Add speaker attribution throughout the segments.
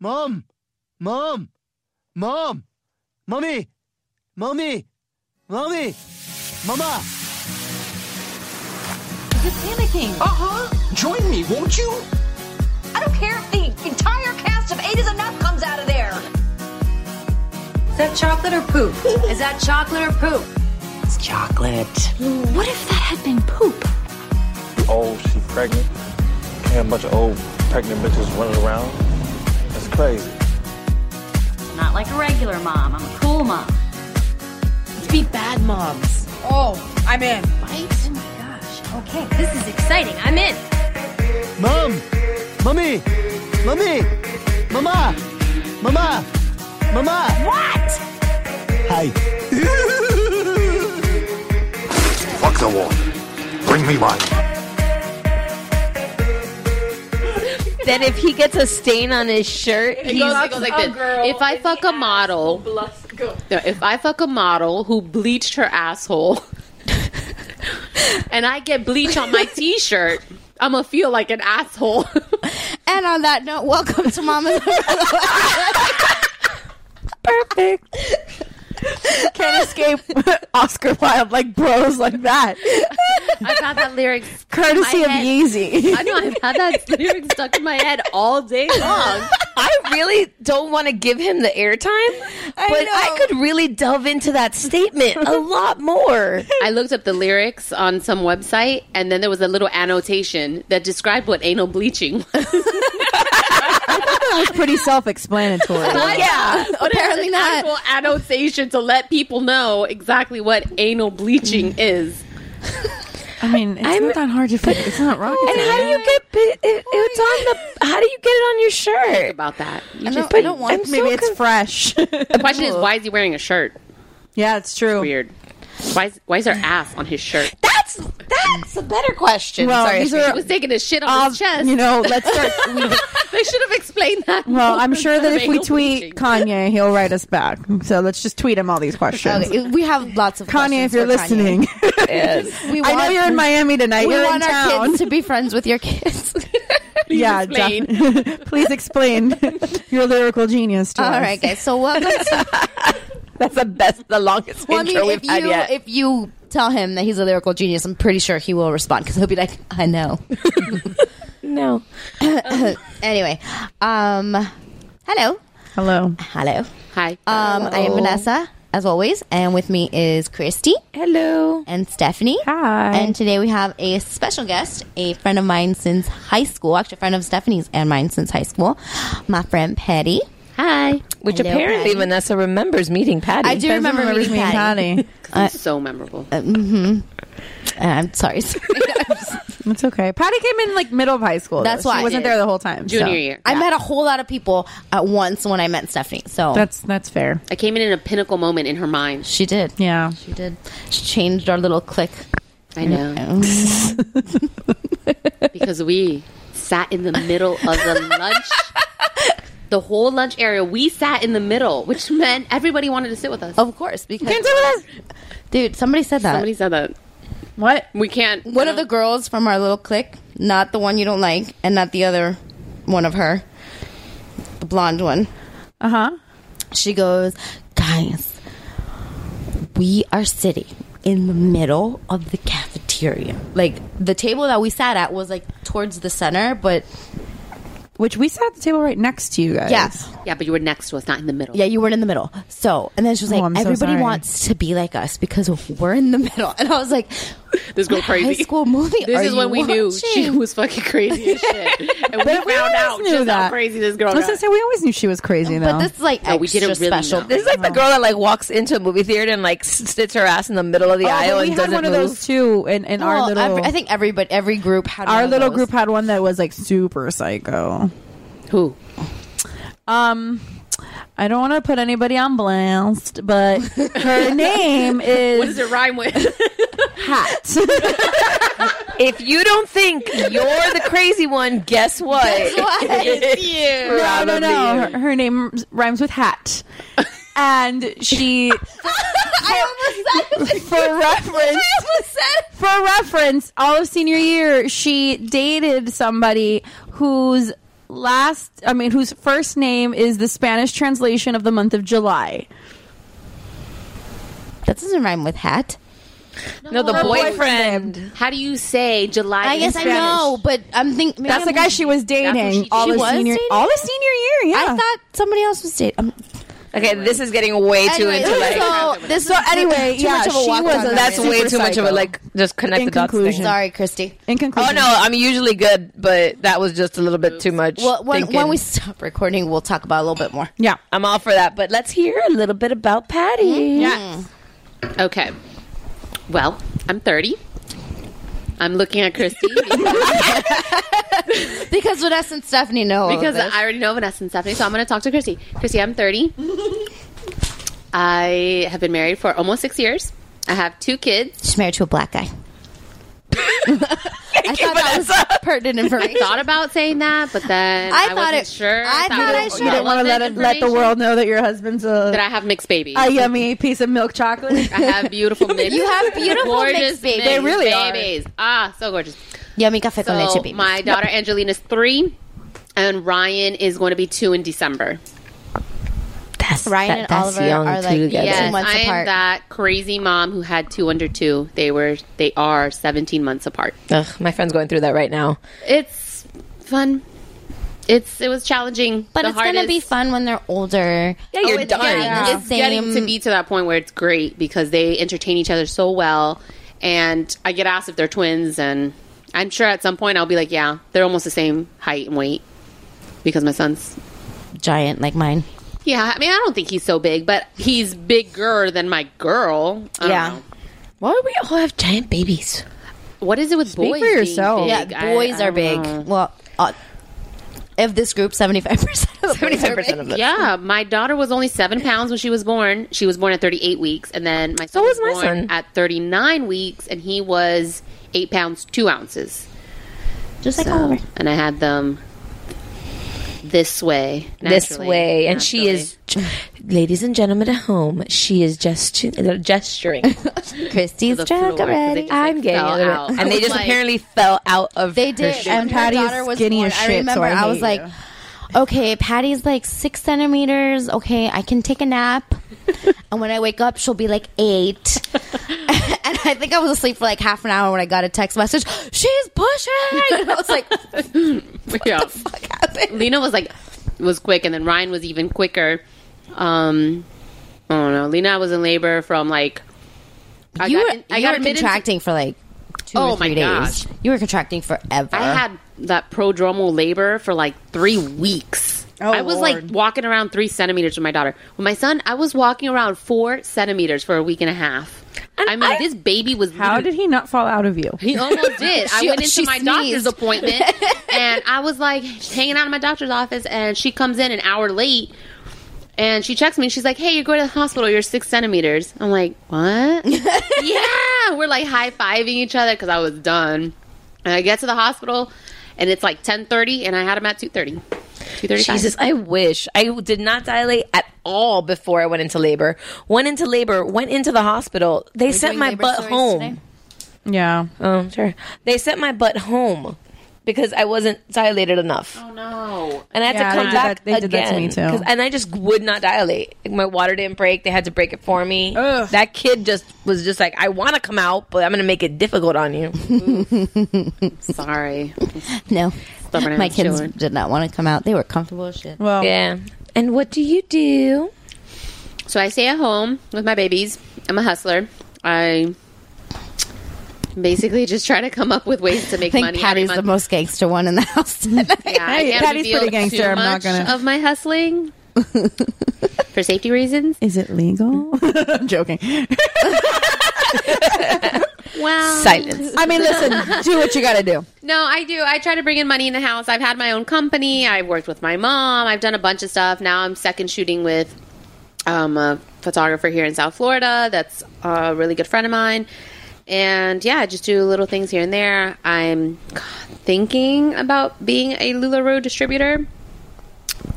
Speaker 1: Mom! Mom! Mom! Mommy! Mommy! Mommy! Mama!
Speaker 2: You're panicking.
Speaker 3: Uh huh. Join me, won't you?
Speaker 2: I don't care if the entire cast of Eight is Enough comes out of there. Is that chocolate or poop? Is that chocolate or poop?
Speaker 3: It's chocolate.
Speaker 2: What if that had been poop?
Speaker 4: old, she pregnant. And a bunch of old pregnant bitches running around. That's crazy.
Speaker 5: Not like a regular mom. I'm a cool mom.
Speaker 6: Let's be bad moms.
Speaker 7: Oh, I'm in.
Speaker 5: Oh my gosh. Okay, this is exciting. I'm in.
Speaker 1: Mom! Mommy! Mommy! Mama! Mama! Mama!
Speaker 5: What?
Speaker 1: Hi.
Speaker 8: Fuck the water. Bring me one.
Speaker 6: Then if he gets a stain on his shirt,
Speaker 9: It
Speaker 6: he's
Speaker 9: goes, it goes like this. if I fuck a model, No, if I fuck a model who bleached her asshole, and I get bleach on my t-shirt, I'm gonna feel like an asshole.
Speaker 10: And on that note, welcome to Mama.
Speaker 6: perfect. Can't escape Oscar Wilde like bros like that.
Speaker 9: I've had that lyrics.
Speaker 6: Courtesy
Speaker 9: My
Speaker 6: of
Speaker 9: head-
Speaker 6: Yeezy.
Speaker 9: I know I've had that lyric stuck in my head all day long.
Speaker 6: I really don't want to give him the airtime, but I could really delve into that statement a lot more.
Speaker 9: I looked up the lyrics on some website, and then there was a little annotation that described what anal bleaching. was.
Speaker 7: That was pretty self-explanatory.
Speaker 6: yeah.
Speaker 10: Apparently
Speaker 9: An
Speaker 10: not.
Speaker 9: Actual annotation to let people know exactly what anal bleaching is.
Speaker 7: I mean, it's
Speaker 6: I'm-
Speaker 7: not that hard to figure. It's not rocket
Speaker 6: And how do you get pi- it,
Speaker 10: Oh
Speaker 6: it's on the? How do you get it on your shirt?
Speaker 9: About that,
Speaker 10: I
Speaker 9: the
Speaker 10: don't,
Speaker 6: but
Speaker 10: I don't want
Speaker 6: I'm
Speaker 10: to.
Speaker 6: so
Speaker 7: Maybe it's
Speaker 6: conf-
Speaker 7: fresh.
Speaker 9: question is, why is he wearing a shirt?
Speaker 7: yeah, it's true.
Speaker 9: Weird. Why is, why is there ass on his shirt?
Speaker 6: That's that's a better question.
Speaker 7: Well,
Speaker 6: Sorry,
Speaker 7: these
Speaker 6: Ashmi.
Speaker 7: are
Speaker 9: He was taking a shit on his chest.
Speaker 7: You know, let's start.
Speaker 9: they should have explained that.
Speaker 7: Well,
Speaker 9: more
Speaker 7: I'm sure that if we
Speaker 9: anal
Speaker 7: tweet
Speaker 9: bleaching.
Speaker 7: Kanye, he'll write us back. So let's just tweet him all these questions.
Speaker 10: Okay, we have lots of
Speaker 7: Kanye,
Speaker 10: questions
Speaker 7: if you're
Speaker 10: for
Speaker 7: listening,
Speaker 10: Kanye. we
Speaker 7: I know you're in Miami tonight.
Speaker 10: We
Speaker 7: you're in
Speaker 10: want our
Speaker 7: town.
Speaker 10: kids to be friends with your kids.
Speaker 7: yeah,
Speaker 9: explain.
Speaker 7: Jeff- please explain your lyrical genius to
Speaker 10: All
Speaker 7: us.
Speaker 10: right, guys. So welcome to.
Speaker 6: that's the best, the longest
Speaker 10: Well, I
Speaker 6: intro
Speaker 10: mean, if
Speaker 6: we've had
Speaker 10: you
Speaker 6: yet.
Speaker 10: if you tell him that he's a lyrical genius, I'm pretty sure he will respond because he'll be like, "I know."
Speaker 6: no,
Speaker 10: anyway, um, hello,
Speaker 7: Hello.
Speaker 10: hello.
Speaker 9: Hi.
Speaker 10: Um, I am Vanessa, as always, and with me is Christy
Speaker 6: hello.
Speaker 10: and Stephanie.
Speaker 7: Hi.
Speaker 10: And today we have a special guest, a friend of mine since high school, actually a friend of Stephanie's and mine since high school, my friend Patty.
Speaker 9: Hi.
Speaker 7: Uh,
Speaker 6: Which
Speaker 10: Hello,
Speaker 6: apparently
Speaker 10: Patty.
Speaker 6: Vanessa remembers meeting Patty.
Speaker 10: I do remember, meeting
Speaker 7: me and
Speaker 10: Patty.
Speaker 7: Patty.
Speaker 9: so memorable.
Speaker 10: Uh, I'm sorry.
Speaker 7: It's okay. Patty came in like middle of high school.
Speaker 10: That's
Speaker 7: though.
Speaker 10: why.
Speaker 7: she wasn't there the whole time. so.
Speaker 9: Junior year.
Speaker 10: I met a whole lot of people at once when I met Stephanie. So
Speaker 7: That's that's fair.
Speaker 9: I came in in a pinnacle moment in her mind.
Speaker 10: she did.
Speaker 7: Yeah.
Speaker 10: She did. She changed our little clique.
Speaker 9: I know. because we sat in the middle of the lunch. The whole lunch area, we sat in the middle, which meant everybody wanted to sit with
Speaker 7: Oh,
Speaker 9: us.
Speaker 10: Of course, because dude, somebody said that.
Speaker 9: Somebody said that.
Speaker 7: What?
Speaker 9: We can't.
Speaker 10: one of the girls from our little clique, not the one you don't like, and not the other one of her, the blonde one.
Speaker 7: Uh huh.
Speaker 10: She goes, guys, we are sitting in the middle of the cafeteria. Like the table that we sat at was like towards the center, but
Speaker 7: Which we sat at the table right next to you guys.
Speaker 10: yeah,
Speaker 9: Yeah, but you were next to us, not in the middle.
Speaker 10: yeah, you weren't in the middle. So, and then she was like,
Speaker 7: Oh, I'm so
Speaker 10: everybody
Speaker 7: sorry.
Speaker 10: wants to be like us because we're in the middle. And I was like,
Speaker 9: This girl
Speaker 10: what
Speaker 9: crazy.
Speaker 10: High school movie.
Speaker 9: This
Speaker 10: are
Speaker 9: is when
Speaker 10: you
Speaker 9: we knew she
Speaker 10: watching?
Speaker 9: was fucking crazy as shit. And we
Speaker 7: We
Speaker 9: found
Speaker 7: always
Speaker 9: out
Speaker 7: knew
Speaker 9: just how
Speaker 7: that.
Speaker 9: crazy this girl
Speaker 7: I was gonna
Speaker 9: was.
Speaker 7: say we always knew she was crazy though.
Speaker 10: But this is like
Speaker 9: No,
Speaker 10: extra
Speaker 9: Oh, we didn't really
Speaker 10: special.
Speaker 9: know.
Speaker 6: This is like the girl that like walks into a movie theater and like s- sits her ass in the middle of the
Speaker 7: Oh, but
Speaker 6: aisle
Speaker 7: we
Speaker 6: and
Speaker 7: had
Speaker 6: doesn't
Speaker 7: one of
Speaker 6: move.
Speaker 7: those too in, in
Speaker 10: Well,
Speaker 7: our little
Speaker 10: every- I think everybody, every group had one
Speaker 7: our
Speaker 10: of
Speaker 7: little
Speaker 10: those.
Speaker 7: group had one that was like super psycho.
Speaker 9: Who?
Speaker 7: Um, I don't want to put anybody on blast, but her name
Speaker 9: What does
Speaker 7: is
Speaker 9: it rhyme with?
Speaker 7: Hat.
Speaker 6: If you don't think you're the crazy one, guess what?
Speaker 9: you.
Speaker 7: no, no, no. Her, her name rhymes with Hat, and she
Speaker 10: I almost said it.
Speaker 7: for reference.
Speaker 10: I almost said it.
Speaker 7: for reference, all of senior year, she dated somebody whose last, I mean, whose first name is the Spanish translation of the month of July.
Speaker 10: That doesn't rhyme with hat.
Speaker 6: No, the boyfriend.
Speaker 9: How do you say July?
Speaker 10: I
Speaker 9: in
Speaker 10: guess I
Speaker 9: Spanish?
Speaker 10: know, but I'm thinking
Speaker 7: That's the guy she was dating
Speaker 9: she-
Speaker 7: all
Speaker 9: she
Speaker 7: the
Speaker 10: was
Speaker 7: senior
Speaker 10: dating?
Speaker 7: all the senior year. Yeah.
Speaker 10: I thought somebody else was dating. Um,
Speaker 6: Okay, this is getting way too
Speaker 10: anyway,
Speaker 6: into like.
Speaker 10: so this so
Speaker 7: anyway, yeah, she was a-
Speaker 6: that's way too much of a like. Just connect
Speaker 7: In
Speaker 6: the dots.
Speaker 7: conclusion.
Speaker 6: Thing.
Speaker 10: Sorry, Christy.
Speaker 7: in conclusion.
Speaker 6: Oh no, I'm usually good, but that was just a little bit too much.
Speaker 10: Well, when,
Speaker 6: thinking.
Speaker 10: when we stop recording, we'll talk about it a little bit more.
Speaker 7: Yeah.
Speaker 6: I'm all for that, but let's hear a little bit about Patty.
Speaker 9: Okay. Well, I'm 30. I'm looking at Christy
Speaker 10: Because Vanessa and Stephanie know. all of
Speaker 9: because
Speaker 10: this.
Speaker 9: I already know Vanessa and Stephanie, so I'm going to talk to Christy. Christy, I'm 30. I have been married for almost six years. I have two kids.
Speaker 10: she's married to a black guy. I thought that was pertinent information.
Speaker 9: Thought about saying that, but then
Speaker 10: I
Speaker 9: I,
Speaker 10: thought
Speaker 9: wasn't
Speaker 10: it-
Speaker 9: sure.
Speaker 10: I thought I should.
Speaker 7: You didn't want to let it, let the world know that your husband's
Speaker 9: that
Speaker 7: a,
Speaker 9: I have mixed babies.
Speaker 7: a yummy piece of milk chocolate.
Speaker 9: I have beautiful mixed.
Speaker 10: You have beautiful
Speaker 9: gorgeous
Speaker 10: mixed babies.
Speaker 9: They
Speaker 7: really are.
Speaker 9: babies. Ah, so gorgeous.
Speaker 10: Yummy café con leche,
Speaker 9: So
Speaker 10: baby.
Speaker 9: my daughter Angelina's three, and Ryan is going to be two in December.
Speaker 6: That's
Speaker 10: Ryan and Oliver are like
Speaker 9: Yes,
Speaker 10: two months
Speaker 9: I
Speaker 10: apart.
Speaker 9: am that crazy mom who had two under two. They were, they are seventeen months apart.
Speaker 6: Ugh, my friend's going through that right now.
Speaker 9: It's fun. It's it was challenging,
Speaker 10: But
Speaker 9: The
Speaker 10: it's gonna be
Speaker 9: hardest-
Speaker 10: fun when they're older. Oh,
Speaker 6: Yeah, you're
Speaker 9: Oh, it's
Speaker 6: done.
Speaker 9: getting-
Speaker 10: Yeah.
Speaker 9: It's getting to
Speaker 10: Same.
Speaker 9: be to that point where it's great because they entertain each other so well. And I get asked if they're twins, and I'm sure at some point I'll be like, yeah, they're almost the same height and weight because my son's.
Speaker 10: Giant like mine.
Speaker 9: Yeah, I mean, I don't think he's so big, but he's bigger than my girl. I don't
Speaker 10: Yeah.
Speaker 9: know.
Speaker 6: Why do we all have giant babies?
Speaker 9: What is it with boys?
Speaker 7: for
Speaker 9: being
Speaker 7: yourself.
Speaker 9: big?
Speaker 10: Yeah,
Speaker 9: I-
Speaker 10: boys
Speaker 9: I
Speaker 10: are
Speaker 9: don't
Speaker 10: big.
Speaker 9: know.
Speaker 10: Well, uh, of this group, seventy-five percent.
Speaker 6: Seventy-five percent of them.
Speaker 9: Yeah, my daughter was only seven pounds when she was born. She was born at 38 weeks, and then my son
Speaker 6: was my
Speaker 9: born
Speaker 6: son.
Speaker 9: at 39 weeks, and he was eight pounds two ounces.
Speaker 10: Just like
Speaker 9: So, and I had them this way,
Speaker 6: This
Speaker 9: naturally,
Speaker 6: way, and she
Speaker 9: naturally.
Speaker 6: is, ladies and gentlemen at home, she is gestu- gesturing.
Speaker 10: Christy's
Speaker 9: The
Speaker 10: drunk
Speaker 9: floor, 'cause they
Speaker 10: already.
Speaker 9: just, like,
Speaker 6: I'm getting
Speaker 9: fell
Speaker 6: a little-
Speaker 9: out.
Speaker 6: and they just
Speaker 9: Like,
Speaker 6: apparently fell out of.
Speaker 10: They
Speaker 6: her
Speaker 10: did,
Speaker 6: shoe.
Speaker 10: and her
Speaker 7: Patty's
Speaker 10: daughter was
Speaker 7: skinny
Speaker 10: born.
Speaker 7: as shit,
Speaker 10: I
Speaker 7: so
Speaker 10: remember
Speaker 7: I
Speaker 10: I,
Speaker 7: hate
Speaker 10: was like, okay, Patty's like six centimeters. Okay, I can take a nap, and when I wake up, she'll be like eight. and I think I was asleep for like half an hour when I got a text message. She's pushing. And I was like,
Speaker 9: yeah.
Speaker 10: fuck happened?
Speaker 9: Lena was like was quick, and then Ryan was even quicker. Um, I don't know. Lena was in labor from like I
Speaker 10: you
Speaker 9: got
Speaker 10: were,
Speaker 9: in- I
Speaker 10: you
Speaker 9: got
Speaker 10: were
Speaker 9: admitted to-
Speaker 10: contracting for like two
Speaker 9: Oh
Speaker 10: or three
Speaker 9: my
Speaker 10: days.
Speaker 9: gosh.
Speaker 10: You were contracting forever.
Speaker 9: I had that prodromal labor for like three weeks.
Speaker 7: Oh,
Speaker 9: I was like walking around three centimeters with my daughter. With my son, I was walking around four centimeters for a week and a half. I mean, this baby was.
Speaker 7: How did he not fall out of you?
Speaker 9: He almost did. I
Speaker 10: She-
Speaker 9: went into
Speaker 10: she
Speaker 9: my
Speaker 10: sneezed.
Speaker 9: doctor's appointment and I was like hanging out in my doctor's office, and she comes in an hour late. And she checks me and she's like, Hey, you're going to the hospital. You're six centimeters. I'm like, What? yeah. We're like high fiving each other because I was done. And I get to the hospital and it's like 1030 and I had him at 230. 235.
Speaker 6: Jesus, I wish I did not dilate at all before I went into labor. Went into labor, went into the hospital. They sent
Speaker 10: doing
Speaker 6: my
Speaker 10: labor
Speaker 6: butt
Speaker 10: stories
Speaker 6: home.
Speaker 10: today?
Speaker 7: Yeah.
Speaker 6: Oh, sure. They sent my butt home because I wasn't dilated enough.
Speaker 9: Oh, no.
Speaker 6: And I had
Speaker 7: Yeah,
Speaker 6: to
Speaker 7: they
Speaker 6: come
Speaker 7: did
Speaker 6: back
Speaker 7: that- they did that to
Speaker 6: again.
Speaker 7: me, too.
Speaker 6: 'cause- And I just would not dilate. Like, my water didn't break. They had to break it for me.
Speaker 7: Ugh.
Speaker 6: That kid just was just like, I want to come out, but I'm going to make it difficult on you.
Speaker 9: Sorry.
Speaker 10: no.
Speaker 9: Stubborn
Speaker 10: My
Speaker 9: ass
Speaker 10: kids
Speaker 9: children.
Speaker 10: did not want to come out. They were comfortable as shit.
Speaker 7: Well,
Speaker 6: yeah. And what do you do?
Speaker 9: So I stay at home with my babies. I'm a hustler. I basically just try to come up with ways to make
Speaker 10: I think
Speaker 9: money. every
Speaker 10: Patty's
Speaker 9: month.
Speaker 10: the most gangster one in the house. tonight.
Speaker 9: Yeah, I can't
Speaker 7: Patty's
Speaker 9: reveal
Speaker 7: pretty gangster,
Speaker 9: Too
Speaker 7: I'm not
Speaker 9: much
Speaker 7: gonna-
Speaker 9: of my hustling for safety reasons.
Speaker 7: is it legal? I'm joking.
Speaker 9: Well,
Speaker 6: Silence.
Speaker 7: I mean, listen, do what you got to do.
Speaker 9: no, I do. I try to bring in money in the house. I've had my own company. I've worked with my mom. I've done a bunch of stuff. Now I'm second shooting with um, a photographer here in South Florida. That's a really good friend of mine. And yeah, I just do little things here and there. I'm thinking about being a LuLaRoe distributor.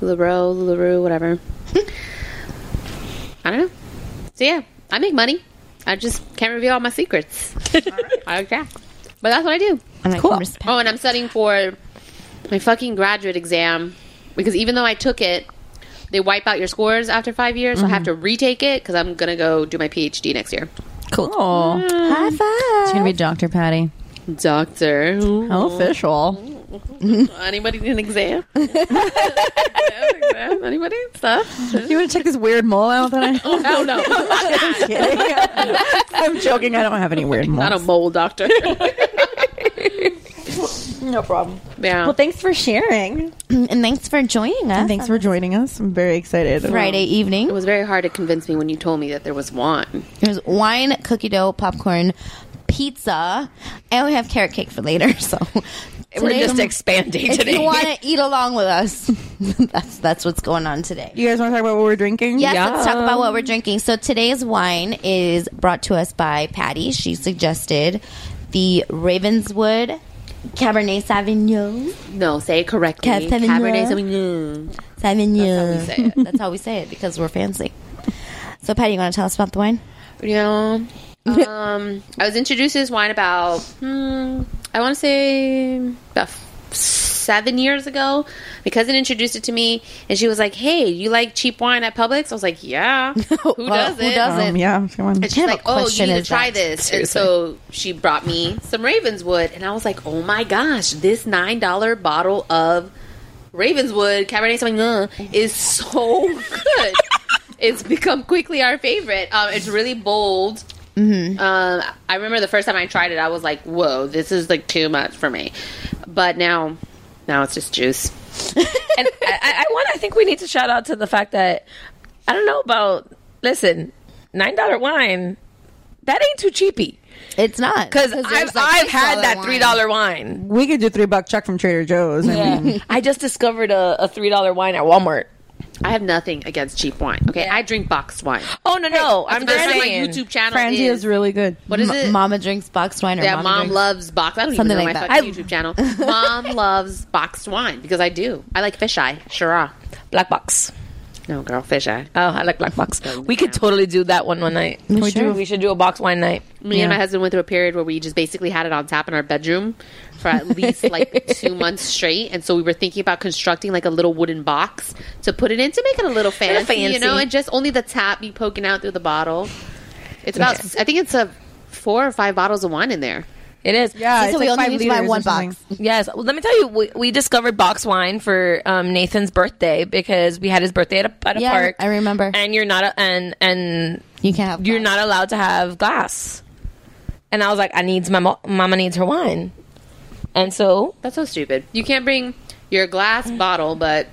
Speaker 9: LuLaRoe, LuLaRoe, whatever. I don't know. So yeah, I make money. I just can't reveal all my secrets. I don't care. But that's what I do.
Speaker 10: I'm like, cool.
Speaker 9: Oh, and I'm studying for my fucking graduate exam because even though I took it, they wipe out your scores after five years. So I have to
Speaker 7: Mm-hmm.
Speaker 9: retake it because I'm gonna go do my PhD next year.
Speaker 7: Cool. High five. It's gonna be Doctor Patty.
Speaker 9: Doctor.
Speaker 7: How official. Oh.
Speaker 9: Anybody need an exam? Anybody stuff?
Speaker 7: You want to check this weird mole out that I?
Speaker 9: Oh no, no,
Speaker 7: I'm joking. I don't have any weird moles.
Speaker 9: not a mole doctor.
Speaker 7: no problem.
Speaker 9: yeah.
Speaker 11: Well, thanks for sharing.
Speaker 10: And thanks for joining us.
Speaker 7: And thanks for joining us. I'm very excited.
Speaker 10: Friday evening.
Speaker 9: It was very hard to convince me when you told me that there was wine.
Speaker 10: There's wine, cookie dough, popcorn, pizza, and we have carrot cake for later. So
Speaker 6: We're just expanding
Speaker 10: If
Speaker 6: today.
Speaker 10: you want to eat along with us, that's that's what's going on today.
Speaker 7: You guys want to talk about what we're drinking?
Speaker 10: Yes, let's talk about what we're drinking. So today's wine is brought to us by Patty. She suggested the Ravenswood Cabernet Sauvignon.
Speaker 9: No, say it correctly.
Speaker 10: Cab Sauvignon.
Speaker 9: Cabernet Sauvignon.
Speaker 10: Sauvignon.
Speaker 9: That's how we say it.
Speaker 10: That's how we say it because we're fancy. So Patty, you want to tell us about the wine?
Speaker 9: Yeah. Um, I was introduced to this wine about, hmm, I want to say about f- seven years ago. My cousin introduced it to me, and she was like, "Hey, you like cheap wine at Publix?" I was like, "Yeah, who does it?"
Speaker 7: Um, yeah. Come on.
Speaker 9: And she's
Speaker 10: kind of
Speaker 9: like,
Speaker 10: a
Speaker 9: "Oh, you
Speaker 10: question
Speaker 9: need to
Speaker 10: is
Speaker 9: try
Speaker 10: that?"
Speaker 9: this." And so she brought me some Ravenswood, and I was like, "Oh my gosh, this nine dollar bottle of Ravenswood Cabernet Sauvignon is so good. it's become quickly our favorite. Um, it's really bold."
Speaker 10: Mm-hmm.
Speaker 9: Um, I remember the first time I tried it, I was like, "Whoa, this is like too much for me." But now, now it's just juice.
Speaker 6: and I, I want. I think we need to shout out to the fact that I don't know about. Listen, nine dollar wine. That ain't too cheapy
Speaker 10: It's not
Speaker 6: because
Speaker 10: there's,
Speaker 6: I've,
Speaker 10: like,
Speaker 6: I've had
Speaker 10: $6
Speaker 6: that
Speaker 10: wine.
Speaker 6: three dollar wine.
Speaker 7: We could do three buck chuck from Trader Joe's. I mean,
Speaker 6: I just discovered a, a three dollar wine at Walmart.
Speaker 9: I have nothing against cheap wine. Okay, I drink boxed wine.
Speaker 6: Oh no no! I'm
Speaker 9: That's
Speaker 6: just
Speaker 9: what my
Speaker 6: saying.
Speaker 9: YouTube channel
Speaker 7: Franzia is really good.
Speaker 9: What is it?
Speaker 10: M- Mama drinks box wine or
Speaker 9: Yeah,
Speaker 10: Mama
Speaker 9: mom
Speaker 10: drinks-
Speaker 9: loves box. I don't
Speaker 10: Something
Speaker 9: even know
Speaker 10: like
Speaker 9: my
Speaker 10: that.
Speaker 9: fucking YouTube channel. mom loves boxed wine because I do. I like fisheye. Sure.
Speaker 6: Black box.
Speaker 9: No, girl, fisheye.
Speaker 6: Oh, I like black box. We could totally do that one one night. We,
Speaker 7: Sure.
Speaker 6: we should do a box wine night.
Speaker 9: Me and my husband went through a period where we just basically had it on tap in our bedroom for at least like two months straight, and so we were thinking about constructing like a little wooden box to put it in to make it a little fancy, you know,
Speaker 6: fancy.
Speaker 9: and just only the tap be poking out through the bottle. It's about I think it's a four or five bottles of wine in there.
Speaker 6: It is.
Speaker 7: Yeah,
Speaker 10: So
Speaker 7: it's like
Speaker 10: we only
Speaker 7: five
Speaker 10: need to buy
Speaker 7: liters or
Speaker 10: one
Speaker 7: something.
Speaker 10: box.
Speaker 6: Yes. Well, let me tell you, we, we discovered box wine for um, Nathan's birthday because we had his birthday at a, at a
Speaker 10: Yeah,
Speaker 6: park.
Speaker 10: I remember.
Speaker 6: And you're not a, and and
Speaker 10: You can't have.
Speaker 6: you're
Speaker 10: box.
Speaker 6: not allowed to have glass. And I was like, I needs my mo- mama needs her wine, and so
Speaker 9: That's so stupid. You can't bring your glass bottle, but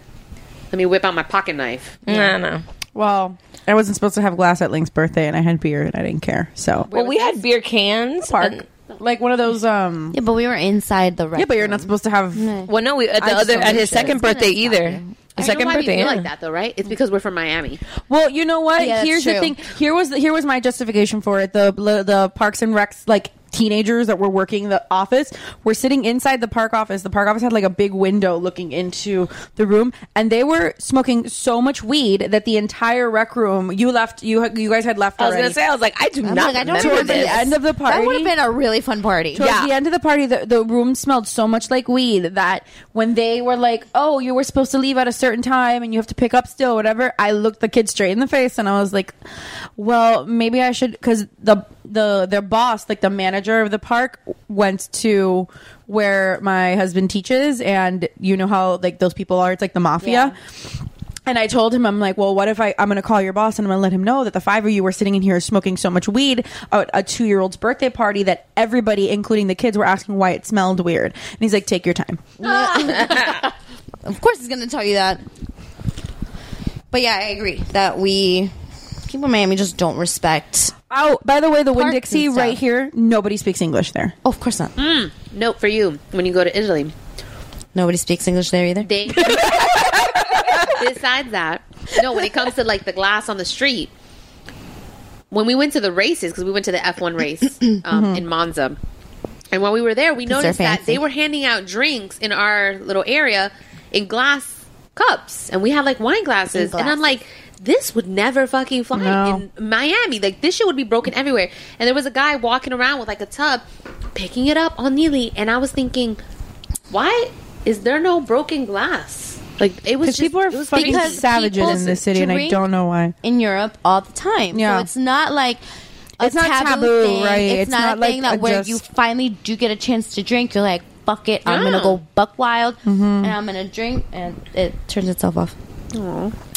Speaker 9: let me whip out my pocket knife.
Speaker 6: no no.
Speaker 7: Well, I wasn't supposed to have glass at Link's birthday, and I had beer, and I didn't care. So
Speaker 6: Well, we had beer cans.
Speaker 7: park,
Speaker 6: and-
Speaker 7: like one of those. Um,
Speaker 10: Yeah, but we were inside the. Rec
Speaker 7: yeah, but you're not supposed to have.
Speaker 6: well, no, we at
Speaker 7: I
Speaker 6: the
Speaker 7: just
Speaker 6: other
Speaker 7: don't
Speaker 6: at
Speaker 7: give a
Speaker 6: his
Speaker 7: shit.
Speaker 6: second
Speaker 7: It's
Speaker 6: birthday either. His second
Speaker 9: I don't
Speaker 6: birthday.
Speaker 9: know why we feel
Speaker 6: yeah.
Speaker 9: like that though, right? It's because we're from Miami.
Speaker 7: Well, you know what?
Speaker 10: Yeah, that's
Speaker 7: Here's the
Speaker 10: true.
Speaker 7: thing. Here was here was my justification for it. The the Parks and Recs like teenagers that were working the office were sitting inside the park office. The park office had like a big window looking into the room, and they were smoking so much weed that the entire rec room. You left. You you guys had left
Speaker 6: I was
Speaker 7: already.
Speaker 6: gonna say, I was like, I do
Speaker 10: I'm
Speaker 6: not
Speaker 10: like, I don't
Speaker 6: remember
Speaker 10: remember
Speaker 6: this.
Speaker 7: the end of the party.
Speaker 10: That would have been a really fun party.
Speaker 7: Towards the end of the party, the, the room smelled so much like weed that when they were like, "Oh, you were supposed to leave at a certain time, and you have to pick up still, whatever," I looked the kid straight in the face and I was like, "Well, maybe I should," because the the their boss, like the manager of the park, went to where my husband teaches, and you know how like those people are. It's like the mafia. And I told him, I'm like, well, what if I, I'm going to call your boss and I'm going to let him know that the five of you were sitting in here smoking so much weed at a two year old's birthday party that everybody, including the kids, were asking why it smelled weird. And he's like, take your time.
Speaker 10: Of course, he's going to tell you that. But yeah, I agree that we people in Miami just don't respect.
Speaker 7: Oh, by the way, the Winn
Speaker 10: Parks
Speaker 7: Dixie
Speaker 10: and stuff.
Speaker 7: right here, nobody speaks English there.
Speaker 10: Oh, of course not.
Speaker 9: Note for you when you go to Italy.
Speaker 10: Nobody speaks English there either.
Speaker 9: They besides that, no. When it comes to like the glass on the street, when we went to the races because we went to the F one race um, in Monza, and while we were there, we
Speaker 10: Mm-hmm. they're
Speaker 9: noticed that
Speaker 10: fancy.
Speaker 9: they were handing out drinks in our little area in glass cups, and we had like wine glasses,
Speaker 10: In
Speaker 9: and I'm
Speaker 10: glasses.
Speaker 9: like. This would never fucking fly
Speaker 7: No.
Speaker 9: in Miami. Like this shit would be broken everywhere. And there was a guy walking around with like a tub, picking it up on Neely, and I was thinking, why is there no broken glass? Like it was
Speaker 7: Because
Speaker 9: just
Speaker 7: people are
Speaker 9: it was
Speaker 7: fucking
Speaker 9: because
Speaker 7: savages
Speaker 9: people-
Speaker 7: in this city, and I
Speaker 10: drink
Speaker 7: don't know why.
Speaker 10: in Europe all the time.
Speaker 7: Yeah.
Speaker 10: So it's not like a
Speaker 7: It's not taboo,
Speaker 10: thing.
Speaker 7: right?
Speaker 10: It's,
Speaker 7: It's
Speaker 10: not,
Speaker 7: not
Speaker 10: a
Speaker 7: like
Speaker 10: thing
Speaker 7: a
Speaker 10: that where
Speaker 7: just-
Speaker 10: you finally do get a chance to drink, you're like, fuck it, I'm
Speaker 9: Yeah.
Speaker 10: gonna go buck wild
Speaker 7: Mhm.
Speaker 10: and I'm gonna drink and it turns itself off.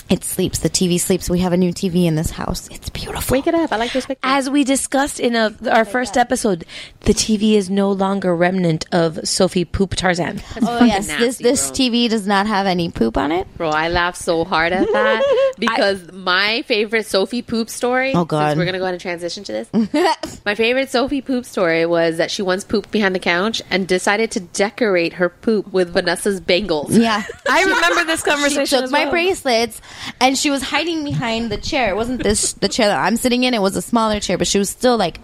Speaker 10: It sleeps. The TV sleeps. We have a new TV in this house. It's beautiful.
Speaker 9: Wake it up. I like this picture.
Speaker 6: As we discussed in a, our first episode, the TV is no longer remnant of Sophie Poop Tarzan.
Speaker 10: Oh yes, this this TV does not have any poop on it.
Speaker 9: Bro, I laugh so hard at that because my favorite Sophie poop story.
Speaker 10: Oh, God. Mm.
Speaker 9: since we're gonna go ahead and transition to this. my favorite Sophie poop story was that she once pooped behind the couch and decided to decorate her poop with Vanessa's bangles.
Speaker 10: Yeah,
Speaker 6: I remember this conversation.
Speaker 10: She took
Speaker 6: as
Speaker 10: my
Speaker 6: well.
Speaker 10: bracelets, and she was hiding behind the chair. It wasn't this the chair that I'm sitting in. It was a smaller chair, but she was still like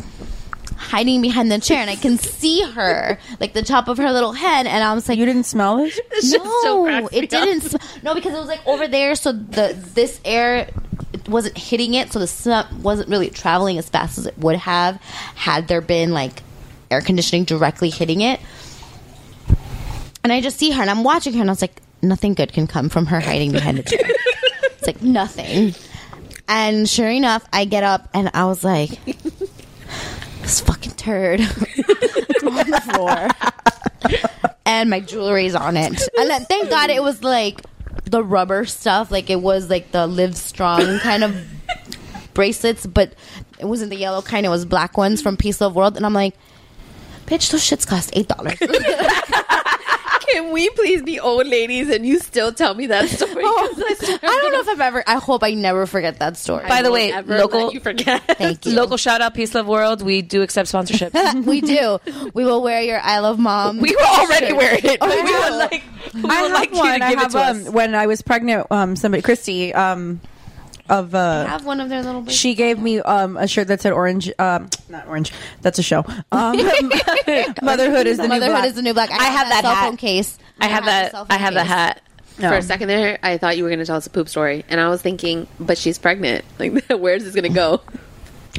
Speaker 10: hiding behind the chair, and I can see her, like the top of her little head. And I was like,
Speaker 7: You didn't smell it?
Speaker 9: shit still
Speaker 10: "No,
Speaker 9: cracks me
Speaker 10: it didn't.
Speaker 9: up.
Speaker 10: Sm- no, because it was like over there, so the this air." it wasn't hitting it, so the smell wasn't really traveling as fast as it would have had there been like air conditioning directly hitting it. And I just see her and I'm watching her and I was like, nothing good can come from her hiding behind a chair. it's like nothing. And sure enough, I get up and I was like, this fucking turd on the floor. and my jewelry's on it. And then, thank God it was like the rubber stuff. Like it was like the live strong kind of bracelets, but it wasn't the yellow kind, it was black ones from Peace Love World. And I'm like, bitch, those shits cost $8.
Speaker 9: Can we please be old ladies and you still tell me that story?
Speaker 10: I don't know if I've ever. I hope I never forget that story.
Speaker 6: By the way, local-
Speaker 9: you forget.
Speaker 10: Thank you.
Speaker 6: Local shout out, Peace Love World. We do accept sponsorships.
Speaker 10: we do. We will wear your "I love mom."
Speaker 6: we were already
Speaker 10: shirt.
Speaker 6: wearing it.
Speaker 10: Oh,
Speaker 6: but
Speaker 10: we
Speaker 6: we
Speaker 10: do.
Speaker 6: would like, we would
Speaker 7: I have
Speaker 6: like you to
Speaker 7: one.
Speaker 6: give
Speaker 7: I
Speaker 6: it
Speaker 7: have
Speaker 6: to
Speaker 7: um,
Speaker 6: us.
Speaker 7: when I was pregnant. Um, somebody, Christy, um, of
Speaker 10: I
Speaker 7: uh,
Speaker 10: have one of their little. Babies.
Speaker 7: she gave me um a shirt that said orange. Um, not orange. That's a show. Um, motherhood is the new
Speaker 10: Motherhood
Speaker 7: black.
Speaker 10: is the new black. I, have, that, cell phone case.
Speaker 6: I have
Speaker 10: the
Speaker 6: that.
Speaker 10: cell phone
Speaker 6: I have that
Speaker 10: case.
Speaker 6: hat.
Speaker 7: No.
Speaker 9: For a second there, I thought you were going to tell us a poop story, and I was thinking, but she's pregnant. Like, where is this going to go?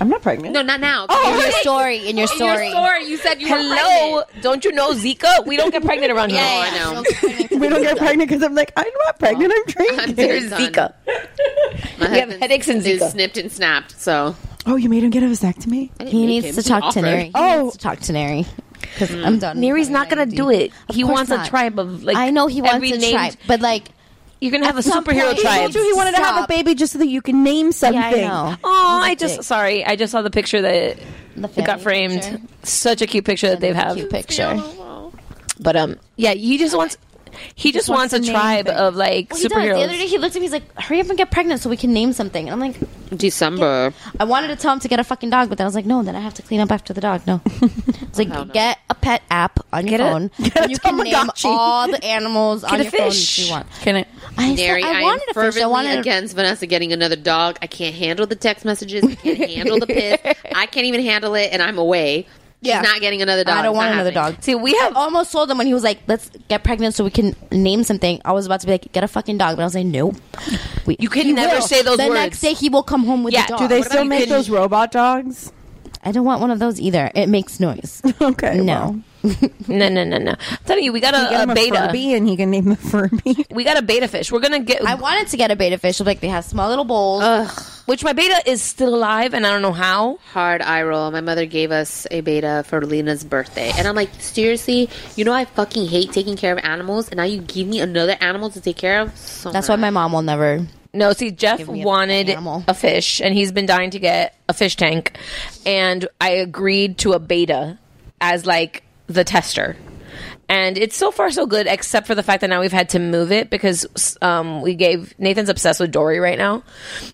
Speaker 7: I'm not pregnant.
Speaker 9: No, not now.
Speaker 10: In your story. In your
Speaker 9: In your
Speaker 10: story.
Speaker 9: story, you said you were
Speaker 6: Hello,
Speaker 9: pregnant.
Speaker 6: don't you know Zika? We don't get pregnant around here.
Speaker 9: Yeah, yeah.
Speaker 10: No,
Speaker 9: I know.
Speaker 10: it's
Speaker 7: we don't get pregnant because I'm like I'm not pregnant. I'm
Speaker 9: I'm
Speaker 7: drinking.
Speaker 9: very
Speaker 6: There's
Speaker 9: done.
Speaker 6: Zika.
Speaker 9: My
Speaker 6: We have
Speaker 9: husband
Speaker 6: headaches and
Speaker 9: is
Speaker 6: Zika.
Speaker 9: snipped and snapped. So
Speaker 7: oh, you made him get a vasectomy.
Speaker 9: I didn't
Speaker 10: He
Speaker 9: make
Speaker 10: needs
Speaker 9: him.
Speaker 10: to
Speaker 9: He
Speaker 10: talk to
Speaker 9: offered. Mm.
Speaker 10: Neri. He
Speaker 7: Oh.
Speaker 10: needs to talk to Neri because I'm done.
Speaker 6: Neri's not gonna do it.
Speaker 10: Of
Speaker 6: he
Speaker 10: course
Speaker 6: wants
Speaker 10: not.
Speaker 6: a tribe of like.
Speaker 10: I know he wants
Speaker 6: every
Speaker 10: a
Speaker 6: named-
Speaker 10: tribe, but like
Speaker 6: You're gonna have a
Speaker 10: At some
Speaker 6: superhero
Speaker 10: point, he
Speaker 6: tribe.
Speaker 10: told you he wanted to have a Stop.
Speaker 7: baby just so that you can name something.
Speaker 10: yeah, I know.
Speaker 6: Oh, I
Speaker 10: dick.
Speaker 6: just sorry. I just saw the picture that
Speaker 10: The
Speaker 6: it got
Speaker 10: family
Speaker 6: framed.
Speaker 10: picture.
Speaker 6: Such a cute picture that they have.
Speaker 10: Cute picture.
Speaker 6: But um, yeah, you just wants. He just
Speaker 7: wants
Speaker 6: wants a
Speaker 7: to name
Speaker 6: tribe
Speaker 7: things.
Speaker 6: of like
Speaker 10: Well, he does. The
Speaker 6: superheroes.
Speaker 10: other day he looked at me. He's like, "Hurry up and get pregnant so we can name something." And I'm like,
Speaker 9: December.
Speaker 10: I wanted to tell him to get a fucking dog, but then I was like, no, then I have to clean up after the dog. No. It's like,
Speaker 9: Hell no.
Speaker 10: get a pet app on your
Speaker 6: Get a-
Speaker 10: phone.
Speaker 7: get a
Speaker 10: and you can name
Speaker 7: Tamagotchi.
Speaker 10: all the animals on
Speaker 6: a
Speaker 10: your phone if
Speaker 6: fish.
Speaker 10: you want.
Speaker 7: Can I?
Speaker 10: I, said,
Speaker 9: Neri,
Speaker 10: I
Speaker 9: I,
Speaker 10: wanted
Speaker 9: am
Speaker 10: a fish.
Speaker 9: fervently
Speaker 10: I wanted a-
Speaker 9: against Vanessa getting another dog. I can't handle the text messages. I can't handle the piss. I can't even handle it, and I'm away. She's
Speaker 10: Yeah.
Speaker 9: not getting another dog.
Speaker 10: I don't
Speaker 9: It's
Speaker 10: want
Speaker 9: not
Speaker 10: another
Speaker 9: happening.
Speaker 10: dog.
Speaker 6: See, we have
Speaker 10: I almost told him when he was like, let's get pregnant so we can name something. I was about to be like, get a fucking dog. But I was like, nope. We,
Speaker 6: You can
Speaker 10: he
Speaker 6: never say those
Speaker 10: the
Speaker 6: words.
Speaker 10: next day he will come home with
Speaker 6: Yeah,
Speaker 10: a dog.
Speaker 7: Do they still make those robot dogs?
Speaker 10: I don't want one of those either. It makes noise.
Speaker 7: Okay.
Speaker 10: No.
Speaker 6: no, no, no, no. I'm telling you, we got
Speaker 7: Well, get
Speaker 6: a,
Speaker 7: him
Speaker 6: a
Speaker 7: a
Speaker 6: beta.
Speaker 7: Furby and he can name the Furby.
Speaker 6: We got a beta fish. We're gonna get.
Speaker 10: I wanted to get a beta fish. but, Like, they have small little bowls.
Speaker 6: which my beta is still alive, and I don't know how.
Speaker 9: Hard eye roll. My mother gave us a beta for Lena's birthday, and I'm like, seriously, you know I fucking hate taking care of animals, and now you give me another animal to take care of. So
Speaker 10: That's why
Speaker 9: mad.
Speaker 10: my mom will never
Speaker 6: No, see, Jeff
Speaker 10: me a
Speaker 6: wanted
Speaker 10: animal.
Speaker 6: a fish, and he's been dying to get a fish tank, and I agreed to a beta as like the tester. And it's so far so good, except for the fact that now we've had to move it because um, we gave Nathan's obsessed with Dory right now,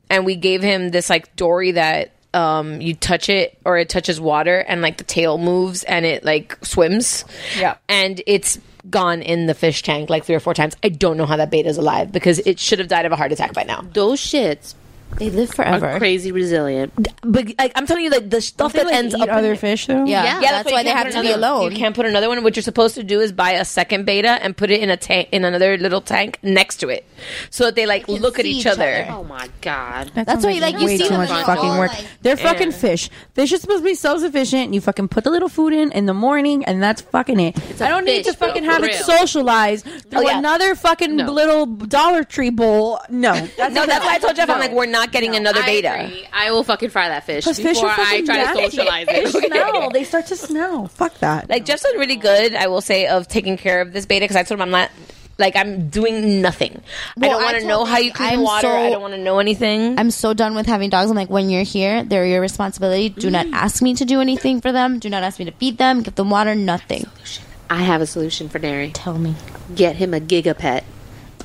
Speaker 6: and we gave him this like Dory that um, you touch it or it touches water and like the tail moves and it like swims.
Speaker 7: Yeah.
Speaker 6: and it's gone in the fish tank like three or four times. I don't know how that beta's alive because it should have died of a heart attack by now.
Speaker 9: those shits
Speaker 10: They live
Speaker 9: Are
Speaker 10: forever.
Speaker 9: crazy resilient.
Speaker 6: But like, I'm telling you, like the stuff that ends up in-
Speaker 7: fish though.
Speaker 10: Yeah,
Speaker 6: but
Speaker 10: that's
Speaker 6: you
Speaker 10: why they
Speaker 6: can't
Speaker 10: have
Speaker 6: put
Speaker 10: to be
Speaker 6: another-
Speaker 10: alone.
Speaker 6: You can't put another one. What you're supposed to do is buy a second beta and put it in a tank in another little tank next to it, so that they like
Speaker 10: can
Speaker 6: look at
Speaker 10: see
Speaker 6: each
Speaker 10: each
Speaker 6: other.
Speaker 10: other.
Speaker 9: Oh my god.
Speaker 7: That
Speaker 10: That's
Speaker 7: sounds
Speaker 10: why you, like, you
Speaker 7: Oh way
Speaker 10: see
Speaker 7: too
Speaker 10: them
Speaker 7: much
Speaker 10: and you're
Speaker 7: fucking
Speaker 10: all
Speaker 7: work.
Speaker 10: like-
Speaker 7: They're fucking fish. Fish is supposed to be self-sufficient. You fucking put a little food in in the morning, and that's fucking it. I don't need
Speaker 9: fish,
Speaker 7: to fucking
Speaker 9: though,
Speaker 7: have
Speaker 9: for
Speaker 7: it
Speaker 9: real.
Speaker 7: socialized through
Speaker 6: yeah.
Speaker 7: another fucking
Speaker 9: No.
Speaker 7: little Dollar Tree bowl. No, that's
Speaker 6: No, that's why I told Jeff I'm
Speaker 9: No.
Speaker 6: like we're not getting another
Speaker 9: I
Speaker 6: beta.
Speaker 9: agree. I will fucking fry that fish
Speaker 7: because
Speaker 9: before
Speaker 7: fish are
Speaker 9: I
Speaker 7: fucking
Speaker 9: try
Speaker 7: nasty.
Speaker 9: to socialize
Speaker 7: They
Speaker 9: it.
Speaker 7: smell. They start to smell. Fuck that.
Speaker 6: Like Jeff's been really good, I will say, of taking care of this beta because I told him I'm not. Like I'm doing nothing.
Speaker 10: Well,
Speaker 6: I don't
Speaker 10: I
Speaker 6: want to
Speaker 10: told
Speaker 6: know
Speaker 10: him
Speaker 6: how you clean
Speaker 10: I'm
Speaker 6: water. I
Speaker 10: so-
Speaker 6: don't want to know anything.
Speaker 10: I'm so done with having dogs. I'm like, when you're here, they're your responsibility. Do not ask me to do anything for them. Do not ask me to feed them, give them water, nothing.
Speaker 9: I have a solution for Neri.
Speaker 10: Tell me.
Speaker 9: Get him a gigapet.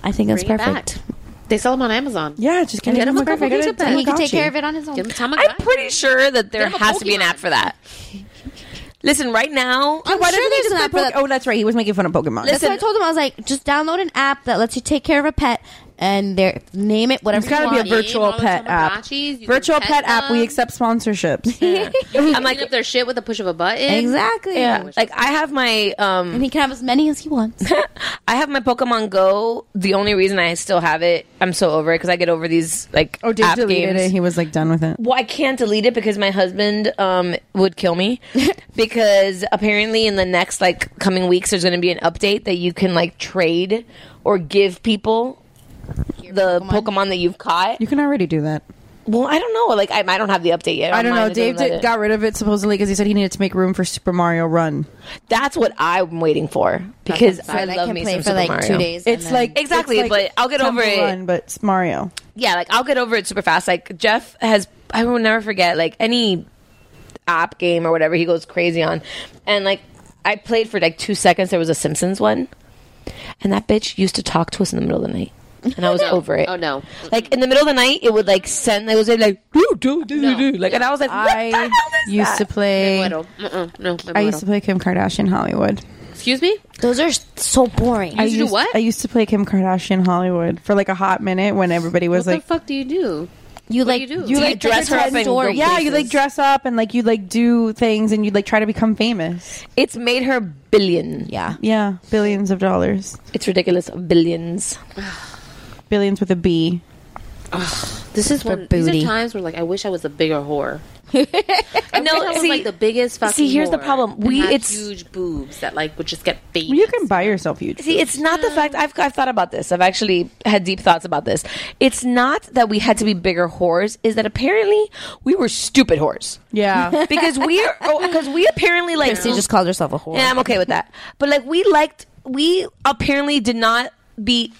Speaker 10: I think that's
Speaker 9: Bring it
Speaker 10: perfect.
Speaker 9: They sell them on Amazon.
Speaker 7: yeah, just get
Speaker 9: Get
Speaker 7: him
Speaker 9: him
Speaker 7: a
Speaker 9: a
Speaker 7: fucking
Speaker 9: perfect
Speaker 7: good
Speaker 9: pizza
Speaker 10: And he can take
Speaker 7: Tamagotchi.
Speaker 10: care of it on his own.
Speaker 9: Give him Tamagotchi.
Speaker 6: I'm pretty sure that there
Speaker 9: They have a
Speaker 6: has to be an
Speaker 9: Pokemon.
Speaker 6: app for that. Listen, right now,
Speaker 10: I'm
Speaker 7: Why
Speaker 10: sure
Speaker 7: doesn't he
Speaker 10: there's
Speaker 7: just
Speaker 10: an
Speaker 7: play
Speaker 10: app for
Speaker 7: Poke-
Speaker 10: that.
Speaker 7: Oh, that's right. He was making fun of Pokemon.
Speaker 10: That's what I told him. I was like, just download an app that lets you take care of a pet and their name it whatever
Speaker 7: It's got to be
Speaker 10: you
Speaker 7: a
Speaker 10: want.
Speaker 9: vir-
Speaker 7: virtual
Speaker 9: all the
Speaker 7: pet app.
Speaker 9: Tamagotchis, you can
Speaker 7: Virtual
Speaker 9: pet
Speaker 7: pet app. We
Speaker 9: them.
Speaker 7: accept sponsorships.
Speaker 9: I'm like up their shit with a push of a button.
Speaker 10: exactly.
Speaker 6: yeah, like I have my um,
Speaker 10: and he can have as many as he wants.
Speaker 6: I have my Pokemon Go. The only reason I still have it, I'm so over it because I get over these like
Speaker 7: Oh, Dave
Speaker 6: app
Speaker 7: deleted
Speaker 6: games.
Speaker 7: it. He was like done with it.
Speaker 6: well, I can't delete it because my husband um, would kill me. because apparently, in the next like coming weeks, there's going to be an update that you can like trade or give people the Pokemon, that you've caught.
Speaker 7: You can already do that.
Speaker 6: Well, I don't know. Like I, I don't have the update yet.
Speaker 7: I don't know.
Speaker 6: Mine
Speaker 7: Dave
Speaker 6: doesn't let
Speaker 7: did,
Speaker 6: it-
Speaker 7: got rid of it supposedly because he said he needed to make room for Super Mario Run.
Speaker 6: That's what I'm waiting for because I
Speaker 10: I
Speaker 6: love
Speaker 10: can
Speaker 6: me
Speaker 10: play
Speaker 6: some
Speaker 10: for
Speaker 6: Super
Speaker 10: like
Speaker 6: Mario.
Speaker 10: two days. and
Speaker 7: It's
Speaker 10: then-
Speaker 7: like
Speaker 6: Exactly,
Speaker 7: it's like
Speaker 6: but I'll get over
Speaker 7: Temple
Speaker 6: it.
Speaker 7: Run, but it's Mario.
Speaker 6: yeah, like I'll get over it super fast. Like Jeff has, I will never forget like any app game or whatever he goes crazy on, and like I played for like two seconds. There was a Simpsons one, and that bitch used to talk to us in the middle of the night, and I was over it.
Speaker 9: Oh, no.
Speaker 6: Like in the middle of the night, it would like send. It was like do do do do do. Like and I was like, what the
Speaker 7: I
Speaker 6: hell is
Speaker 7: used
Speaker 6: that?
Speaker 7: to play.
Speaker 9: Little. Mm-mm. No,
Speaker 7: I used to play Kim Kardashian Hollywood.
Speaker 9: Excuse me?
Speaker 10: those are so boring.
Speaker 7: I
Speaker 9: used to do what?
Speaker 7: I used to play Kim Kardashian Hollywood for like a hot minute when everybody
Speaker 9: What
Speaker 7: was
Speaker 9: the
Speaker 7: like,
Speaker 9: fuck do you do?
Speaker 10: you like
Speaker 9: do you do?
Speaker 6: You like dress her up and go
Speaker 7: yeah, you like
Speaker 6: places.
Speaker 7: dress up and like you like do things and you like try to become famous.
Speaker 6: It's made her billion.
Speaker 10: yeah.
Speaker 7: Yeah, billions of dollars,
Speaker 6: It's ridiculous. Billions.
Speaker 7: billions with a B.
Speaker 9: This is when
Speaker 10: booty.
Speaker 9: these are times where like I wish I was a bigger whore. I
Speaker 6: No,
Speaker 9: wish I was
Speaker 6: see-
Speaker 9: like the biggest fucking.
Speaker 6: see, here's the
Speaker 9: whore
Speaker 6: problem.
Speaker 9: and
Speaker 6: We-
Speaker 9: had
Speaker 6: it's-
Speaker 9: huge boobs that like would just get faded.
Speaker 7: You can buy yourself huge.
Speaker 6: See, it's not the fact I've, I've thought about this. I've actually had deep thoughts about this. It's not that we had to be bigger whores. Is that apparently we were stupid whores
Speaker 7: Yeah,
Speaker 6: because we are because we apparently like
Speaker 10: She just called herself a whore.
Speaker 6: yeah I'm okay with that. But like we liked we apparently did not be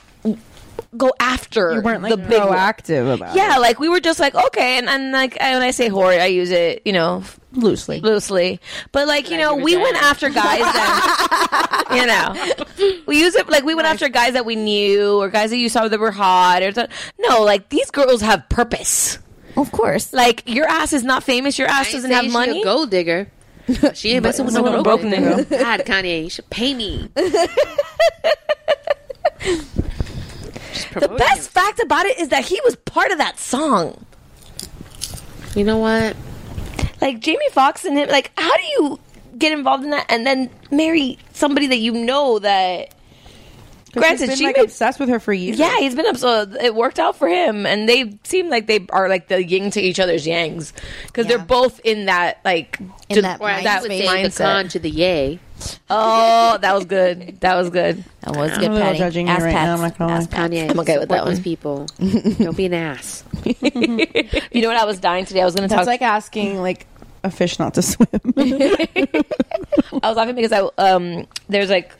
Speaker 6: go after
Speaker 7: you weren't like
Speaker 6: the big one.
Speaker 7: proactive about
Speaker 6: Yeah, like we were just like okay, and, and like when I say whore, I use it you know
Speaker 7: it. loosely.
Speaker 6: loosely. But like, you know, we went after guys that you know. We use it like we went after guys that we knew or guys that you saw that were hot or something. No, like these girls have purpose.
Speaker 10: Of course.
Speaker 6: Like your ass is not famous, your ass
Speaker 9: I ain't
Speaker 6: doesn't
Speaker 9: say
Speaker 6: have
Speaker 9: she
Speaker 6: money.
Speaker 9: A gold digger. She ain't messing with
Speaker 6: But
Speaker 9: no
Speaker 6: no
Speaker 9: broken
Speaker 6: broke
Speaker 9: nigga. God, Kanye, you should pay me.
Speaker 6: The best fact about it is that he was part of that song.
Speaker 9: You know what?
Speaker 6: Like Jamie Foxx and him like how do you get involved in that and then marry somebody that you know that
Speaker 7: She's
Speaker 6: Granted,
Speaker 7: been,
Speaker 6: she
Speaker 7: like
Speaker 6: made-
Speaker 7: obsessed with her for years.
Speaker 6: Yeah, he's been up, so it worked out for him, and they seem like they are like the yin to each other's yangs because
Speaker 10: Yeah.
Speaker 6: they're both in that like
Speaker 10: In
Speaker 6: d-
Speaker 10: that
Speaker 9: Or I
Speaker 10: That
Speaker 9: would
Speaker 10: space.
Speaker 9: say the con to the yay.
Speaker 6: Oh, that was good. That was good.
Speaker 10: That was
Speaker 7: I'm
Speaker 10: good,
Speaker 7: a little
Speaker 10: Patty.
Speaker 7: judging you
Speaker 10: Ass
Speaker 7: right now,
Speaker 10: pats.
Speaker 7: I'm not gonna lie.
Speaker 10: Ass pats.
Speaker 9: Kanye,
Speaker 6: I'm okay with
Speaker 9: support
Speaker 6: that
Speaker 9: those
Speaker 6: one.
Speaker 9: people. Don't be an ass.
Speaker 6: You know what I was dying today? I was going to
Speaker 7: That's
Speaker 6: talk.
Speaker 7: like asking like a fish not to swim.
Speaker 6: I was laughing because I um there's like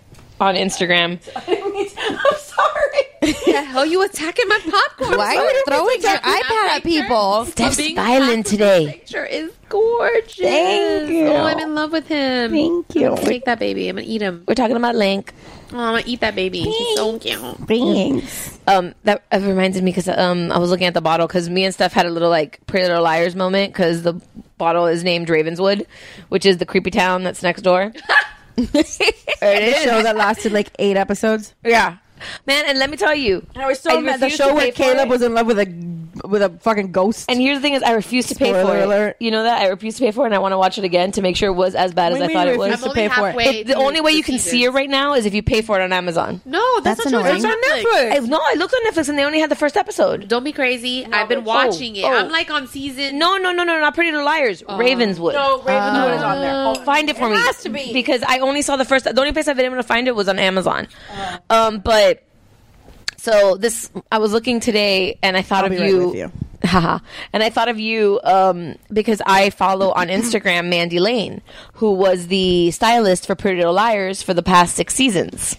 Speaker 6: on Instagram.
Speaker 7: I'm sorry.
Speaker 9: the hell you attacking my popcorn?
Speaker 10: Why are you throwing your iPad at people?
Speaker 6: Steph's violent today.
Speaker 9: Picture is gorgeous. Thank
Speaker 6: you.
Speaker 9: Oh, I'm in love with him.
Speaker 7: Thank you.
Speaker 9: Take that baby. I'm gonna eat him.
Speaker 6: We're talking about Link.
Speaker 9: Oh, I'm gonna eat that baby. He's so cute.
Speaker 7: Thanks.
Speaker 6: Um, that uh, reminded me because um I was looking at the bottle because me and Steph had a little like Pretty Little Liars moment because the bottle is named Ravenswood, which is the creepy town that's next door. There it
Speaker 7: The
Speaker 6: is.
Speaker 7: show that lasted like eight episodes.
Speaker 6: Yeah. Man, and let me tell you,
Speaker 7: I was so mad. The show where Caleb was in love with a with a fucking ghost.
Speaker 6: And here's the thing: is I refuse to pay
Speaker 7: Spoiler
Speaker 6: for
Speaker 7: alert.
Speaker 6: it. You know that I refuse to pay for it, and I want to watch it again to make sure it was as bad
Speaker 7: What
Speaker 6: as I
Speaker 7: do you
Speaker 6: thought
Speaker 7: mean
Speaker 6: it
Speaker 7: you
Speaker 6: was.
Speaker 7: refuse to pay for it?
Speaker 6: It- the only way you can see it right now is if you pay for it on Amazon.
Speaker 9: No, that's,
Speaker 7: That's
Speaker 9: not true. It's
Speaker 7: annoying.
Speaker 9: on Netflix.
Speaker 6: I, no, I looked on Netflix and they only had the first episode.
Speaker 9: Don't be crazy. I've been watching it.
Speaker 6: oh.
Speaker 9: I'm like on season.
Speaker 6: No, no, no, no, not Pretty Little Liars.
Speaker 7: Oh.
Speaker 6: Ravenswood.
Speaker 11: No, Ravenwood is on there. Hold on.
Speaker 6: Uh, Find it for me.
Speaker 11: has to be.
Speaker 6: Because I only saw the first. The only place I've been able to find it was on Amazon.
Speaker 11: Uh.
Speaker 6: Um, but so this, I was looking today, and I thought
Speaker 7: I'll
Speaker 6: of
Speaker 7: be right
Speaker 6: you.
Speaker 7: with you.
Speaker 6: Haha. and I thought of you um, because I follow on Instagram Mandy Lane, who was the stylist for Pretty Little Liars for the past six seasons.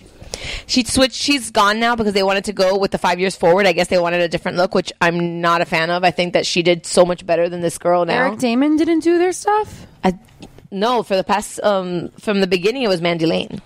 Speaker 6: She switched. She's gone now because they wanted to go with the five years forward. I guess they wanted a different look, which I'm not a fan of. I think that she did so much better than this girl now.
Speaker 7: Eric Damon didn't do their stuff.
Speaker 6: I, no, for the past um, from the beginning, it was Mandy Lane.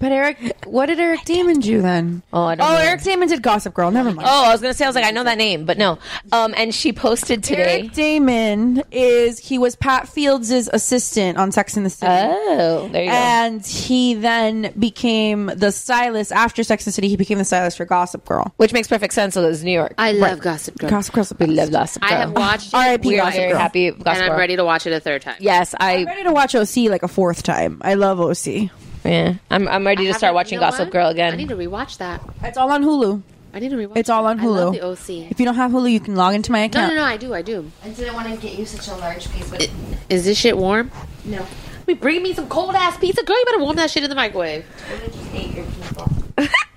Speaker 7: But Eric, what did Eric Damon do then?
Speaker 6: Oh, I don't
Speaker 7: Oh,
Speaker 6: know.
Speaker 7: Eric Damon did Gossip Girl. Never mind.
Speaker 6: Oh, I was gonna say I was like I know that name, but no. Um, and she posted today.
Speaker 7: Eric Damon is he was Pat Fields' assistant on Sex and the City.
Speaker 6: Oh, there you go.
Speaker 7: And he then became the stylist after Sex and the City. He became the stylist for Gossip Girl.
Speaker 6: which makes perfect sense because it's New York.
Speaker 9: I love Gossip Girl.
Speaker 7: Gossip Girl's the
Speaker 6: We love
Speaker 7: best.
Speaker 6: Gossip Girl.
Speaker 9: I have watched it.
Speaker 7: R.I.P.
Speaker 6: We are
Speaker 7: Gossip
Speaker 6: very
Speaker 7: Girl.
Speaker 6: happy. with Gossip
Speaker 9: and I'm
Speaker 6: Girl.
Speaker 9: ready to watch it a third time.
Speaker 6: Yes,
Speaker 7: I'm
Speaker 6: I.
Speaker 7: ready to watch OC like a fourth time. I love OC.
Speaker 6: Yeah, I'm. I'm ready to
Speaker 9: I
Speaker 6: start
Speaker 9: haven't-
Speaker 6: watching
Speaker 9: you know
Speaker 6: Gossip
Speaker 9: what?
Speaker 6: Girl
Speaker 9: I
Speaker 6: again.
Speaker 9: need to rewatch that.
Speaker 7: It's all on Hulu.
Speaker 9: I need to rewatch.
Speaker 7: It's all on
Speaker 9: that. I love
Speaker 7: Hulu.
Speaker 9: the OC.
Speaker 7: If you don't have Hulu, you can log into my
Speaker 9: No,
Speaker 7: account.
Speaker 9: no, no. I do. I do.
Speaker 10: I didn't want to get you such a large piece, but
Speaker 9: Is this shit warm?
Speaker 10: no.
Speaker 9: We bring me some cold ass pizza, girl. You better warm that shit in the microwave.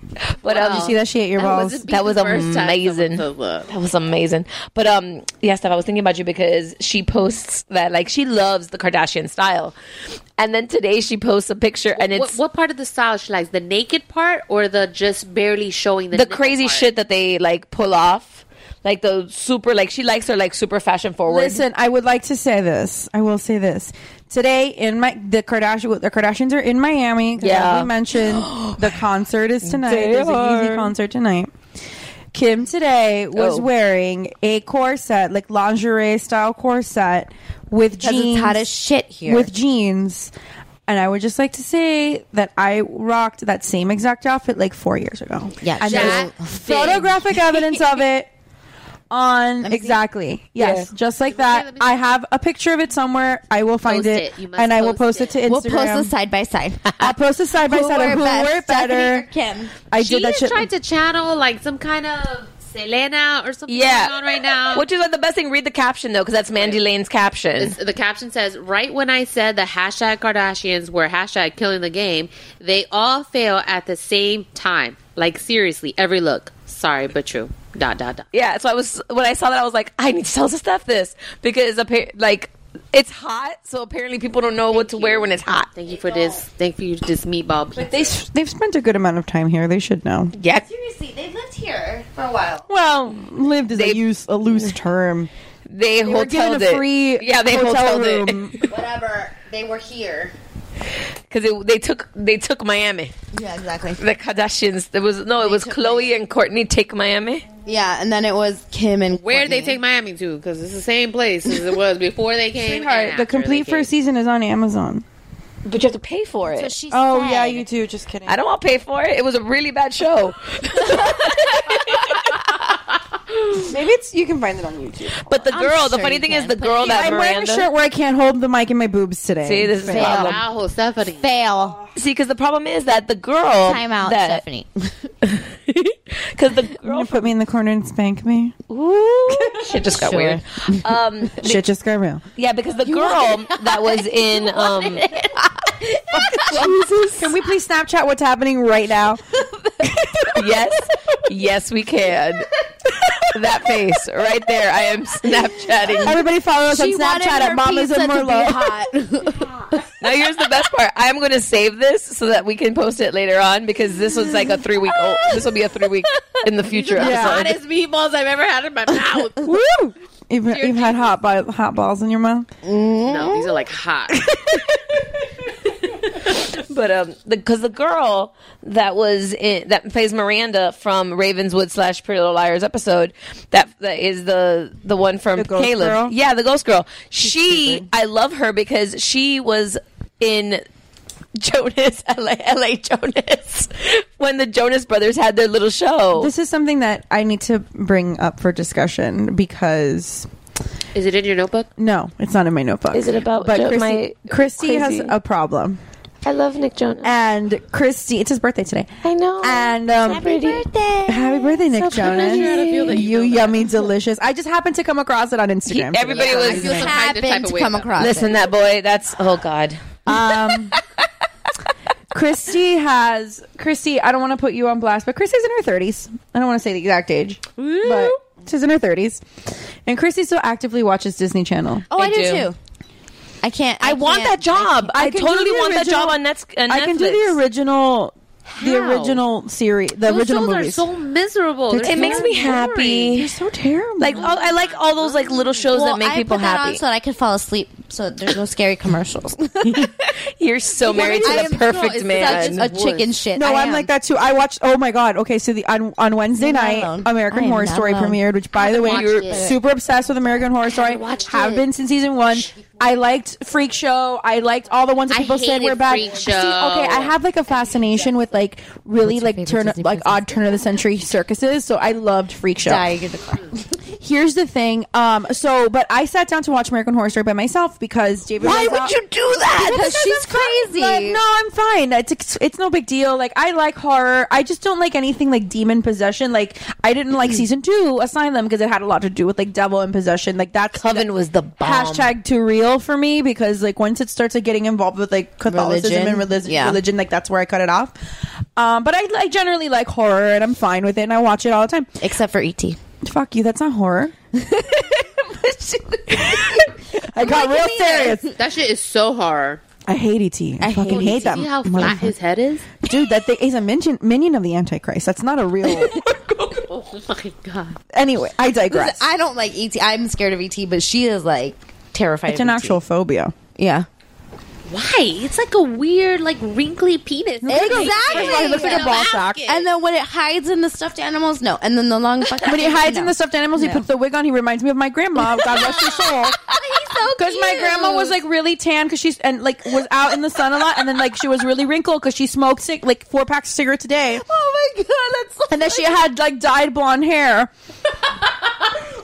Speaker 6: But um,
Speaker 7: Did you see that she ate your balls?
Speaker 9: wasn't
Speaker 6: That was
Speaker 9: the first time
Speaker 6: amazing.
Speaker 9: someone said that.
Speaker 6: That was amazing. But um, yeah, Steph, I was thinking about you because she posts that like she loves the Kardashian style, and then today she posts a picture and
Speaker 9: What,
Speaker 6: it's
Speaker 9: what part of the style she likes? The naked part or the just barely showing the
Speaker 6: the
Speaker 9: nipple
Speaker 6: crazy
Speaker 9: part?
Speaker 6: shit that they like pull off, like the super like she likes her like super fashion forward.
Speaker 7: Listen, I would like to say this. I will say this. Today in my the Kardashian the Kardashians are in Miami. 'cause
Speaker 6: Yeah.
Speaker 7: as we mentioned the concert is tonight.
Speaker 6: They
Speaker 7: There's a easy
Speaker 6: are.
Speaker 7: concert tonight. Kim today was
Speaker 6: Oh.
Speaker 7: wearing a corset, like lingerie style corset with
Speaker 10: Because
Speaker 7: jeans
Speaker 10: it's hot as shit here.
Speaker 7: with jeans. And I would just like to say that I rocked that same exact outfit like four years ago.
Speaker 10: Yeah,
Speaker 7: and
Speaker 10: that
Speaker 7: there's
Speaker 10: thing.
Speaker 7: photographic evidence of it on
Speaker 10: me see.
Speaker 7: exactly yes,
Speaker 6: Yeah.
Speaker 7: just like
Speaker 9: Okay,
Speaker 7: that.
Speaker 9: let me
Speaker 7: I have a picture of it somewhere. I will find
Speaker 9: Post
Speaker 7: it,
Speaker 9: it. You must
Speaker 7: and I will
Speaker 9: post
Speaker 7: post it, to Instagram.
Speaker 10: We'll post this side by side.
Speaker 7: I'll post this side by
Speaker 10: Who
Speaker 7: side of
Speaker 10: wore
Speaker 7: who
Speaker 10: best,
Speaker 7: wore it
Speaker 10: Stephanie
Speaker 7: better.
Speaker 10: or Kim?
Speaker 7: I
Speaker 9: She
Speaker 7: did that
Speaker 9: is
Speaker 7: shit.
Speaker 9: trying to channel like some kind of Selena or something
Speaker 6: yeah,
Speaker 9: going on right now.
Speaker 6: Which is like the best thing. Read the caption though, because that's Mandy Lane's caption.
Speaker 9: It's- the caption says, right when I said the hashtag Kardashians were hashtag killing the game, they all fail at the same time. Like, seriously, every look. Sorry, but true. Dot, dot, dot.
Speaker 6: Yeah, so I was when I saw that I was like, I need to tell Steph this because appa- like it's hot, so apparently people don't know what to wear when it's hot.
Speaker 9: Thank you for this. Thank you for this meatball. pizza.
Speaker 7: They s- they've spent a good amount of time here. They should know.
Speaker 6: Yeah.
Speaker 10: Seriously, they lived here for a while.
Speaker 6: Well,
Speaker 7: Lived is
Speaker 6: They-
Speaker 7: a use a
Speaker 9: Mm.
Speaker 7: loose term.
Speaker 6: they,
Speaker 7: were given
Speaker 6: hoteled
Speaker 7: a
Speaker 6: it.
Speaker 7: free
Speaker 6: yeah, they
Speaker 7: hotel
Speaker 6: hoteled
Speaker 7: room.
Speaker 6: it
Speaker 10: Whatever. They were here.
Speaker 6: because they took they took Miami.
Speaker 10: Yeah, exactly.
Speaker 6: The Kardashians. There was no, it was Chloe and Courtney take Miami.
Speaker 10: Yeah, and then it was Kim and
Speaker 9: Where did they
Speaker 10: Kourtney.
Speaker 9: take Miami to? Because it's the same place as it was before they came.
Speaker 7: Sweetheart,
Speaker 9: and
Speaker 7: the
Speaker 9: after
Speaker 7: complete
Speaker 9: they came.
Speaker 7: first season is on Amazon.
Speaker 6: But you have to pay for
Speaker 10: So
Speaker 6: it.
Speaker 10: she
Speaker 7: Oh
Speaker 10: said-
Speaker 7: yeah, you too. Just kidding.
Speaker 6: I don't want to pay for it. It was a really bad show.
Speaker 7: Maybe it's you can find it on YouTube.
Speaker 6: But the
Speaker 10: I'm
Speaker 6: girl, the
Speaker 10: sure
Speaker 6: funny
Speaker 10: you
Speaker 6: thing
Speaker 10: can,
Speaker 6: is, the
Speaker 10: but-
Speaker 6: girl that
Speaker 7: I'm wearing a
Speaker 6: Miranda.
Speaker 7: shirt where I can't hold the mic in my boobs today.
Speaker 6: See, this is the
Speaker 10: Fail.
Speaker 6: problem.
Speaker 9: Wow, Stephanie.
Speaker 10: fail.
Speaker 6: See, because the problem is that the girl
Speaker 10: Time out,
Speaker 6: that,
Speaker 10: Stephanie.
Speaker 6: Because the girl
Speaker 7: You put me in the corner and spank me.
Speaker 6: Ooh, shit just got
Speaker 10: Sure.
Speaker 6: weird. Um,
Speaker 7: Shit just got real.
Speaker 6: yeah, because the girl that was in um,
Speaker 7: Can we please Snapchat what's happening right now?
Speaker 6: yes, yes, we can. That face right there. I am Snapchatting.
Speaker 7: Everybody follow us on Snapchat at Mamas and Merlot.
Speaker 10: hot.
Speaker 6: Now here's the best part. I'm going to save this so that we can post it later on because this was like a three week old. This will be a three week in the future episode.
Speaker 9: Hottest meatballs I've ever had in my mouth.
Speaker 7: Woo! You've, you've had hot bi- hot balls in your mouth.
Speaker 9: no, these are like hot.
Speaker 6: But um, because the, girl that was in that plays Miranda from Ravenswood slash Pretty Little Liars episode that, that is the the one from
Speaker 7: The ghost
Speaker 6: Caleb.
Speaker 7: girl?
Speaker 6: Yeah, the ghost girl. she, I love her because she was in Jonas, LA, LA Jonas, when the Jonas Brothers had their little show.
Speaker 7: This is something that I need to bring up for discussion because
Speaker 9: Is it in your notebook?
Speaker 7: no, it's not in my notebook.
Speaker 6: Is it about
Speaker 7: But
Speaker 6: Jo-
Speaker 7: Christy,
Speaker 6: my
Speaker 7: Christy has
Speaker 6: crazy-
Speaker 7: a problem.
Speaker 6: I love Nick Jonas.
Speaker 7: And Christy, it's his birthday today.
Speaker 6: I know.
Speaker 7: And um,
Speaker 6: Happy birthday.
Speaker 7: happy birthday, Nick Jonas!
Speaker 6: pretty. I don't feel that
Speaker 7: you yummy, delicious. I just happened to come across it on Instagram.
Speaker 6: Everybody
Speaker 7: today.
Speaker 6: was
Speaker 10: happened type of to way come up. across
Speaker 6: Listen,
Speaker 7: it.
Speaker 6: that boy. That's oh god.
Speaker 7: Um, Christy has Christy. I don't want to put you on blast, but Christy's in her thirties. I don't want to say the exact age, but she's in her thirties, and Christy still actively watches Disney Channel.
Speaker 10: Oh, I, do, too. I can't. I,
Speaker 6: want that job. I,
Speaker 7: can
Speaker 6: totally
Speaker 7: do the
Speaker 6: want that job
Speaker 7: original-
Speaker 6: on Nets. On
Speaker 7: I can do
Speaker 6: Netflix.
Speaker 7: the original, the
Speaker 6: How?
Speaker 7: original series, the
Speaker 9: Those
Speaker 7: original
Speaker 9: shows
Speaker 7: movies.
Speaker 9: are so miserable.
Speaker 6: It makes me happy.
Speaker 7: They're so terrible.
Speaker 6: Like all, I like all those like little shows
Speaker 10: Well,
Speaker 6: that make
Speaker 10: I
Speaker 6: people
Speaker 10: put that
Speaker 6: happy.
Speaker 10: on so that I could fall asleep. So that there's no scary commercials.
Speaker 6: You're so married
Speaker 10: I
Speaker 6: to the
Speaker 10: am
Speaker 6: perfect
Speaker 10: so-
Speaker 6: man.
Speaker 10: It's such a chicken shit.
Speaker 7: No,
Speaker 10: I
Speaker 7: I'm
Speaker 10: am.
Speaker 7: like that too. I watched. Oh my god. Okay, so the on, on Wednesday
Speaker 10: You're not
Speaker 7: night,
Speaker 10: alone. I
Speaker 7: American
Speaker 10: am
Speaker 7: Horror
Speaker 10: not
Speaker 7: Story
Speaker 10: alone.
Speaker 7: premiered. Which, by the way,
Speaker 10: haven't
Speaker 7: you're
Speaker 10: watched it.
Speaker 7: super obsessed with American Horror Story.
Speaker 10: watched
Speaker 7: Have
Speaker 10: it.
Speaker 7: been since season one. I liked Freak Show. I liked all the ones that
Speaker 9: I
Speaker 7: people said
Speaker 9: hated
Speaker 7: were bad.
Speaker 9: Freak
Speaker 7: See,
Speaker 9: Show.
Speaker 7: okay, I have like a fascination with like really like turn like odd turn of the century circuses. So I loved Freak Show.
Speaker 10: Die, get the car.
Speaker 7: Here's the thing. Um, so but I sat down to watch American Horror Story by myself because David.
Speaker 10: Why
Speaker 7: was
Speaker 10: would
Speaker 7: out-
Speaker 10: you do that? Because she's crazy.
Speaker 7: like, no, I'm fine. It's it's no big deal. Like I like horror. I just don't like anything like demon possession. Like I didn't like season two Asylum because it had a lot to do with like devil and possession. Like that's
Speaker 6: Coven was the bomb.
Speaker 7: hashtag too real for me because like once it starts like, getting involved with like Catholicism
Speaker 10: Religion.
Speaker 7: and religion,
Speaker 10: Yeah.
Speaker 7: religion, like that's where I cut it off. Um, but I, I generally like horror and I'm fine with it and I watch it all the time.
Speaker 10: Except for E ET.
Speaker 7: Fuck you, that's not horror. I got real serious.
Speaker 9: That shit is so hard.
Speaker 7: I hate E ET. I, fucking
Speaker 9: You
Speaker 7: hate, that.
Speaker 9: See how flat
Speaker 7: motherfucker.
Speaker 9: his head is?
Speaker 7: dude that thing is a minion, minion of the antichrist that's not a real
Speaker 9: Oh my god!
Speaker 7: anyway i digress
Speaker 10: I don't like ET. I'm scared of ET, but she is like terrified.
Speaker 7: it's
Speaker 10: of
Speaker 7: an
Speaker 10: E ET.
Speaker 7: actual phobia
Speaker 10: Yeah.
Speaker 9: Why? It's like a weird, like wrinkly penis.
Speaker 10: Exactly.
Speaker 7: It looks like a ball sack.
Speaker 10: And then when it hides in the stuffed animals, no. And then the long fucking.
Speaker 7: when he hides in
Speaker 10: no.
Speaker 7: the stuffed animals he puts the wig on he reminds me of my grandma god rest her soul
Speaker 10: He's so
Speaker 7: because my
Speaker 10: cute.
Speaker 7: grandma was like really tan because she's and like was out in the sun a lot and then like she was really wrinkled because she smoked cig- like four packs of cigarettes a day
Speaker 10: Oh my god, that's so
Speaker 7: and then she had like dyed blonde hair
Speaker 10: Oh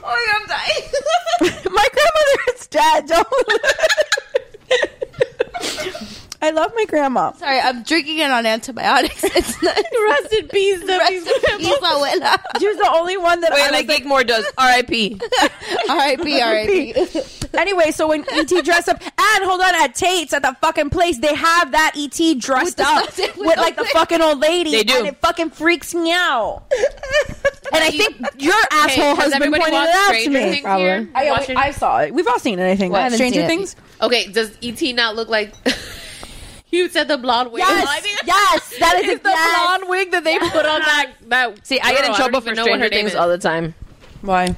Speaker 10: my god, I'm dying.
Speaker 7: my grandmother is dead don't I love my grandma.
Speaker 10: Sorry, I'm drinking it on antibiotics. It's not rest in peace, rest in peace, abuela.
Speaker 7: She was the only one that I
Speaker 6: Wait,
Speaker 7: was
Speaker 6: like Nick Moore does. R.I.P.
Speaker 10: R.I.P. R.I.P.
Speaker 7: Anyway, so when ET dressed up, and hold on, at Tate's at the fucking place, they have that ET dressed
Speaker 10: the
Speaker 7: up
Speaker 10: fucking-
Speaker 7: with like the fucking old lady.
Speaker 6: They do.
Speaker 7: And it fucking freaks me out. and I think your asshole
Speaker 9: has
Speaker 7: husband
Speaker 9: everybody
Speaker 7: pointed it
Speaker 9: watched
Speaker 7: out to
Speaker 9: Stranger
Speaker 7: me.
Speaker 9: Things here?
Speaker 7: I,
Speaker 9: Watched it?
Speaker 7: I saw it. We've all seen it, I think.
Speaker 10: Well, I
Speaker 7: right?
Speaker 10: haven't
Speaker 7: Stranger
Speaker 10: seen it.
Speaker 7: Things?
Speaker 9: Okay, does ET not look like you said the blonde wig?
Speaker 7: Yes. yes. That is
Speaker 9: It's the blonde
Speaker 7: wig that they
Speaker 9: Put on that. that
Speaker 6: See, I get in
Speaker 9: girl,
Speaker 6: trouble
Speaker 9: don't
Speaker 6: for
Speaker 9: even know what
Speaker 6: Stranger
Speaker 9: her name
Speaker 6: Things
Speaker 9: is.
Speaker 6: all the time.
Speaker 7: Why?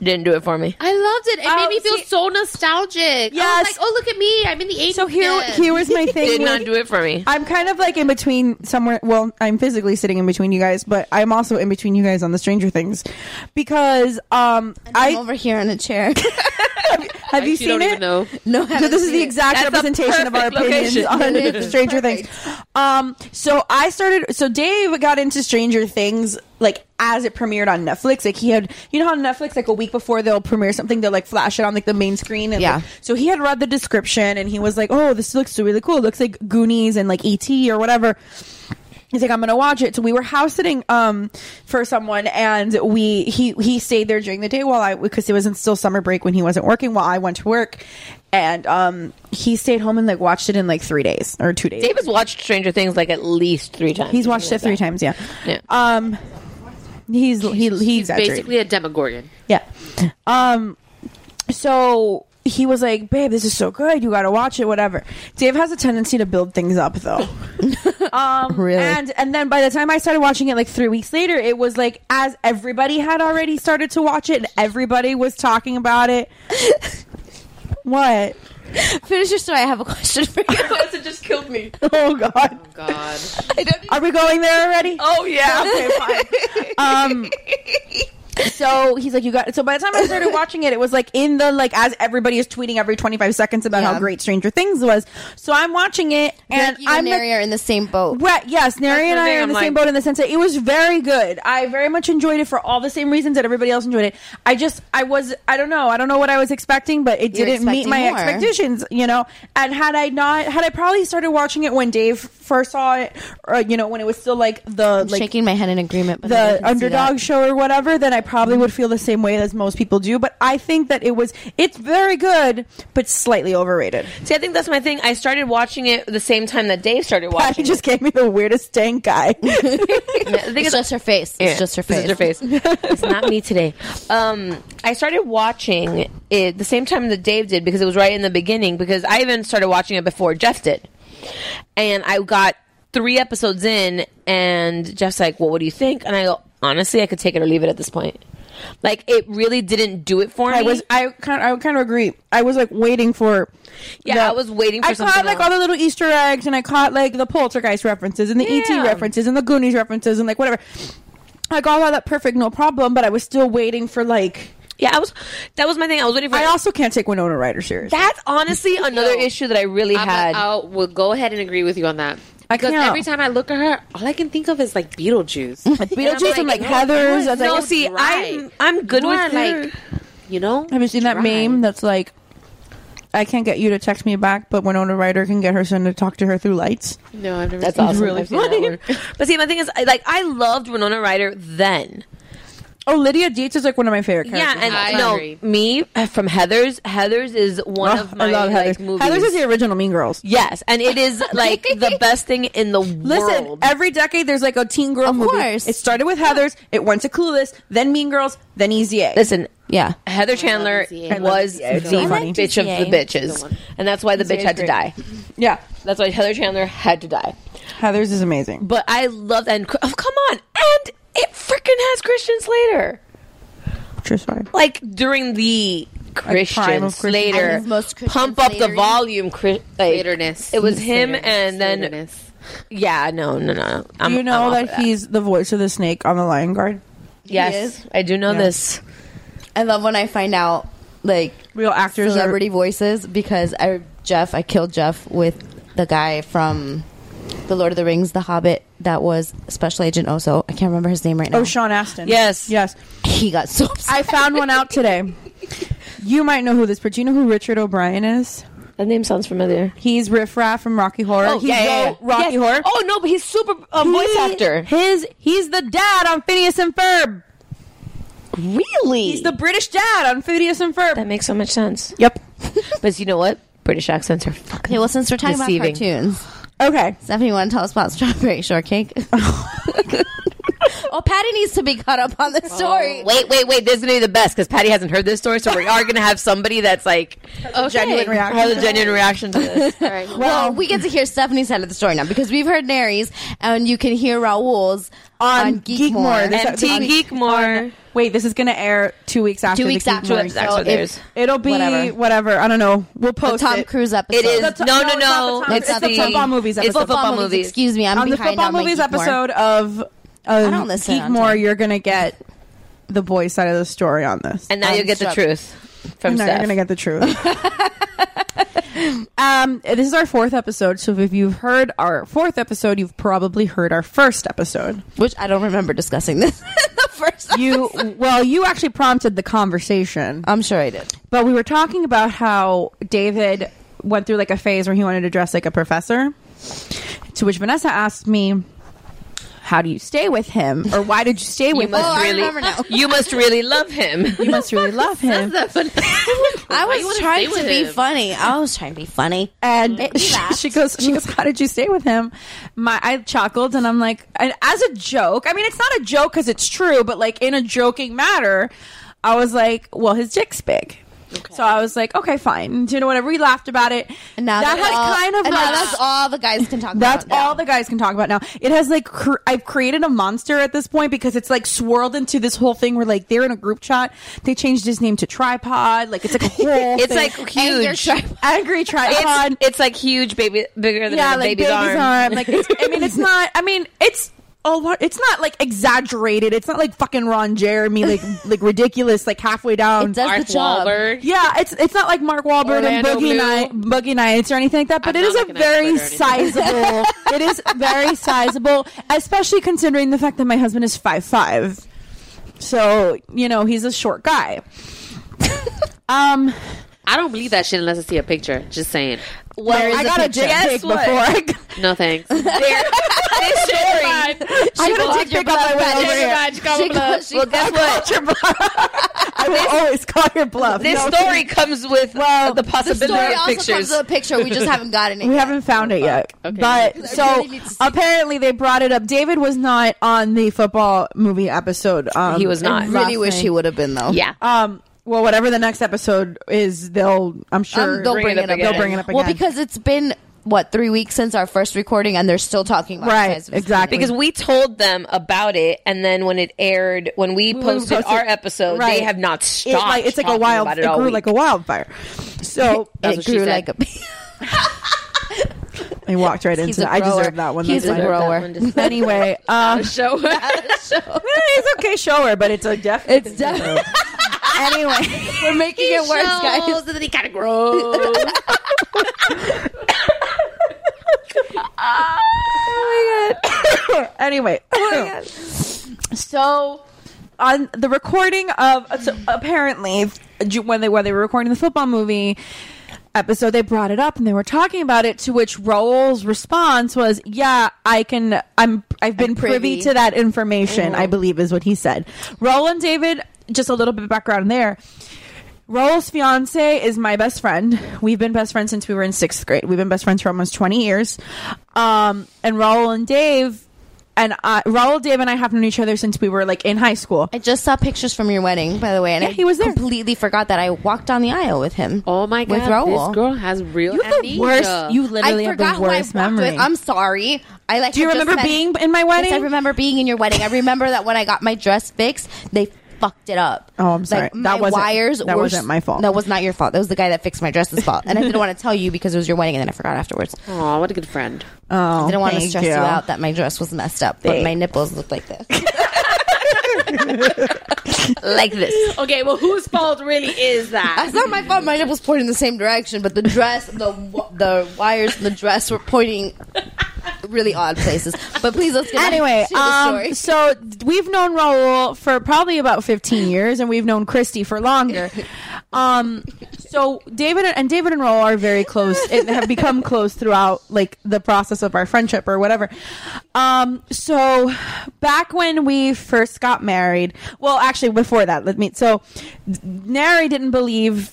Speaker 6: Didn't do it for me.
Speaker 9: I loved it. It
Speaker 7: Oh,
Speaker 9: made me feel
Speaker 7: see-
Speaker 9: so nostalgic. I
Speaker 7: Yes.
Speaker 9: was like, oh look at me, I'm in the 80s.
Speaker 7: So here,
Speaker 9: again.
Speaker 7: here was my thing.
Speaker 6: Did
Speaker 7: with-
Speaker 6: not do it for me.
Speaker 7: I'm kind of like in between somewhere. Well, I'm physically sitting in between you guys, but I'm also in between you guys on the Stranger Things because um I
Speaker 10: I'm over here in a chair.
Speaker 7: have you
Speaker 9: you
Speaker 7: seen
Speaker 9: don't
Speaker 7: it?
Speaker 9: even know.
Speaker 10: No, I
Speaker 7: So
Speaker 10: haven't
Speaker 7: this is
Speaker 10: seen
Speaker 7: the
Speaker 10: it.
Speaker 7: exact
Speaker 6: That's the
Speaker 7: representation of our
Speaker 6: perfect
Speaker 7: opinions
Speaker 10: location.
Speaker 7: on Stranger Things. Um, so I started. So Dave got into Stranger Things like as it premiered on Netflix. Like he had, you know how Netflix like a week before they'll premiere something, they'll like flash it on like the main screen. And,
Speaker 10: Yeah.
Speaker 7: like, so he had read the description and he was like, "Oh, this looks really cool. It looks like Goonies and like ET or whatever." He's like, I'm gonna watch it. So we were house sitting um for someone, and we he he stayed there during the day while I because it was in still summer break when he wasn't working while I went to work, and um he stayed home and like watched it in like three days or two days.
Speaker 6: Dave has watched Stranger Things like at least three times.
Speaker 7: He's watched it three times, yeah.
Speaker 6: Yeah.
Speaker 7: Um, he's he he
Speaker 9: He's
Speaker 7: exaggerated.
Speaker 9: basically a demogorgon.
Speaker 7: Yeah. Um so he was like, "Babe, this is so good. You got to watch it whatever." Dave has a tendency to build things up though. um
Speaker 10: Really?
Speaker 7: and and then by the time I started watching it like 3 weeks later, it was like as everybody had already started to watch it and everybody was talking about it. what?
Speaker 10: Finish your story. I have a question for you.
Speaker 6: It just killed me.
Speaker 7: Oh god. Oh,
Speaker 9: God.
Speaker 7: Are we going there already?
Speaker 6: Oh yeah.
Speaker 7: Okay, fine. um so he's like, you got. So by the time I started watching it, it was like in the like as everybody is tweeting every 25 seconds about how great Stranger Things was. So I'm watching it, and
Speaker 10: you and
Speaker 7: I'm
Speaker 10: Neri are in the same boat.
Speaker 7: Right? Yes, Neri
Speaker 10: That's
Speaker 7: and
Speaker 10: the
Speaker 7: I
Speaker 10: thing,
Speaker 7: are in
Speaker 10: I'm
Speaker 7: the same
Speaker 10: like-
Speaker 7: boat in the sense that it was very good. I very much enjoyed it for all the same reasons that everybody else enjoyed it. I just, I was, I don't know, I don't know what I was expecting, but it
Speaker 10: You're
Speaker 7: didn't meet
Speaker 10: expecting
Speaker 7: my
Speaker 10: more.
Speaker 7: expectations. You know, and had I not, had I probably started watching it when Dave first saw it, or you know, when it was still like the
Speaker 10: I'm
Speaker 7: like
Speaker 10: shaking my head in agreement. But I can
Speaker 7: the
Speaker 10: see that.
Speaker 7: underdog show or whatever, then I probably would feel the same way as most people do. But I think that it was it's very good, but slightly overrated.
Speaker 6: See, I think that's my thing. I started watching it the same time that Dave started watching.
Speaker 7: Patty just gave me the weirdest stank eye.
Speaker 6: it's
Speaker 10: just her face. It's just her face.
Speaker 6: It's just her face. it's not me today. Um, I started watching it the same time that Dave did because it was right in the beginning. Because I even started watching it before Jeff did, and I got three episodes in, and Jeff's like, "Well, what do you think?" And I go, "Honestly, I could take it or leave it at this point." Like it really didn't do it for
Speaker 7: I
Speaker 6: me.
Speaker 7: was I kind I kind of agree. I was like waiting for
Speaker 6: Yeah, I was waiting for
Speaker 7: I
Speaker 6: something
Speaker 7: caught like all the little Easter eggs, and I caught like the Poltergeist references and the ET references and the Goonies references and like whatever. I got all that perfect, no problem. But I was still waiting for like.
Speaker 6: Yeah, I was. That was my thing. I was waiting for.
Speaker 7: I also can't take Winona Ryder seriously.
Speaker 6: That's honestly another issue that I really
Speaker 9: I'm a-
Speaker 6: had.
Speaker 7: oh,
Speaker 9: I will go ahead and agree with you on that.
Speaker 6: I
Speaker 9: Because
Speaker 6: can't.
Speaker 9: every time I look at her, all I can think of is like Beetlejuice.
Speaker 7: Beetlejuice and like
Speaker 9: no,
Speaker 7: Heather's. I was
Speaker 9: no,
Speaker 7: like,
Speaker 9: see, I'm I'm
Speaker 6: good
Speaker 7: with her.
Speaker 9: like you know.
Speaker 7: Have you seen that meme that's like, I can't get you to text me back, but Winona Ryder can get her son to talk to her through lights?
Speaker 9: No, I've never.
Speaker 6: That's
Speaker 7: seen it.
Speaker 6: awesome.
Speaker 7: Really
Speaker 6: I've seen that
Speaker 7: funny.
Speaker 6: one. But see, my thing is, I- like, I loved Winona Ryder then.
Speaker 7: Oh, Lydia Dietz is like one of my favorite
Speaker 6: Yeah,
Speaker 7: characters.
Speaker 6: and
Speaker 7: I
Speaker 6: no,
Speaker 7: agree.
Speaker 6: me uh, from Heather's. Heather's is one
Speaker 7: Oh,
Speaker 6: of my
Speaker 7: I love Heather's.
Speaker 6: like, movies.
Speaker 7: Heather's is the original Mean Girls.
Speaker 6: yes, and it is like the best thing in the
Speaker 7: Listen,
Speaker 6: world.
Speaker 7: every decade there's like a teen girl movie. It started with Heather's, it went to Clueless, then Mean Girls, then Easy A.
Speaker 6: Listen,
Speaker 10: yeah,
Speaker 6: Heather Chandler
Speaker 7: DCA. I love
Speaker 6: was
Speaker 7: DCA. It's
Speaker 6: the
Speaker 7: so funny.
Speaker 6: bitch of
Speaker 7: DCA.
Speaker 6: the bitches, and that's why the
Speaker 7: DCA
Speaker 6: bitch
Speaker 7: is
Speaker 6: had to
Speaker 7: great.
Speaker 6: die.
Speaker 7: Yeah,
Speaker 6: that's why Heather Chandler had to die.
Speaker 7: Heather's is amazing.
Speaker 6: But I love and oh, come on, and it freaking has Christian Slater.
Speaker 7: Which is fine.
Speaker 6: like during the Christian
Speaker 7: prime of Christian
Speaker 6: Slater,
Speaker 7: Slater. And most Christian
Speaker 6: pump up the
Speaker 7: Slater-y.
Speaker 6: volume. Chris, like,
Speaker 9: Slaterness.
Speaker 6: It was him,
Speaker 9: Slaterness.
Speaker 6: and then yeah, no, no, no. I'm,
Speaker 7: Do you
Speaker 6: I'm
Speaker 7: know
Speaker 6: off
Speaker 7: Um, that,
Speaker 6: of
Speaker 7: he's the voice of the snake on the Lion Guard?
Speaker 6: Yes, I do know
Speaker 10: Yeah.
Speaker 6: this.
Speaker 10: I love when I find out like
Speaker 7: real actors,
Speaker 10: celebrity voices because I Jeff, I killed Jeff with the guy from the Lord of the Rings, The Hobbit, that was Special Agent Oso. I can't remember his name right now.
Speaker 7: Oh, Sean Astin.
Speaker 6: Yes.
Speaker 7: Yes.
Speaker 10: He got so
Speaker 7: I found one out today. You might know who this, but do you know who Richard O'Brien is?
Speaker 6: That name sounds familiar.
Speaker 7: He's Riff Raff from Rocky Horror.
Speaker 6: Oh,
Speaker 7: he's
Speaker 6: yeah, yeah,
Speaker 7: Ro-
Speaker 6: yeah.
Speaker 7: Rocky
Speaker 6: Yes.
Speaker 7: Horror.
Speaker 6: Oh no, but he's super uh, voice actor.
Speaker 7: His he's the dad on Phineas and Ferb.
Speaker 6: Really?
Speaker 7: He's the British dad on Phineas and Ferb.
Speaker 6: That makes so much sense.
Speaker 7: Yep.
Speaker 6: but you know what? British accents are fucking.
Speaker 10: Okay, well, since we're talking
Speaker 6: deceiving.
Speaker 10: about cartoons,
Speaker 7: okay,
Speaker 10: Stephanie, you want to tell us about Strawberry Shortcake? oh, Patty needs to be caught up on
Speaker 7: Oh,
Speaker 10: the story.
Speaker 6: Wait, wait, wait. This is gonna be the best because Patty hasn't heard this story, so we are gonna have somebody that's like
Speaker 9: Okay.
Speaker 7: genuine reaction.
Speaker 6: has a genuine reaction to this.
Speaker 10: Well, we get to hear Stephanie's side of the story now because we've heard Nary's, and you can hear Raoul's on, Geekmore.
Speaker 7: This-
Speaker 6: MT
Speaker 7: this-
Speaker 6: Geekmore.
Speaker 7: on- wait, this is going to air two weeks after.
Speaker 10: Two
Speaker 7: the
Speaker 10: weeks
Speaker 7: Geekmore.
Speaker 10: after,
Speaker 6: Two after so theirs. if-
Speaker 7: It'll be whatever.
Speaker 10: whatever.
Speaker 7: I don't know. We'll
Speaker 10: The
Speaker 7: post
Speaker 10: Tom
Speaker 7: it.
Speaker 10: Cruise episode.
Speaker 6: It is
Speaker 7: The to-
Speaker 6: no, no,
Speaker 7: no, it's
Speaker 6: no.
Speaker 7: not the Tom- it's the football movies
Speaker 6: It's the
Speaker 7: episode.
Speaker 6: football movies.
Speaker 10: Excuse me, I'm
Speaker 7: on the
Speaker 10: behind
Speaker 7: football
Speaker 10: on my
Speaker 7: movies
Speaker 10: Geekmore.
Speaker 7: episode of um, I
Speaker 10: don't listen on
Speaker 7: Geekmore.
Speaker 10: time.
Speaker 7: You're going to get the boy side of the story on this.
Speaker 6: And now
Speaker 10: Um,
Speaker 6: you'll get the
Speaker 10: Steph-
Speaker 6: truth from
Speaker 7: No, you're
Speaker 6: Steph.
Speaker 7: gonna get the truth. um, this is our fourth episode, so if you've heard our fourth episode, you've probably heard our first episode.
Speaker 10: Which I don't remember discussing this in the first.
Speaker 7: You well, you actually prompted the conversation,
Speaker 10: I'm sure I did.
Speaker 7: but we were talking about how David went through like a phase where he wanted to dress like a professor. To which Vanessa asked me, "How do you stay with him, or why did you stay with
Speaker 6: You must
Speaker 7: him?
Speaker 10: remember
Speaker 6: really,
Speaker 10: now.
Speaker 6: you must really love him.
Speaker 7: you must really love him."
Speaker 10: I
Speaker 9: you
Speaker 10: was
Speaker 9: wanna stay
Speaker 10: trying to
Speaker 9: with
Speaker 10: be
Speaker 9: him?
Speaker 10: funny. I was trying to be funny.
Speaker 7: and she,
Speaker 10: laughed.
Speaker 7: she goes she goes how did you stay with him my i chuckled and i'm like and as a joke i mean it's not a joke because it's true but like in a joking matter i was like well his dick's big So I was like, okay, fine. You know, whatever. We laughed about it.
Speaker 10: And now
Speaker 7: that
Speaker 10: that's
Speaker 7: has
Speaker 10: all-
Speaker 7: kind of
Speaker 10: and now
Speaker 7: like
Speaker 10: that's all the guys can talk
Speaker 7: that's
Speaker 10: about.
Speaker 7: all the guys can talk about now. It has like cr- I've created a monster at this point because it's like swirled into this whole thing where like they're in a group chat. They changed his name to Tripod. Like it's like a whole.
Speaker 6: It's
Speaker 7: thing.
Speaker 6: like
Speaker 10: Anger
Speaker 6: huge.
Speaker 10: trip.
Speaker 7: angry Tripod
Speaker 6: It's, it's like huge, baby, bigger than a baby's, arm.
Speaker 7: Like it's, I mean, it's not. I mean, it's oh, what? It's not like exaggerated. It's not like fucking Ron Jeremy, like like ridiculous, like halfway down.
Speaker 10: It does Mark the job. Wahlberg.
Speaker 7: Yeah, it's it's not like Mark Wahlberg and
Speaker 10: Orlando
Speaker 7: Boogie
Speaker 10: Blue.
Speaker 7: Night, Boogie Nights or anything like that. But it
Speaker 10: I'm not
Speaker 7: is a
Speaker 10: looking at Twitter
Speaker 7: very
Speaker 10: or anything.
Speaker 7: sizable. it is very sizable, especially considering the fact that my husband is five five. So you know he's a short guy. um.
Speaker 9: I don't believe that shit unless I see a picture. Just saying.
Speaker 7: Well, There is I a got a picture. dick pic Guess what? before I
Speaker 9: No thanks.
Speaker 6: This
Speaker 7: I got a dick pic on my way over here.
Speaker 6: Well, guess what?
Speaker 7: I will always call your bluff.
Speaker 6: This
Speaker 7: No,
Speaker 6: story comes with uh, the possibility
Speaker 10: The story
Speaker 6: of
Speaker 10: also
Speaker 6: pictures.
Speaker 10: comes with a picture. We just haven't gotten it.
Speaker 7: we
Speaker 10: yet.
Speaker 7: haven't found it yet.
Speaker 10: Okay.
Speaker 7: But
Speaker 10: I
Speaker 7: so
Speaker 10: really need to see
Speaker 7: apparently they brought it up. David was not on the football movie episode. Um,
Speaker 10: He was not. I really wish he would
Speaker 7: have been though.
Speaker 10: Yeah.
Speaker 7: Um. Well, whatever the next episode is, they'll. I'm sure
Speaker 10: Um, they'll bring, it up.
Speaker 7: They'll bring it up again.
Speaker 10: Well, because it's been what three weeks since our first recording, and they're still talking about
Speaker 7: Right,
Speaker 10: it. guys.
Speaker 7: exactly.
Speaker 6: because we told them about it, and then when it aired, when we
Speaker 7: We
Speaker 6: posted
Speaker 7: posted-
Speaker 6: our episode,
Speaker 7: right.
Speaker 6: they have not
Speaker 7: It,
Speaker 6: stopped.
Speaker 7: like, it's like a
Speaker 6: talking
Speaker 7: wild.
Speaker 6: about
Speaker 7: It,
Speaker 6: it, all
Speaker 7: grew
Speaker 6: week.
Speaker 7: like a wildfire. So
Speaker 6: That's what she said.
Speaker 7: I walked right
Speaker 10: He's
Speaker 7: into.
Speaker 10: a
Speaker 7: it. I
Speaker 10: grower.
Speaker 7: deserve that one.
Speaker 10: He's
Speaker 7: That's
Speaker 10: a
Speaker 7: fine.
Speaker 10: grower.
Speaker 7: anyway, um,
Speaker 6: show her.
Speaker 7: it's okay, show her, but it's a def. It's definitely. anyway, we're making it worse, guys.
Speaker 9: And then he kind of grows.
Speaker 7: oh my god. anyway. So on the recording of so apparently ju- when they when they were recording the football movie episode they brought it up and they were talking about it to which Raul's response was yeah I can I'm I've been privy.
Speaker 10: privy.
Speaker 7: to that information I believe is what he said Raul and David just a little bit of background there Raul's fiance is my best friend. We've been best friends since we were in sixth grade. We've been best friends for almost twenty years. Um, and Raul and Dave, and I, Raul, Dave, and I have known each other since we were like in high school.
Speaker 10: I just saw pictures from your wedding, by the way, and I he was completely forgot that I walked down the aisle with him.
Speaker 9: Oh my
Speaker 10: with
Speaker 9: God,
Speaker 10: Raul.
Speaker 9: this girl has real.
Speaker 10: You have the
Speaker 9: amnesia.
Speaker 10: worst- you literally
Speaker 7: I
Speaker 10: have the
Speaker 7: forgot who I
Speaker 10: worst
Speaker 7: walked
Speaker 10: memory.
Speaker 7: with. I'm
Speaker 10: sorry. I like.
Speaker 7: Do you
Speaker 10: I just
Speaker 7: remember
Speaker 10: said-
Speaker 7: being in my wedding?
Speaker 10: Yes, I remember being in your wedding. I remember that when I got my dress fixed, they fucked it up.
Speaker 7: Oh, I'm sorry.
Speaker 10: Like,
Speaker 7: That
Speaker 10: my
Speaker 7: wasn't-
Speaker 10: wires.
Speaker 7: that
Speaker 10: were
Speaker 7: wasn't my fault.
Speaker 10: That was not your fault. That was the guy that fixed my dress's fault, and I didn't want to tell you because it was your wedding, and then I forgot afterwards.
Speaker 9: Oh, what a good friend.
Speaker 10: Oh, I didn't want to
Speaker 9: thank
Speaker 10: stress you.
Speaker 9: you.
Speaker 10: out that my dress was messed up, but my nipples looked like this. like this.
Speaker 9: Okay, well, whose fault really is that?
Speaker 10: That's not my fault. My nipples pointed in the same direction, but the dress, the wa- the wires, in the dress were pointing really odd places. But please, let's get
Speaker 7: anyway,
Speaker 10: to the
Speaker 7: um,
Speaker 10: story.
Speaker 7: so we've known Raul for probably about 15 years, and we've known Christy for longer. Um, so David and, and David and Raul are very close and have become close throughout like the process of our friendship or whatever. Um, so back when we first got married, well, actually before that, let me. So Nary didn't believe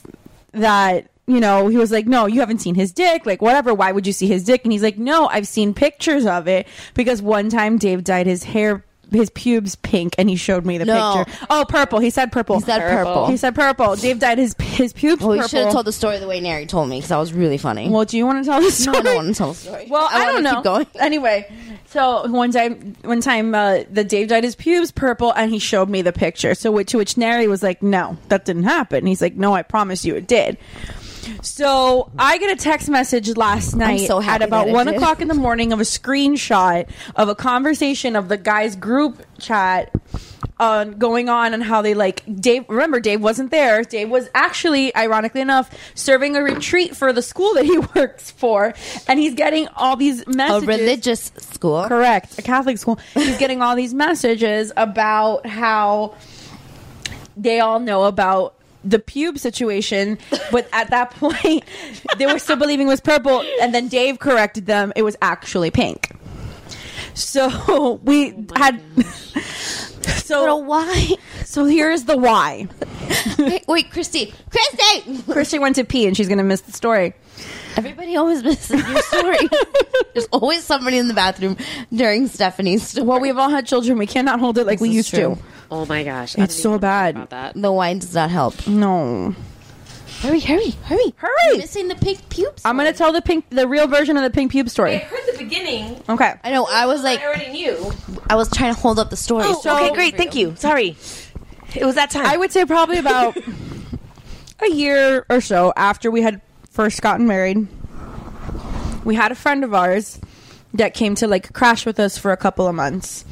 Speaker 7: that you know he was like no you haven't seen his dick like whatever why would you see his dick and he's like no i've seen pictures of it because one time dave dyed his hair his pubes pink and he showed me the
Speaker 10: No.
Speaker 7: picture oh purple he said purple he
Speaker 10: said Purple. purple.
Speaker 7: he said purple dave dyed his his pubes
Speaker 10: well, we
Speaker 7: purple
Speaker 10: should have told the story the way Neri told me because that was really funny.
Speaker 7: well do you want to tell the
Speaker 10: no,
Speaker 7: story
Speaker 10: I don't want to tell the story.
Speaker 7: well, I,
Speaker 10: wanna
Speaker 7: don't know.
Speaker 10: keep going.
Speaker 7: Anyway, so one time, one time, uh, the Dave dyed his pubes purple, and he showed me the picture. So which, to which Nary was like, "No, that didn't happen." And he's like, "No, I promise you, it did." So I get a text message last night
Speaker 10: so happy
Speaker 7: at about
Speaker 10: that it
Speaker 7: one
Speaker 10: did.
Speaker 7: o'clock in the morning of a screenshot of a conversation of the guys' group chat on going on and how they like Dave. Remember, Dave wasn't there. Dave was actually, ironically enough, serving a retreat for the school that he works for, and he's getting all these messages.
Speaker 10: religious school,
Speaker 7: correct? A Catholic school. He's getting all these messages about how they all know about the pube situation, but at that point, they were still believing it was purple, and then Dave corrected them. It was actually pink. So we had. So
Speaker 10: why?
Speaker 7: So here's the why.
Speaker 10: wait, wait, Christy, Christy,
Speaker 7: Christy went to pee, and she's gonna miss the story.
Speaker 10: Everybody always misses your story. There's always somebody in the bathroom during Stephanie's story.
Speaker 7: Well, we've all had children. We cannot hold it like we used to.
Speaker 9: Oh my gosh,
Speaker 7: It's so bad.
Speaker 10: The wine does not help.
Speaker 7: No.
Speaker 10: Hurry, hurry, hurry,
Speaker 7: hurry!
Speaker 10: missing the pink pubes.
Speaker 7: I'm gonna tell the pink, the real version of the pink pube story.
Speaker 5: heard the beginning.
Speaker 7: Okay.
Speaker 10: I know. I was like,
Speaker 5: I already knew.
Speaker 10: I was trying to hold up the story.
Speaker 7: So-
Speaker 6: Oh, okay, great. Thank you. Sorry. It was that time.
Speaker 7: I would say probably about a year or so after we had first gotten married. We had a friend of ours that came to like crash with us for a couple of months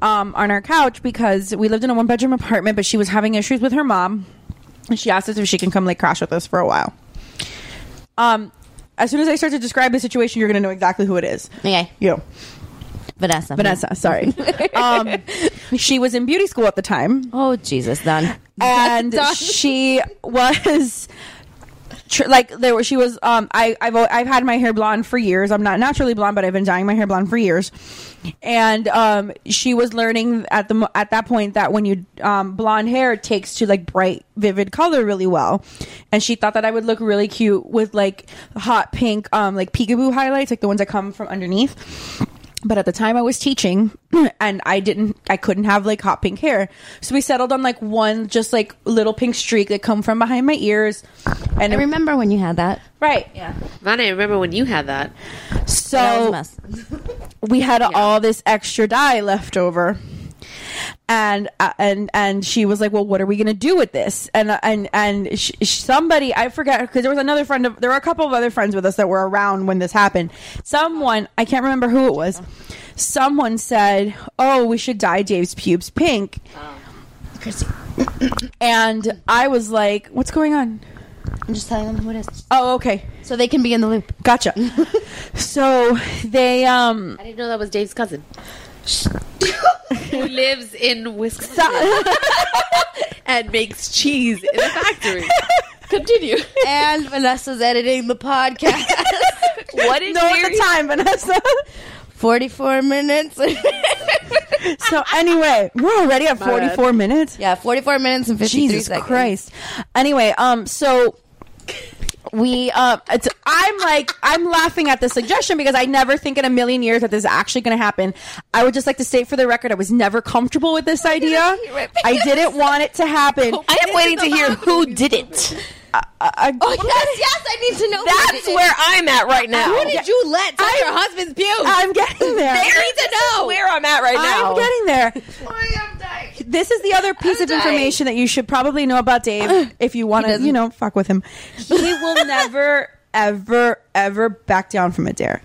Speaker 7: um, on our couch because we lived in a one bedroom apartment, but she was having issues with her mom. And she asked us if she can come like crash with us for a while. Um, as soon as I start to describe the situation, you're going to know exactly who it is.
Speaker 10: Okay.
Speaker 7: You.
Speaker 10: Vanessa.
Speaker 7: Vanessa, sorry. um, she was in beauty school at the time.
Speaker 10: Oh, Jesus, done.
Speaker 7: And she was tr- like there were she was um I I've al- I've had my hair blonde for years. I'm not naturally blonde, but I've been dyeing my hair blonde for years. And um she was learning at the mo- at that point that when you um blonde hair it takes to like bright vivid color really well. And she thought that I would look really cute with like hot pink um like peekaboo highlights, like the ones that come from underneath. But at the time I was teaching and I didn't I couldn't have like hot pink hair. So we settled on like one just like little pink streak that come from behind my ears. And
Speaker 10: I remember when you had that.
Speaker 7: Right.
Speaker 10: Yeah.
Speaker 9: Vanya, I remember when you had that.
Speaker 7: So we had all this extra dye left over. And uh, and and she was like, "Well, what are we going to do with this?" And uh, and and sh- sh- somebody I forget because there was another friend of there were a couple of other friends with us that were around when this happened. Someone I can't remember who it was. Someone said, "Oh, we should dye Dave's pubes pink."
Speaker 10: Christy.
Speaker 7: and I was like, "What's going on?"
Speaker 10: I'm just telling them who it is.
Speaker 7: Oh, okay.
Speaker 10: So they can be in the loop.
Speaker 7: Gotcha. so they um
Speaker 9: I didn't know that was Dave's cousin. Who lives in Wisconsin and makes cheese in a factory. Continue.
Speaker 10: And Vanessa's editing the podcast.
Speaker 6: what is
Speaker 7: no at the time, Vanessa?
Speaker 10: 44 minutes.
Speaker 7: so anyway, we're already at
Speaker 10: My bad.
Speaker 7: 44 minutes.
Speaker 10: Yeah, 44 minutes and 53
Speaker 7: Jesus
Speaker 10: seconds.
Speaker 7: Christ. Anyway, um so we um it's, I'm like I'm laughing at the suggestion because I never think in a million years that this is actually going to happen. I would just like to state for the record I was never comfortable with this idea. I didn't want it to happen.
Speaker 6: I am waiting to hear who did it.
Speaker 10: Oh, yes, yes, I need to know.
Speaker 6: That's where I'm at right now.
Speaker 10: Who did you let touch your husband's pubes?
Speaker 7: I'm getting there.
Speaker 10: They need to know.
Speaker 6: where I'm at right now.
Speaker 7: I'm getting there. This is the other piece of information that you should probably know about Dave if you want to, you know, fuck with him. He will never, ever, ever back down from a dare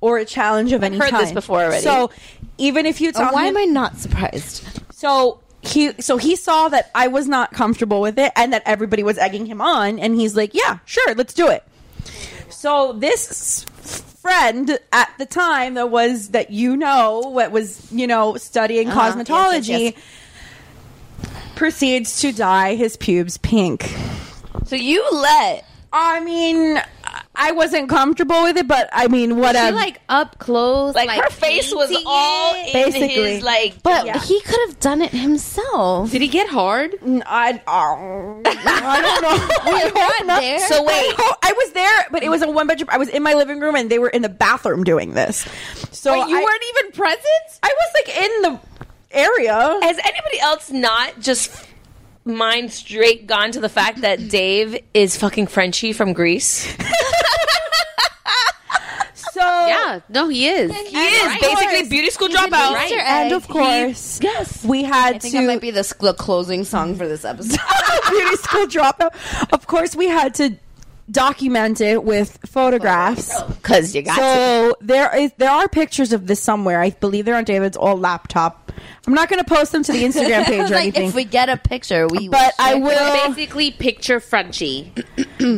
Speaker 7: or a challenge of any
Speaker 6: heard
Speaker 7: kind.
Speaker 6: this before already. Oh,
Speaker 7: So even if you tell
Speaker 10: Why
Speaker 7: him,
Speaker 10: am I not surprised?
Speaker 7: so he so he saw that I was not comfortable with it and that everybody was egging him on and he's like, "Yeah, sure, let's do it." So this friend at the time that was that you know what was, you know, studying
Speaker 10: Uh-huh.
Speaker 7: cosmetology
Speaker 10: Yes, yes,
Speaker 7: proceeds to dye his pubes pink.
Speaker 6: So you let
Speaker 7: I mean, I wasn't comfortable with it, but I mean,
Speaker 9: She
Speaker 7: whatever.
Speaker 9: like up close,
Speaker 6: like, her face was
Speaker 9: painting
Speaker 6: all
Speaker 9: it.
Speaker 6: in
Speaker 7: Basically.
Speaker 6: his like
Speaker 10: But
Speaker 7: Yeah.
Speaker 10: he could have done it himself.
Speaker 9: Did he get hard?
Speaker 7: I, oh, I don't know. I don't know.
Speaker 10: there?
Speaker 6: So wait.
Speaker 7: I, I was there, but it was a one bedroom. I was in my living room, and they were in the bathroom doing this. So
Speaker 6: Wait, you
Speaker 7: I,
Speaker 6: weren't even present?
Speaker 7: I was like in the area.
Speaker 6: Has anybody else not just mind straight gone to the fact that Dave is fucking Frenchie from Greece?
Speaker 7: So
Speaker 9: Yeah, no, he is.
Speaker 6: He is basically beauty school dropout.
Speaker 10: Easter
Speaker 7: and
Speaker 10: egg.
Speaker 7: of course, yes, we had
Speaker 10: I think
Speaker 7: to
Speaker 10: that might be the, s- the closing song for this episode.
Speaker 6: ah!
Speaker 7: beauty school dropout. Of course, we had to document it with photographs.
Speaker 6: Cause you got
Speaker 7: so there is there are pictures of this somewhere. I believe they're on David's old laptop. I'm not going to post them to the Instagram page or
Speaker 10: like
Speaker 7: anything.
Speaker 10: if we get a picture, we
Speaker 7: but I
Speaker 9: It was
Speaker 7: will
Speaker 9: basically picture Frenchie,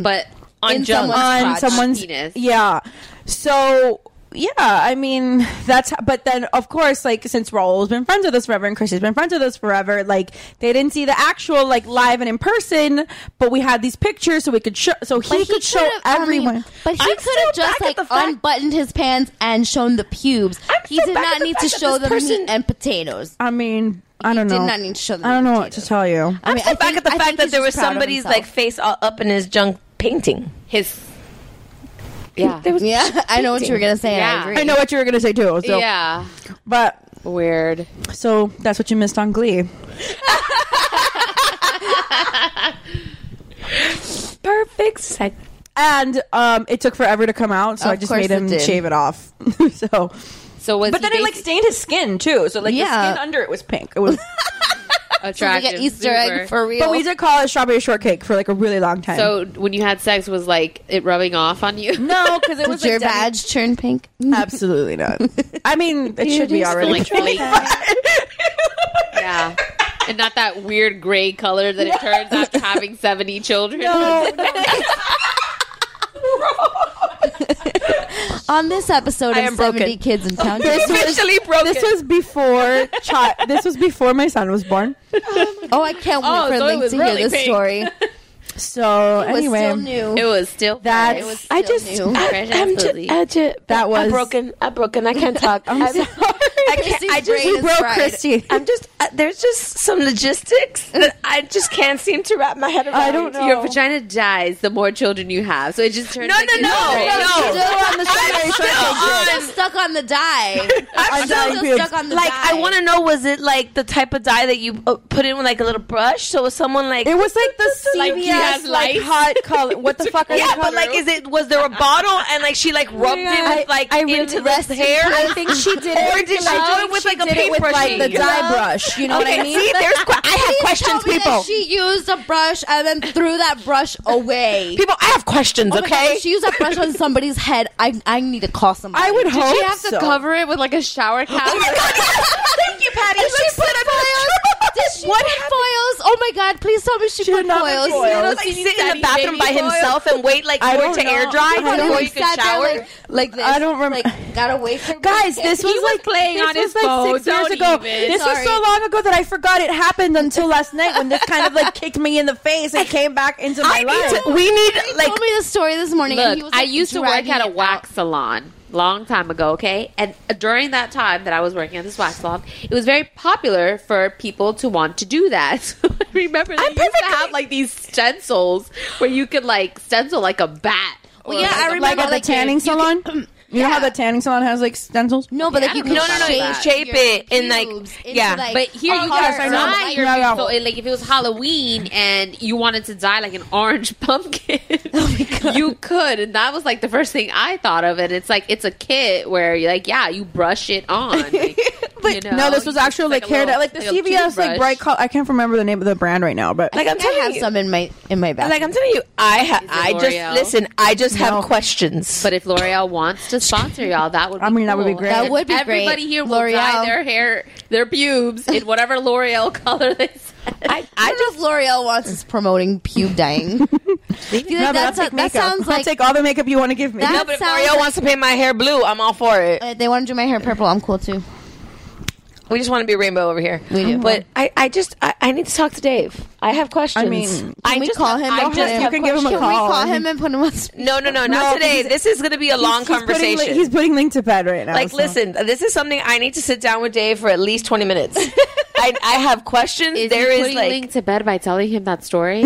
Speaker 9: but
Speaker 6: on
Speaker 10: in
Speaker 6: jump.
Speaker 10: someone's-
Speaker 7: on
Speaker 10: crotch,
Speaker 7: someone's
Speaker 9: penis.
Speaker 7: yeah. So yeah, I mean that's but then of course like since Raul's been friends with us forever and Christy's been friends with us forever, like they didn't see the actual like live and in person, but we had these pictures so we could show so he,
Speaker 10: But
Speaker 7: could show
Speaker 10: could've- I mean,
Speaker 7: everyone.
Speaker 10: but he
Speaker 7: I'm
Speaker 10: could have
Speaker 7: still
Speaker 10: just
Speaker 7: back at
Speaker 10: like
Speaker 7: the fact-
Speaker 10: unbuttoned his pants and shown the pubes. he
Speaker 7: still
Speaker 10: did
Speaker 7: back at
Speaker 10: not
Speaker 7: the
Speaker 10: need to
Speaker 7: fact that
Speaker 10: show
Speaker 7: this
Speaker 10: them
Speaker 7: person-
Speaker 10: meat and potatoes.
Speaker 7: I mean, I don't
Speaker 10: did
Speaker 7: know.
Speaker 10: not need to show them
Speaker 7: I don't know what to
Speaker 10: potatoes.
Speaker 7: tell you.
Speaker 10: I
Speaker 6: I'm
Speaker 10: mean,
Speaker 6: still
Speaker 10: I
Speaker 6: back
Speaker 10: think-
Speaker 6: at the
Speaker 10: I
Speaker 6: fact
Speaker 10: think
Speaker 6: that
Speaker 10: he's
Speaker 6: there was
Speaker 10: just proud of
Speaker 6: somebody's
Speaker 10: himself.
Speaker 6: like face all up in his junk painting.
Speaker 9: his
Speaker 6: Yeah. There was
Speaker 10: yeah, I know what you were gonna say.
Speaker 9: Yeah.
Speaker 10: I agree.
Speaker 7: I know what you were gonna say too. So,
Speaker 9: yeah
Speaker 7: but
Speaker 9: weird.
Speaker 7: so that's what you missed on Glee.
Speaker 6: perfect sex.
Speaker 7: And um, it took forever to come out, so
Speaker 10: Of
Speaker 7: I just
Speaker 10: course
Speaker 7: made
Speaker 10: it
Speaker 7: him
Speaker 10: did.
Speaker 7: shave it off. so,
Speaker 9: So was
Speaker 7: but
Speaker 9: he
Speaker 7: then it like
Speaker 9: basi-
Speaker 7: stained his skin too. So like
Speaker 10: Yeah.
Speaker 7: the skin under it was pink. It was
Speaker 9: attractive. super.
Speaker 7: But we did call it strawberry shortcake for like a really long time.
Speaker 9: So when you had sex, was like it rubbing off on you?
Speaker 7: No, because it was
Speaker 10: your badge turn pink?
Speaker 7: Absolutely not. I mean, it
Speaker 9: You
Speaker 7: should be
Speaker 9: just
Speaker 7: already.
Speaker 9: like
Speaker 7: pink.
Speaker 9: yeah, and not that weird gray color that it turns after having seventy children.
Speaker 10: No, On this episode
Speaker 7: I
Speaker 10: of
Speaker 7: am broken.
Speaker 10: 70 Kids in Town,
Speaker 7: This was, this was before chi- this was before my son was born.
Speaker 10: Oh, I can't wait
Speaker 7: Oh,
Speaker 10: for
Speaker 7: so it
Speaker 10: Link
Speaker 7: was
Speaker 10: to
Speaker 7: really
Speaker 10: hear this
Speaker 7: pink.
Speaker 10: story.
Speaker 7: So
Speaker 10: was
Speaker 7: anyway,
Speaker 10: still new.
Speaker 9: It was still
Speaker 7: that's
Speaker 10: it was still
Speaker 7: I just
Speaker 10: new. Fresh
Speaker 7: I'm
Speaker 10: as
Speaker 7: just,
Speaker 10: pussy.
Speaker 7: I ju- that was
Speaker 6: I'm broken. I'm broken. I can't talk.
Speaker 7: I'm
Speaker 6: I'm-
Speaker 7: sorry.
Speaker 6: I can't. I just
Speaker 7: brain is broke fried. Christy.
Speaker 6: I'm just. Uh, there's just some logistics that I just can't seem to wrap my head around.
Speaker 9: I don't know. Your vagina dies the more children you have, so it just turns.
Speaker 6: No,
Speaker 9: like
Speaker 6: no,
Speaker 9: it's
Speaker 6: no,
Speaker 9: gray.
Speaker 6: no, no.
Speaker 10: Still on the strawberry
Speaker 6: I'm still
Speaker 10: shortcake.
Speaker 6: on-
Speaker 10: Still stuck on the die. I'm
Speaker 6: sorry,
Speaker 10: still stuck on the
Speaker 6: like
Speaker 10: die.
Speaker 6: I want to know was it like the type of dye that you uh, put in with like a little brush so was someone like it
Speaker 7: was like the
Speaker 6: like,
Speaker 7: CVS, like, hot color what the fuck are
Speaker 6: yeah
Speaker 7: they
Speaker 6: but
Speaker 7: called?
Speaker 6: like is it was there a bottle and like she like rubbed it with like into the hair
Speaker 7: I think she did it.
Speaker 6: or did she
Speaker 7: I
Speaker 6: do it
Speaker 7: think
Speaker 6: with
Speaker 7: she
Speaker 6: like a
Speaker 7: did it with,
Speaker 6: paintbrush
Speaker 7: like, the dye brush, you know what I
Speaker 6: okay,
Speaker 7: mean?
Speaker 6: see there's que- I have questions
Speaker 10: Tell me that
Speaker 6: people
Speaker 10: she used a brush and then threw that brush away.
Speaker 6: people I have questions
Speaker 10: Oh my God,
Speaker 6: okay
Speaker 10: if she used that brush on somebody's head. I I need to call somebody.
Speaker 7: I would
Speaker 9: Did
Speaker 7: hope
Speaker 9: she have to
Speaker 7: so.
Speaker 9: cover it with like a shower cap?
Speaker 6: Thank you, Patty.
Speaker 10: Oh Did she put foils? Did she put foils? Oh my god! Please tell me she, put
Speaker 7: not put
Speaker 10: foils.
Speaker 7: foils.
Speaker 10: You know,
Speaker 6: like sit in the bathroom by
Speaker 10: baby
Speaker 6: himself and wait like
Speaker 7: I
Speaker 6: for it
Speaker 7: don't
Speaker 6: to air
Speaker 7: know.
Speaker 6: dry
Speaker 7: I don't
Speaker 6: before
Speaker 7: know.
Speaker 6: you can
Speaker 10: sat there
Speaker 6: shower.
Speaker 10: like, like this.
Speaker 7: I don't remember.
Speaker 10: Gotta wait for
Speaker 7: Guys, this was like
Speaker 9: playing
Speaker 7: this
Speaker 9: on his
Speaker 7: was
Speaker 9: phone.
Speaker 7: Like six years
Speaker 9: Don't
Speaker 7: ago.
Speaker 9: even.
Speaker 7: This was so
Speaker 10: Sorry.
Speaker 7: long ago that I forgot it happened until last night when this kind of like kicked me in the face and came back into my
Speaker 6: I
Speaker 7: life.
Speaker 6: need to, we need
Speaker 10: He
Speaker 6: like
Speaker 10: told me this story this morning. and he
Speaker 9: Look,
Speaker 10: was,
Speaker 9: I
Speaker 10: like,
Speaker 9: used to work
Speaker 10: dragging
Speaker 9: at a
Speaker 10: it
Speaker 9: wax salon long time ago, okay? And uh, during that time that I was working at this wax salon, it was very popular for people to want to do that. So I remember they used to have like these stencils where you could like stencil like a bat.
Speaker 10: Well,
Speaker 9: or
Speaker 10: yeah, I
Speaker 9: something.
Speaker 10: remember,
Speaker 7: like at the
Speaker 10: like,
Speaker 7: tanning salon. You know how the tanning salon has like stencils?
Speaker 10: No, but like you can
Speaker 9: No, no, no,
Speaker 10: shape,
Speaker 9: no.
Speaker 6: Shape
Speaker 10: your
Speaker 6: it in, like-
Speaker 10: pubes into,
Speaker 6: yeah.
Speaker 10: like,
Speaker 9: But here
Speaker 10: a
Speaker 9: you
Speaker 10: heart
Speaker 9: guys dye
Speaker 7: I
Speaker 10: or
Speaker 7: know.
Speaker 10: something.
Speaker 9: your
Speaker 7: Oh, Yeah, yeah.
Speaker 9: so it- like if it was Halloween and you wanted to dye like an orange pumpkin,
Speaker 7: Oh,
Speaker 9: you could, and that was like the first thing I thought of. And it's like it's a kit where you're like, yeah, you brush it on. like, you know,
Speaker 7: no, this
Speaker 9: you
Speaker 7: was
Speaker 9: just
Speaker 7: actual like
Speaker 9: a
Speaker 7: hair dye,
Speaker 9: little-
Speaker 7: like the
Speaker 9: a
Speaker 7: CVS like
Speaker 9: toothbrush.
Speaker 7: bright color. I can't remember the name of the brand right now, but
Speaker 6: like I'm
Speaker 10: I
Speaker 6: telling
Speaker 10: have
Speaker 6: you.
Speaker 10: some in my in my bathroom.
Speaker 6: Like I'm telling you, I ha- I
Speaker 9: L'Oreal?
Speaker 6: just listen. I just have questions.
Speaker 9: But if L'Oreal wants to sponsor y'all, that would be
Speaker 7: I mean, that would be
Speaker 9: cool.
Speaker 7: great.
Speaker 10: That
Speaker 9: And
Speaker 10: would be
Speaker 9: everybody
Speaker 10: great.
Speaker 9: here will dye
Speaker 10: L'Oreal.
Speaker 9: their hair, their pubes in whatever L'Oreal color they send.
Speaker 10: I, I just L'Oreal wants is promoting pube dyeing. Do you think
Speaker 7: No, but I'll
Speaker 10: that's
Speaker 7: take
Speaker 10: a, that
Speaker 7: makeup.
Speaker 10: sounds
Speaker 7: I'll
Speaker 10: like
Speaker 7: take all the makeup you want to give me.
Speaker 10: That
Speaker 7: No,
Speaker 6: no, but if
Speaker 10: sounds
Speaker 6: L'Oreal
Speaker 10: like-
Speaker 6: wants to paint my hair blue, I'm all for it.
Speaker 10: uh, they want to do my hair purple. I'm cool too.
Speaker 6: We just want to be rainbow over here.
Speaker 10: We do.
Speaker 6: But I, I just I, I need to talk to Dave. I have questions.
Speaker 7: I mean, can
Speaker 6: I
Speaker 10: we
Speaker 6: just-
Speaker 10: call him?
Speaker 6: I
Speaker 10: and put
Speaker 6: just
Speaker 10: him-
Speaker 7: you can give him a
Speaker 10: Can
Speaker 7: call.
Speaker 10: we call him and put him on? speaker?
Speaker 6: no, no, no, not
Speaker 7: No,
Speaker 6: today.
Speaker 7: he's-
Speaker 6: This is going to be a long conversation.
Speaker 7: He's putting, he's putting Link to bed right now.
Speaker 6: like,
Speaker 7: so.
Speaker 6: listen, this is something I need to sit down with Dave for at least twenty minutes. I, I have questions.
Speaker 9: Is
Speaker 6: there
Speaker 9: he
Speaker 6: is
Speaker 9: putting
Speaker 6: like
Speaker 9: Link to bed by telling him that story?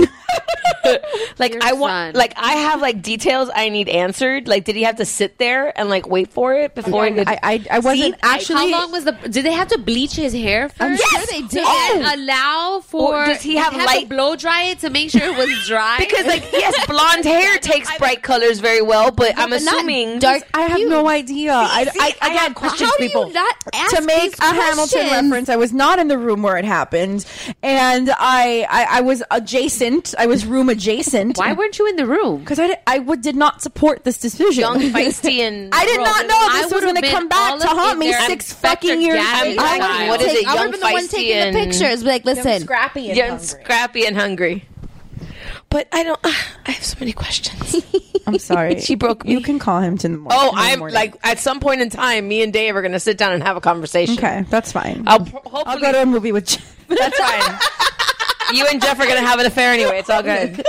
Speaker 6: like
Speaker 9: Your
Speaker 6: I want
Speaker 9: son.
Speaker 6: like I have like details I need answered. Like, did he have to sit there and like wait for it before he could?
Speaker 7: I I, I wasn't actually.
Speaker 9: How long was the? Did they have to bleach his hair first?
Speaker 10: I'm sure they did.
Speaker 9: And allow for?
Speaker 6: Or does he have
Speaker 9: did to
Speaker 6: light-
Speaker 9: blow dry it to make sure it was dry?
Speaker 6: because like yes, blonde hair takes bright colors very well, but I'm
Speaker 10: but not
Speaker 6: assuming
Speaker 10: dark
Speaker 7: I have no idea. I,
Speaker 6: See,
Speaker 7: I, I,
Speaker 6: I have
Speaker 7: had
Speaker 6: questions,
Speaker 7: questions,
Speaker 10: How do
Speaker 7: people.
Speaker 10: you not ask
Speaker 7: to make
Speaker 10: these
Speaker 7: a Hamilton
Speaker 10: questions?
Speaker 7: reference, I was not in the room where it happened, and I I, I was adjacent. I was room adjacent.
Speaker 9: why weren't you in the room?
Speaker 7: Because I did, I would, did not support this decision.
Speaker 6: young, feisty, and
Speaker 7: I did not know
Speaker 9: I
Speaker 7: this was
Speaker 9: would've
Speaker 7: going to
Speaker 9: been
Speaker 7: come back
Speaker 9: all
Speaker 7: to
Speaker 9: up
Speaker 7: haunt
Speaker 9: in
Speaker 7: me
Speaker 9: there. I'm
Speaker 7: six fucking
Speaker 9: Dr.
Speaker 7: years
Speaker 9: Gabby
Speaker 7: later.
Speaker 6: Gabby
Speaker 7: I-
Speaker 6: What is it,
Speaker 10: I
Speaker 6: young,
Speaker 10: would've been the one
Speaker 6: feisty,
Speaker 10: taking
Speaker 6: and-
Speaker 10: the pictures. Be like, listen,
Speaker 6: scrappy and hungry. scrappy and hungry. But I don't. ah, I have so many questions.
Speaker 7: I'm sorry.
Speaker 6: She broke me.
Speaker 7: You can call him to the morning.
Speaker 6: oh,
Speaker 7: in the
Speaker 6: I'm
Speaker 7: morning.
Speaker 6: like at some point in time, me and Dave are going to sit down and have a conversation.
Speaker 7: Okay, that's fine.
Speaker 6: I'll pr- hopefully
Speaker 7: I'll go to a movie with. Jeff.
Speaker 6: that's fine. you and Jeff are going to have an affair anyway. It's all good.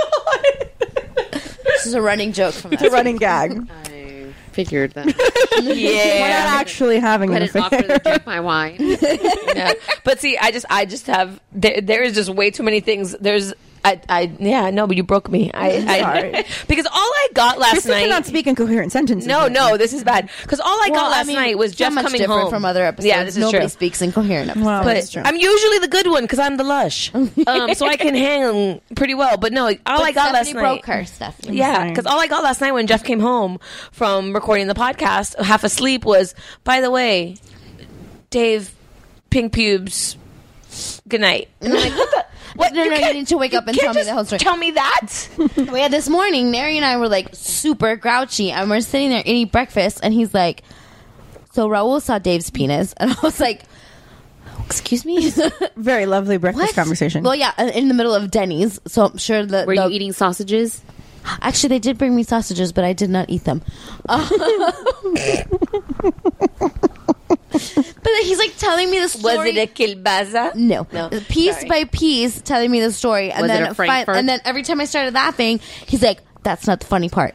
Speaker 10: this is a running joke from us.
Speaker 7: It's a running gag. We're
Speaker 9: I figured that.
Speaker 6: yeah.
Speaker 7: not actually having an
Speaker 9: Couldn't offer
Speaker 7: affair.
Speaker 9: to drink my wine.
Speaker 6: yeah. But see, I just, I just have. There, there is just way too many things. There's. I, I yeah no but you broke me I, I
Speaker 7: Sorry.
Speaker 6: because all I got last
Speaker 7: Kristen
Speaker 6: night
Speaker 7: cannot speak in coherent sentences.
Speaker 6: No, no, this is bad. Because all I
Speaker 10: Well,
Speaker 6: got last
Speaker 10: I mean,
Speaker 6: night was
Speaker 10: so
Speaker 6: Jeff
Speaker 10: much
Speaker 6: coming
Speaker 10: different
Speaker 6: home
Speaker 10: from other episodes.
Speaker 6: Yeah, this is
Speaker 10: Nobody
Speaker 6: true.
Speaker 10: speaks in coherent episodes.
Speaker 7: Wow, that's
Speaker 6: But
Speaker 7: true.
Speaker 6: I'm usually the good one because I'm the lush, um, so I can hang pretty well. But no, all I got last
Speaker 10: Stephanie
Speaker 6: night.
Speaker 10: broke her. Stephanie.
Speaker 6: Yeah,
Speaker 7: Sorry.
Speaker 6: because all I got last night when Jeff came home from recording the podcast, half asleep, was, by the way, Dave, pink pubes, Good night. And I'm like, what the?
Speaker 10: What, no, no, you need to wake up and
Speaker 6: can't
Speaker 10: tell me
Speaker 6: just
Speaker 10: the whole story.
Speaker 6: Tell me that.
Speaker 10: well, yeah, this morning, Nary and I were like super grouchy, and we're sitting there eating breakfast, and he's like, "So Raul saw Dave's penis," and I was like, "Excuse me."
Speaker 7: Very lovely breakfast conversation.
Speaker 10: well, yeah, in the middle of Denny's, so I'm sure the.
Speaker 9: Were you
Speaker 10: the-
Speaker 9: eating sausages?
Speaker 10: Actually, they did bring me sausages, but I did not eat them. Uh, but he's like telling me the story.
Speaker 6: Was it a kielbasa?
Speaker 10: No. Uh,
Speaker 6: No.
Speaker 10: piece
Speaker 6: Sorry.
Speaker 10: by piece telling me the story and
Speaker 6: Was it
Speaker 10: then
Speaker 6: a Frankfurt?
Speaker 10: and then every time I started laughing, he's like, That's not the funny part.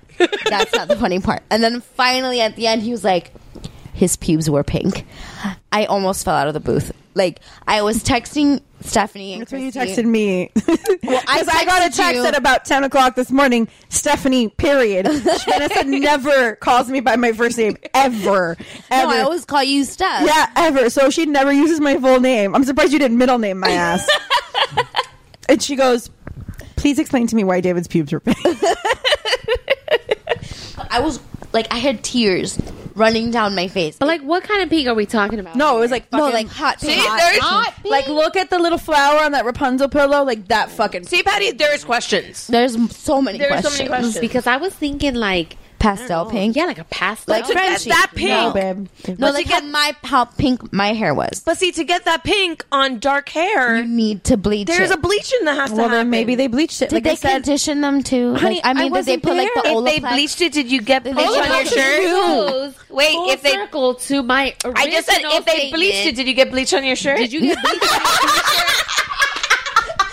Speaker 10: That's not the funny part. And then finally at the end he was like his pubes were pink. I almost fell out of the booth. Like I was texting Stephanie and
Speaker 7: That's when you
Speaker 10: Christy.
Speaker 7: texted me.
Speaker 10: I
Speaker 7: Because I got a
Speaker 10: texted
Speaker 7: text
Speaker 10: you.
Speaker 7: at about 10 o'clock this morning. Stephanie, period. Vanessa never calls me by my first name, ever. ever.
Speaker 10: No, I always call you Steph.
Speaker 7: yeah, ever. So she never uses my full name. I'm surprised you didn't middle name my ass. and she goes, Please explain to me why David's pubes were pink.
Speaker 10: I was like I had tears running down my face.
Speaker 9: But like, what kind of pig are we talking about?
Speaker 7: No, it was like
Speaker 10: no,
Speaker 7: fucking-
Speaker 10: like hot
Speaker 7: See,
Speaker 10: hot,
Speaker 7: there's-
Speaker 10: hot
Speaker 7: like look at the little flower on that Rapunzel pillow, like that fucking.
Speaker 11: See, Patty, there's questions.
Speaker 10: There's so many
Speaker 11: There's
Speaker 10: questions.
Speaker 11: so many questions.
Speaker 9: because I was thinking like
Speaker 10: Pastel pink.
Speaker 9: yeah, like a pastel.
Speaker 10: Like
Speaker 9: Like,
Speaker 10: Frenchie.
Speaker 11: that pink.
Speaker 10: No,
Speaker 7: Oh, babe.
Speaker 10: No, like how my how pink my hair was.
Speaker 11: But see, to get that pink on dark hair,
Speaker 10: You need to bleach.
Speaker 11: there's a
Speaker 10: it.
Speaker 11: bleaching that has to
Speaker 7: Well,
Speaker 11: happen.
Speaker 7: then maybe they bleached it.
Speaker 10: Did
Speaker 7: like
Speaker 10: they
Speaker 7: I said,
Speaker 10: condition them too?
Speaker 7: Honey,
Speaker 10: like, I mean,
Speaker 7: I
Speaker 10: did they put like the
Speaker 7: wasn't
Speaker 10: Olaplex?
Speaker 11: If they bleached it, did you get bleach
Speaker 10: they
Speaker 11: on your
Speaker 10: bleach
Speaker 11: shirt? Wait,
Speaker 9: Full
Speaker 11: if they-
Speaker 9: circle to my original
Speaker 11: I just said if they bleached it,
Speaker 9: statement.
Speaker 11: did you get bleach on your shirt?
Speaker 9: did you get bleached? on your shirt?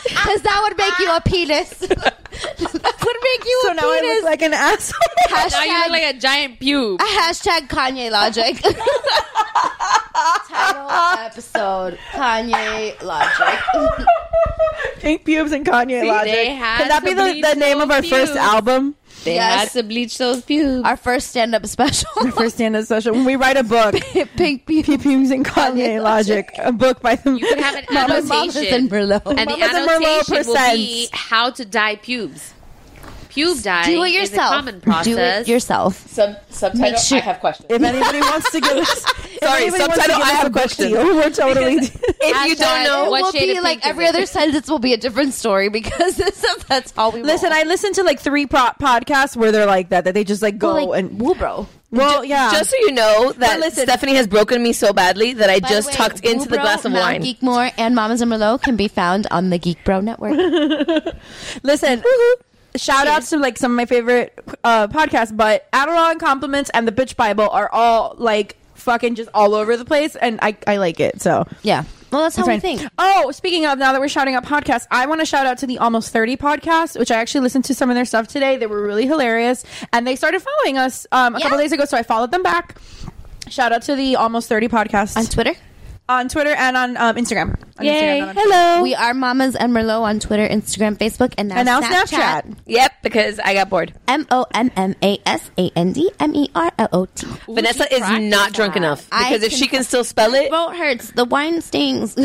Speaker 10: Because that would make you a penis. that would make you
Speaker 7: so
Speaker 10: a
Speaker 7: now
Speaker 10: penis.
Speaker 7: I look like an asshole.
Speaker 9: now you
Speaker 10: hashtag,
Speaker 9: look like a giant pube.
Speaker 10: a hashtag Kanye logic. Title episode Kanye logic.
Speaker 7: Pink pubes and Kanye logic.
Speaker 9: they had
Speaker 7: Could that be
Speaker 9: to
Speaker 7: the,
Speaker 9: bleach
Speaker 7: the name of
Speaker 9: those
Speaker 7: our first
Speaker 9: pubes.
Speaker 7: album?
Speaker 9: They
Speaker 10: Yes.
Speaker 9: had to bleach those pubes.
Speaker 10: Our first stand-up special.
Speaker 7: Our first stand-up special. When we write a book,
Speaker 10: pink pubes.
Speaker 7: Pink pubes and Kanye logic. A book by the. You
Speaker 9: could have an
Speaker 10: Mama's Mamas
Speaker 9: annotation.
Speaker 10: and Merlot.
Speaker 9: and the
Speaker 7: Mamas and Merlot
Speaker 9: annotation will be
Speaker 7: percents.
Speaker 9: how to dye pubes. Pube dye
Speaker 10: Do it
Speaker 9: is a
Speaker 10: yourself.
Speaker 9: common process.
Speaker 10: Do it yourself.
Speaker 11: Sub, subtitle,
Speaker 10: Make sure-
Speaker 11: I have questions.
Speaker 7: If anybody wants to give us,
Speaker 11: Sorry, subtitle, I have questions.
Speaker 7: questions. We're totally.
Speaker 11: If you don't
Speaker 10: Hashtag-
Speaker 11: know,
Speaker 10: it
Speaker 9: what
Speaker 10: will
Speaker 9: shade
Speaker 10: be
Speaker 9: of
Speaker 10: like
Speaker 9: pink is
Speaker 10: every
Speaker 9: it?
Speaker 10: other sentence will be a different story because this is, that's all we
Speaker 7: Listen, I listened to like three pro- podcasts where they're like that. That they just like go
Speaker 10: Well, like,
Speaker 7: and
Speaker 10: woo, bro.
Speaker 7: well, yeah.
Speaker 6: Just so you know that
Speaker 7: Um, But listen-
Speaker 6: Stephanie has broken me so badly that I just tucked into the glass of wine.
Speaker 10: Geek More and Mamas and Merlot can be found on the Geek Bro Network.
Speaker 7: Listen, shout outs to like some of my favorite uh, podcasts, but Adderall and Compliments and the Bitch Bible are all like fucking just all over the place, and I, I like it. So
Speaker 10: yeah. Well, that's how we
Speaker 7: That's
Speaker 10: think.
Speaker 7: right. Oh, speaking of, now that we're shouting out podcasts, I want to shout out to the Almost 30 podcast, which I actually listened to some of their stuff today. They were really hilarious. And they started following us um, a
Speaker 10: Yeah.
Speaker 7: couple days ago, so I followed them back. Shout out to the Almost 30 podcast
Speaker 10: On Twitter,
Speaker 7: on Twitter and on um, Instagram. On Instagram, not on-
Speaker 10: Hello. We are Mamas and Merlot on Twitter, Instagram, Facebook, and now,
Speaker 7: And now
Speaker 10: Snapchat.
Speaker 7: Snapchat.
Speaker 6: Yep, because I got bored.
Speaker 10: M O M M A S A N D M E R L O T.
Speaker 6: Vanessa is not drunk enough
Speaker 10: I
Speaker 6: because if
Speaker 10: can-
Speaker 6: she can still spell it,
Speaker 10: Throat hurts. The wine stings.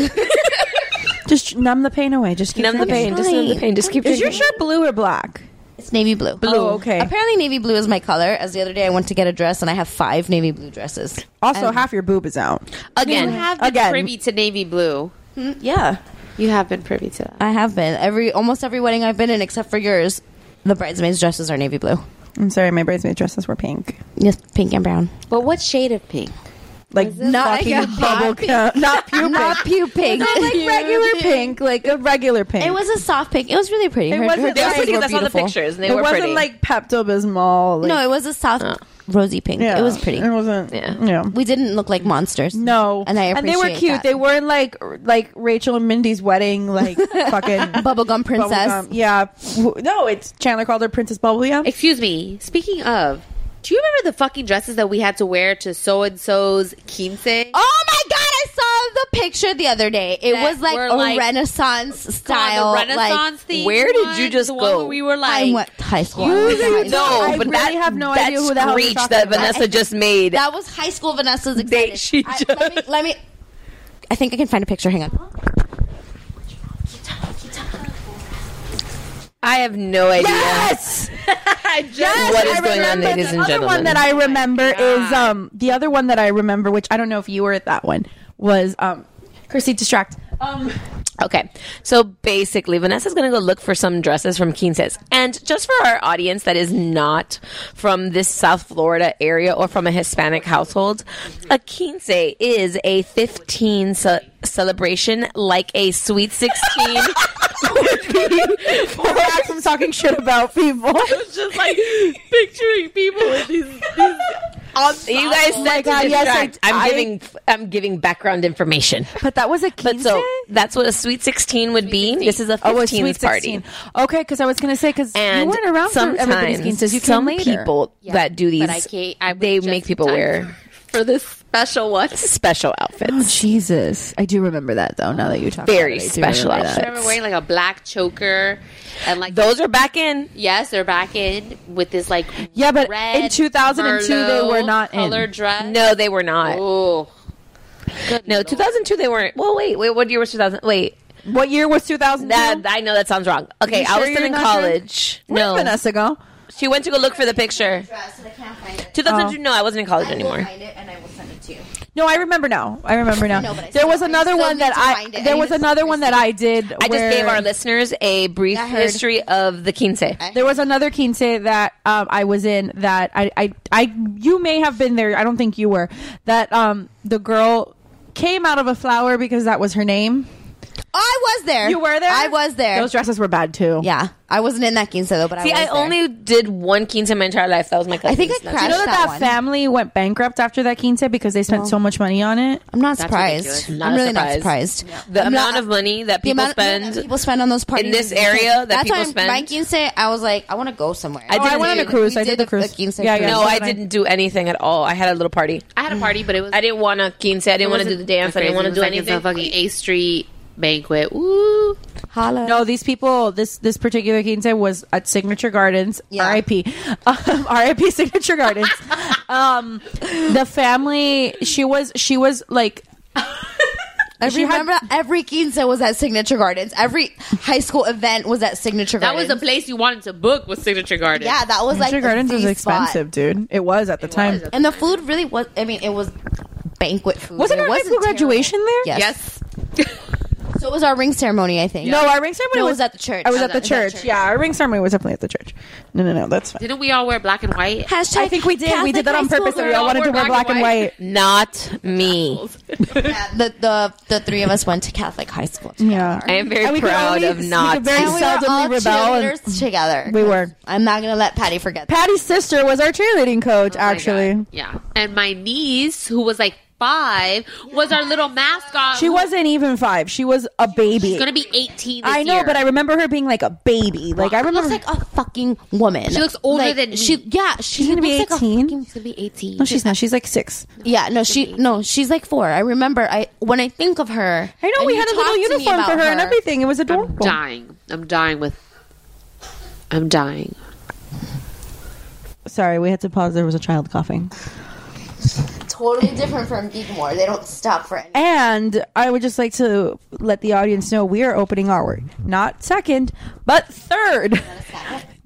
Speaker 7: Just numb the pain away. Just keep
Speaker 6: numb the pain.
Speaker 7: drinking.
Speaker 6: Just numb the
Speaker 10: fine.
Speaker 6: pain. Just keep
Speaker 7: Is your
Speaker 6: drinking.
Speaker 7: shirt blue or black?
Speaker 10: It's navy blue. Blue.
Speaker 7: Oh, okay.
Speaker 10: Apparently, navy blue is my color. As the other day, I went to get a dress and I have five navy blue dresses.
Speaker 7: Also, half your boob is out.
Speaker 9: You
Speaker 6: again.
Speaker 9: have been
Speaker 7: Again.
Speaker 9: privy to navy blue.
Speaker 10: Yeah,
Speaker 9: You have been privy to that.
Speaker 10: I have been every almost every wedding I've been in, except for yours. The bridesmaids' dresses are navy blue.
Speaker 7: I'm sorry, my bridesmaid dresses were pink.
Speaker 10: Yes, pink and brown.
Speaker 9: But what shade of pink?
Speaker 7: Like
Speaker 10: Not
Speaker 7: fucking
Speaker 10: like a hot
Speaker 7: bubble co- not pure
Speaker 10: Not
Speaker 7: pink.
Speaker 10: pew pink.
Speaker 7: Not like regular pink, like a regular pink.
Speaker 10: It was a soft pink. It was really pretty.
Speaker 7: It
Speaker 10: Her-
Speaker 7: wasn't
Speaker 10: her
Speaker 7: They were
Speaker 10: dresses
Speaker 7: pretty
Speaker 10: were
Speaker 6: Because I saw the
Speaker 10: beautiful.
Speaker 6: pictures and they
Speaker 7: it
Speaker 6: were
Speaker 7: wasn't
Speaker 6: pretty.
Speaker 7: like Pepto Bismol. Like,
Speaker 10: No, it was a soft rosy pink.
Speaker 7: yeah,
Speaker 10: It was pretty.
Speaker 7: It wasn't.
Speaker 6: Yeah.
Speaker 7: Yeah.
Speaker 10: We didn't look like monsters.
Speaker 7: No,
Speaker 10: and I appreciate
Speaker 7: they were cute.
Speaker 10: That.
Speaker 7: They weren't like like Rachel and Mindy's wedding, like fucking
Speaker 10: bubblegum princess.
Speaker 7: bubblegum. Yeah, W- no, it's Chandler called her Princess Bubblegum.
Speaker 9: Excuse me. Speaking of, do you remember the fucking dresses that we had to wear to so and so's quince?
Speaker 10: Oh my god, I saw the picture the other day. It
Speaker 9: That
Speaker 10: was like
Speaker 9: were,
Speaker 10: a
Speaker 9: like,
Speaker 10: Renaissance style.
Speaker 9: the Renaissance
Speaker 10: like,
Speaker 9: theme.
Speaker 6: where did you
Speaker 9: one,
Speaker 6: just
Speaker 9: the one
Speaker 6: go?
Speaker 9: where we were like,
Speaker 10: I went to high school. I was in high
Speaker 6: You
Speaker 10: school.
Speaker 6: know,
Speaker 7: I
Speaker 6: but
Speaker 7: really
Speaker 6: that
Speaker 7: have no
Speaker 6: that
Speaker 7: idea who the hell you're
Speaker 6: screech
Speaker 7: talking
Speaker 6: that
Speaker 7: about.
Speaker 6: Vanessa just made.
Speaker 10: That was high school Vanessa's
Speaker 6: They-
Speaker 10: excited.
Speaker 6: she
Speaker 10: I, let, me,
Speaker 6: just-
Speaker 10: let me. I think I can find a picture. Hang on.
Speaker 6: I have no idea.
Speaker 7: Yes, yes.
Speaker 6: What
Speaker 7: I
Speaker 6: is going on,
Speaker 7: remember.
Speaker 6: ladies and
Speaker 7: The other
Speaker 6: gentlemen?
Speaker 7: one that I remember
Speaker 10: Oh
Speaker 7: is um the other one that I remember, which I don't know if you were at that one, was um Chrissy distract.
Speaker 6: Um, okay. So basically, Vanessa's going to go look for some dresses from Keen Says. And just for our audience that is not from this South Florida area or from a Hispanic household, a quince is a 15 ce- celebration like a sweet 16 would be for
Speaker 7: I'm talking shit about people.
Speaker 11: just like picturing people with these. these
Speaker 6: you guys
Speaker 11: Oh
Speaker 6: said
Speaker 11: my
Speaker 6: to
Speaker 11: God, yes, I-
Speaker 6: distract. I'm
Speaker 11: I-
Speaker 6: giving I'm giving background information.
Speaker 7: But that was a
Speaker 6: But so that's what a sweet sixteen would be. This is a
Speaker 7: Oh, a
Speaker 6: 15s
Speaker 7: sweet
Speaker 6: party.
Speaker 7: 16. Okay, because I was gonna say because you
Speaker 6: And
Speaker 7: weren't around for everybody's
Speaker 6: sometimes
Speaker 7: games. You came
Speaker 6: some
Speaker 7: later.
Speaker 6: people that do
Speaker 9: but I
Speaker 6: these,
Speaker 9: can't- I was
Speaker 6: they
Speaker 9: just
Speaker 6: make people
Speaker 9: in time
Speaker 6: wear
Speaker 9: for this special one.
Speaker 6: special outfits.
Speaker 7: Oh Jesus, I do remember that though. Now that you talk,
Speaker 6: Very
Speaker 7: about it, I do
Speaker 6: special
Speaker 7: remember
Speaker 9: I
Speaker 7: that.
Speaker 9: remember wearing like a black choker and like
Speaker 6: Those are back in.
Speaker 9: Yes, they're back in with this like
Speaker 7: Yeah, but
Speaker 9: red
Speaker 7: in 2002 they were not in.
Speaker 9: color dress.
Speaker 6: No, they were not.
Speaker 9: Oh,
Speaker 6: no, 2002 they weren't. Well, wait, wait. What year was 2000? Wait,
Speaker 7: What year was 2000?
Speaker 6: that I know that sounds wrong. Okay,
Speaker 7: You
Speaker 6: I was
Speaker 7: sure
Speaker 6: still
Speaker 7: you're
Speaker 6: in
Speaker 7: not sure?
Speaker 6: college.
Speaker 7: Where did
Speaker 6: No,
Speaker 7: Vanessa go?
Speaker 6: she went to go look for the picture. 2002.
Speaker 7: Oh.
Speaker 6: No, I wasn't in college anymore.
Speaker 7: No, I remember now. I remember now.
Speaker 10: No, but I
Speaker 7: there
Speaker 10: still-
Speaker 7: was
Speaker 10: I
Speaker 7: another
Speaker 10: still
Speaker 7: one
Speaker 10: need
Speaker 7: that
Speaker 10: to
Speaker 7: I
Speaker 10: find it. I
Speaker 7: there
Speaker 10: need
Speaker 7: was
Speaker 10: to
Speaker 7: another one that I did.
Speaker 6: I just
Speaker 7: where-
Speaker 6: gave our listeners a brief
Speaker 10: I heard.
Speaker 6: history of the quince.
Speaker 7: There was another quince that um, I was in that I, I I you may have been there. I don't think you were. That um the girl came out of a flower because that was her name.
Speaker 10: I was there.
Speaker 7: You were there.
Speaker 10: I was there.
Speaker 7: Those dresses were bad too.
Speaker 10: yeah, I wasn't in that quince though, but
Speaker 6: See, I
Speaker 10: I was there.
Speaker 6: only did one quince in my entire life. That was my cousin's.
Speaker 10: think I
Speaker 6: That's-
Speaker 7: Do you know that
Speaker 10: crashed
Speaker 7: that,
Speaker 10: that one.
Speaker 7: family went bankrupt after that quince because they spent so much money on it?
Speaker 10: I'm not surprised.
Speaker 9: ridiculous.
Speaker 10: I'm
Speaker 6: Not a
Speaker 10: really not
Speaker 6: surprise.
Speaker 10: surprised.
Speaker 6: The
Speaker 10: I'm
Speaker 6: amount
Speaker 10: not-
Speaker 6: of money that people
Speaker 10: amount of money
Speaker 6: spend.
Speaker 10: that people spend on those parties
Speaker 6: this
Speaker 10: is insane.
Speaker 6: area that
Speaker 10: That's
Speaker 6: people
Speaker 10: why
Speaker 6: spend?
Speaker 10: My quince, I was like, I want to go somewhere.
Speaker 6: I Oh, didn't I went
Speaker 7: on a
Speaker 10: We
Speaker 7: cruise. I did the cruise.
Speaker 10: quince
Speaker 7: Yeah, yeah.
Speaker 10: cruise.
Speaker 6: no,
Speaker 7: That's
Speaker 6: I
Speaker 7: what I-
Speaker 6: didn't do anything at all. I had a little party.
Speaker 9: I had a party, but it was
Speaker 6: I didn't want to quince. I didn't want to do the dance. I didn't want to do anything.
Speaker 9: It's a fucking A Street banquet. Woo!
Speaker 10: Holla.
Speaker 7: No, these people. This this particular quince was at Signature Gardens.
Speaker 10: Yeah.
Speaker 7: R.I.P. Um, R.I.P. Signature Gardens. um, the family. She was. She was like.
Speaker 10: I
Speaker 7: she had-
Speaker 10: remember every quince was at Signature Gardens. Every high school event was at Signature
Speaker 9: That was
Speaker 10: Gardens.
Speaker 9: the place you wanted to book with Signature Garden.
Speaker 10: Yeah, that was like
Speaker 7: Signature Gardens
Speaker 10: the
Speaker 7: was
Speaker 10: spot.
Speaker 7: expensive, dude. It was at the time.
Speaker 9: was.
Speaker 10: and the food really was. I mean, it was banquet food.
Speaker 7: Wasn't
Speaker 10: it
Speaker 7: our high
Speaker 10: wasn't
Speaker 7: school graduation
Speaker 10: terrible.
Speaker 7: there?
Speaker 9: Yes.
Speaker 10: Yes. So it was our ring ceremony, I think.
Speaker 7: No, Oh, our ring ceremony
Speaker 10: No, it
Speaker 7: was,
Speaker 10: was at the church.
Speaker 7: I was
Speaker 10: Oh,
Speaker 7: at the
Speaker 10: that- that
Speaker 7: church. Yeah, our ring ceremony was definitely at the church. No, no, no, that's fine.
Speaker 9: Didn't we all wear black and white? Oh
Speaker 10: Hashtag
Speaker 7: I think we did. we
Speaker 10: Catholic
Speaker 7: did that on
Speaker 10: high school
Speaker 7: purpose. That we
Speaker 10: girl.
Speaker 7: all wanted to wear black and white.
Speaker 6: Not me.
Speaker 10: Yeah, the, the the three of us went to Catholic high school. Together.
Speaker 7: Yeah,
Speaker 6: I am very
Speaker 7: And we could
Speaker 6: proud
Speaker 7: only-
Speaker 6: of
Speaker 7: Mm. we could
Speaker 6: not.
Speaker 7: very
Speaker 10: And we were
Speaker 7: seldomly
Speaker 10: all
Speaker 7: rebel and-
Speaker 10: cheerleaders together.
Speaker 7: We were.
Speaker 10: I'm not gonna let Patty forget. that.
Speaker 7: Patty's sister was our cheerleading coach,
Speaker 9: Oh my
Speaker 7: actually.
Speaker 9: God. Yeah. And my niece, who was like five, was our little mascot.
Speaker 7: She wasn't even five. She was a baby.
Speaker 9: She's gonna be eighteen. This
Speaker 7: I know,
Speaker 9: year.
Speaker 7: but I remember her being like a baby. Like I
Speaker 10: She
Speaker 7: remember
Speaker 10: looks like a fucking woman.
Speaker 9: She looks older
Speaker 10: Like,
Speaker 9: than me.
Speaker 10: she. Yeah, she
Speaker 7: She's gonna be
Speaker 10: looks like a
Speaker 7: 18?
Speaker 10: fucking- she's gonna be eighteen.
Speaker 7: No, she's not. She's like six.
Speaker 10: yeah, no, she no, she's like four. I remember. I when I think of her,
Speaker 7: I know
Speaker 10: and
Speaker 7: we
Speaker 10: you
Speaker 7: had a little
Speaker 10: talked to me
Speaker 7: uniform for her,
Speaker 10: about
Speaker 7: and everything. It was adorable.
Speaker 9: dying. I'm dying with. I'm dying.
Speaker 7: Sorry, we had to pause. There was a child coughing.
Speaker 10: Totally different from Geekmore. They don't stop for anything.
Speaker 7: And I would just like to let the audience know we are opening our not second, but third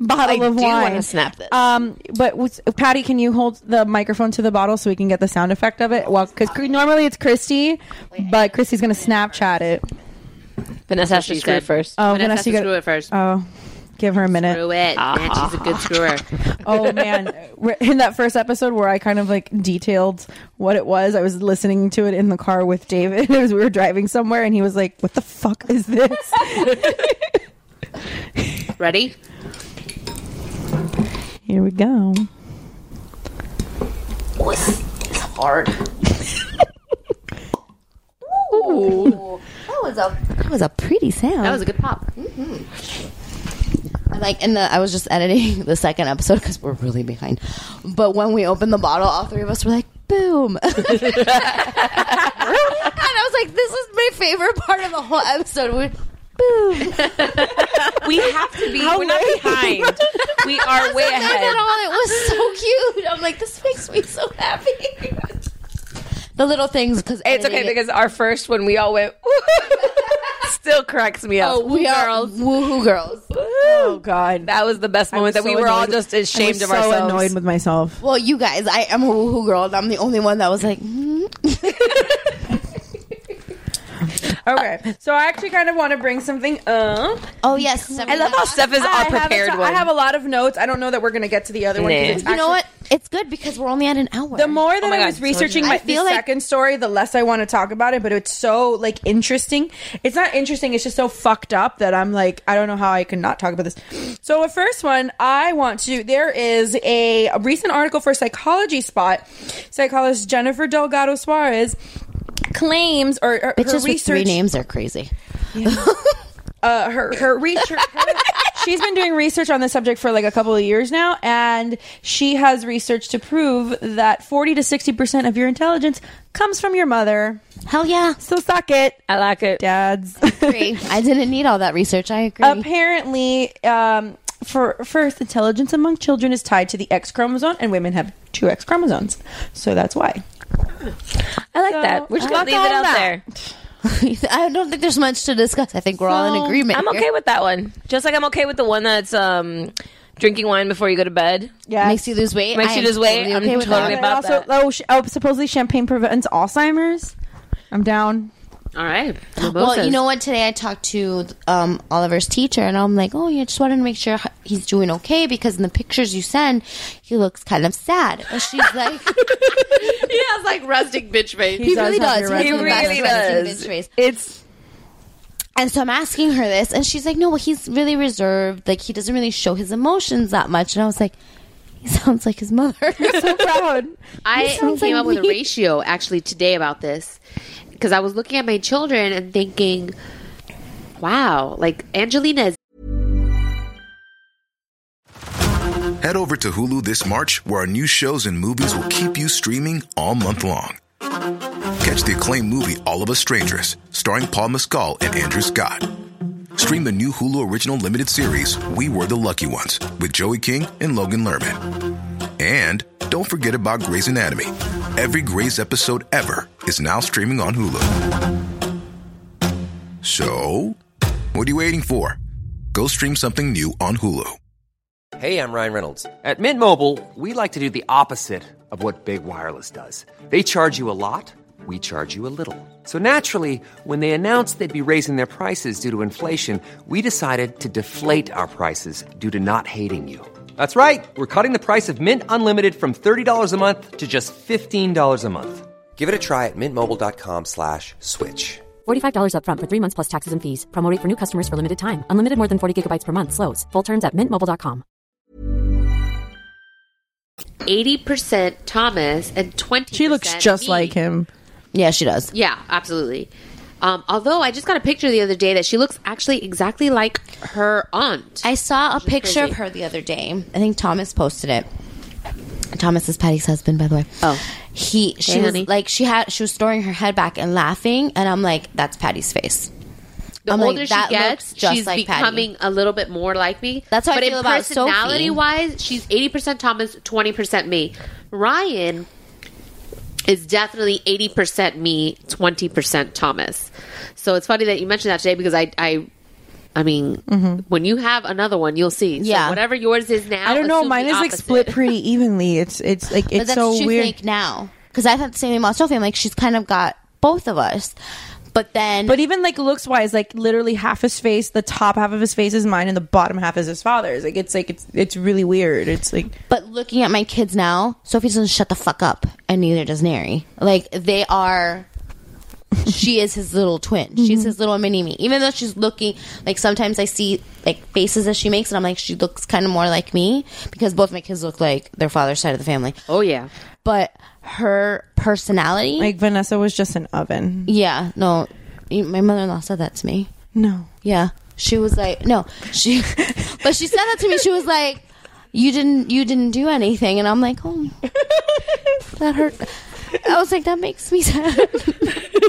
Speaker 7: bottle
Speaker 6: I
Speaker 7: of
Speaker 6: do
Speaker 7: wine.
Speaker 6: wanna snap this.
Speaker 7: Um, but was- Patty, can you hold the microphone to the bottle so we can get the sound effect of it? Well, because normally it's Christy, but Christy's gonna Snapchat it.
Speaker 6: Vanessa has to
Speaker 9: she
Speaker 6: screw
Speaker 9: said.
Speaker 6: first.
Speaker 7: Oh,
Speaker 9: Vanessa
Speaker 7: Vanessa,
Speaker 9: has to
Speaker 7: you got
Speaker 9: screw it first.
Speaker 7: Oh, give her a minute.
Speaker 9: Screw it.
Speaker 7: Ah.
Speaker 9: Man, she's a good screwer.
Speaker 7: oh man We're- in that first episode where i kind of like detailed what it was i was listening to it in the car with david as we were driving somewhere and he was like what the fuck is this
Speaker 9: Ready?
Speaker 7: here we go
Speaker 10: It's hard. Ooh. That was a that was a pretty sound.
Speaker 9: That was a good pop.
Speaker 10: like in the I was just editing the second episode because we're really behind. But when we opened the bottle, all three of us were like, "Boom!" and I was like, "This is my favorite part of the whole episode." We, boom.
Speaker 6: We have to be. we're not behind. We are way
Speaker 10: And
Speaker 6: ahead.
Speaker 10: then all it was so cute. I'm like, "This makes me so happy." the little things because
Speaker 6: It's okay because our first one we all went still cracks me up.
Speaker 10: we are girls. woohoo girls.
Speaker 7: oh god
Speaker 6: that was the best moment that we were all just ashamed
Speaker 7: I was
Speaker 6: of
Speaker 7: so
Speaker 6: ourselves.
Speaker 7: annoyed with myself
Speaker 10: Well, you guys, I am a woohoo girl, and I'm the only one that was like, "Hmm."
Speaker 7: Okay, so I actually kind of want to bring something up.
Speaker 10: Oh yes,
Speaker 6: I love how Steph is
Speaker 7: I
Speaker 6: a
Speaker 7: have a
Speaker 6: prepared
Speaker 7: ton-
Speaker 6: one.
Speaker 7: I have a lot of notes. I don't know that we're going to get to the other one. 'cause
Speaker 6: Nah.
Speaker 7: it's
Speaker 10: You know
Speaker 7: actually-
Speaker 10: what? It's good because we're only at an hour.
Speaker 7: The more that
Speaker 10: my
Speaker 7: I
Speaker 10: God,
Speaker 7: was
Speaker 10: so
Speaker 7: researching
Speaker 10: good.
Speaker 7: my
Speaker 10: I feel
Speaker 7: the
Speaker 10: like-
Speaker 7: second story, the less I want to talk about it. But it's so like interesting. It's not interesting. It's just so fucked up that I'm like, I don't know how I can not talk about this. So the first one I want to. There is a, a recent article for Psychology Spot. Psychologist Jennifer Delgado Suarez claims or, or her
Speaker 10: bitches with three
Speaker 7: research
Speaker 10: names are crazy.
Speaker 7: uh, her her research. her- she's been doing research on this subject for like a couple of years now, and she has research to prove that forty to sixty percent of your intelligence comes from your mother.
Speaker 10: Hell yeah!
Speaker 7: So suck it.
Speaker 6: I like it.
Speaker 7: Dads.
Speaker 10: I didn't need all that research. I agree.
Speaker 7: Apparently, um, for first, intelligence among children is tied to the X chromosome, and women have two X chromosomes, so that's why.
Speaker 6: I like that. We're just gonna leave it out there.
Speaker 10: I don't think there's much to discuss. I think we're all in agreement.
Speaker 6: I'm okay with that one. Just like I'm okay with the one that's um drinking wine before you go to bed.
Speaker 7: Yeah,
Speaker 10: Makes you lose weight.
Speaker 6: Makes
Speaker 10: I
Speaker 6: you
Speaker 10: am
Speaker 6: lose weight.
Speaker 10: totally
Speaker 6: I'm
Speaker 10: okay with that.
Speaker 6: totally about
Speaker 7: also,
Speaker 6: that.
Speaker 7: oh, sh- oh, supposedly champagne prevents Alzheimer's. I'm down.
Speaker 9: All right.
Speaker 10: Well, you know what? Today I talked to um, Oliver's teacher, and I'm like, "Oh, yeah, just wanted to make sure h- he's doing okay because in the pictures you send, he looks kind of sad." And she's like,
Speaker 9: He has like rustic bitch face.
Speaker 10: "He really
Speaker 7: have
Speaker 10: does.
Speaker 7: your
Speaker 10: He
Speaker 7: resume.
Speaker 10: really does."
Speaker 6: It's
Speaker 10: And so I'm asking her this, and she's like, "No, well, he's really reserved. Like he doesn't really show his emotions that much." And I was like, "He sounds like his mother."
Speaker 7: So proud.
Speaker 9: I
Speaker 10: sounds
Speaker 9: came
Speaker 10: like
Speaker 9: up with a
Speaker 10: me.
Speaker 9: ratio actually today about this because I was looking at my children and thinking, wow, like Angelina is
Speaker 12: Head over to Hulu this March, where our new shows and movies will keep you streaming all month long. Catch the acclaimed movie All of Us Strangers, starring Paul Mescal and Andrew Scott. Stream the new Hulu original limited series We Were the Lucky Ones with Joey King and Logan Lerman. And don't forget about Grey's Anatomy. Every Grey's episode ever is now streaming on Hulu. So, what are you waiting for? Go stream something new on Hulu.
Speaker 13: Hey, I'm Ryan Reynolds. At Mint Mobile, we like to do the opposite of what Big Wireless does. They charge you a lot, we charge you a little. So naturally, when they announced they'd be raising their prices due to inflation, we decided to deflate our prices due to not hating you. That's right. We're cutting the price of Mint Unlimited from $30 a month to just $15 a month. Give it a try at mintmobile.com slash switch.
Speaker 14: $45 upfront for three months plus taxes and fees. Promo rate for new customers for limited time. Unlimited more than 40 gigabytes per month. Slows. Full terms at mintmobile.com.
Speaker 9: 80% Thomas and 20
Speaker 7: She looks just like him.
Speaker 10: Yeah, she does.
Speaker 9: Yeah, absolutely. Um, although I just got a picture the other day that she looks actually exactly like her aunt.
Speaker 10: I saw a picture of
Speaker 9: crazy.
Speaker 10: her the other day. I think Thomas posted it. Thomas is Patty's husband, by the way. Oh, he she was
Speaker 9: honey.
Speaker 10: like she had she was throwing her head back and laughing, and I'm like, that's Patty's face.
Speaker 9: The
Speaker 10: I'm like,
Speaker 9: older
Speaker 10: "That
Speaker 9: she gets,
Speaker 10: looks just
Speaker 9: she's
Speaker 10: like Patty."
Speaker 9: becoming a little bit more like me.
Speaker 10: That's how I
Speaker 9: but
Speaker 10: feel
Speaker 9: in
Speaker 10: about Sophie.
Speaker 9: personality wise, she's eighty percent Thomas, twenty percent me. Ryan is definitely eighty percent me, twenty percent Thomas. So it's funny that you mentioned that today because I, I, I mean,
Speaker 10: Mm-hmm.
Speaker 9: when you have another one, you'll see. So
Speaker 7: Yeah.
Speaker 9: whatever yours is now.
Speaker 7: I don't know.
Speaker 9: assume
Speaker 7: Mine
Speaker 9: the
Speaker 7: is like
Speaker 9: opposite.
Speaker 7: split pretty evenly. It's it's like
Speaker 10: but
Speaker 7: it's
Speaker 10: that's
Speaker 7: so
Speaker 10: what you
Speaker 7: weird.
Speaker 10: think now because I thought the same about Sophie. I'm like, she's kind of got both of us, but then
Speaker 7: But even like looks wise, like literally half his face, the top half of his face is mine, and the bottom half is his father's. Like it's like it's it's really weird. It's like
Speaker 10: But looking at my kids now, Sophie doesn't shut the fuck up, and neither does Neri. Like they are. she is his little twin. She's his little mini me. Even though she's looking like sometimes I see like faces that she makes, and I'm like, she looks kind of more like me because both my kids look like their father's side of the family.
Speaker 9: Oh yeah.
Speaker 10: But her personality,
Speaker 7: like Vanessa was just an oven.
Speaker 10: yeah, no, you- my mother in law said that to me.
Speaker 7: No,
Speaker 10: Yeah. She was like, no, she, but she said that to me. She was like, you didn't, you didn't do anything. And I'm like, oh, that hurt. I was like, that makes me sad.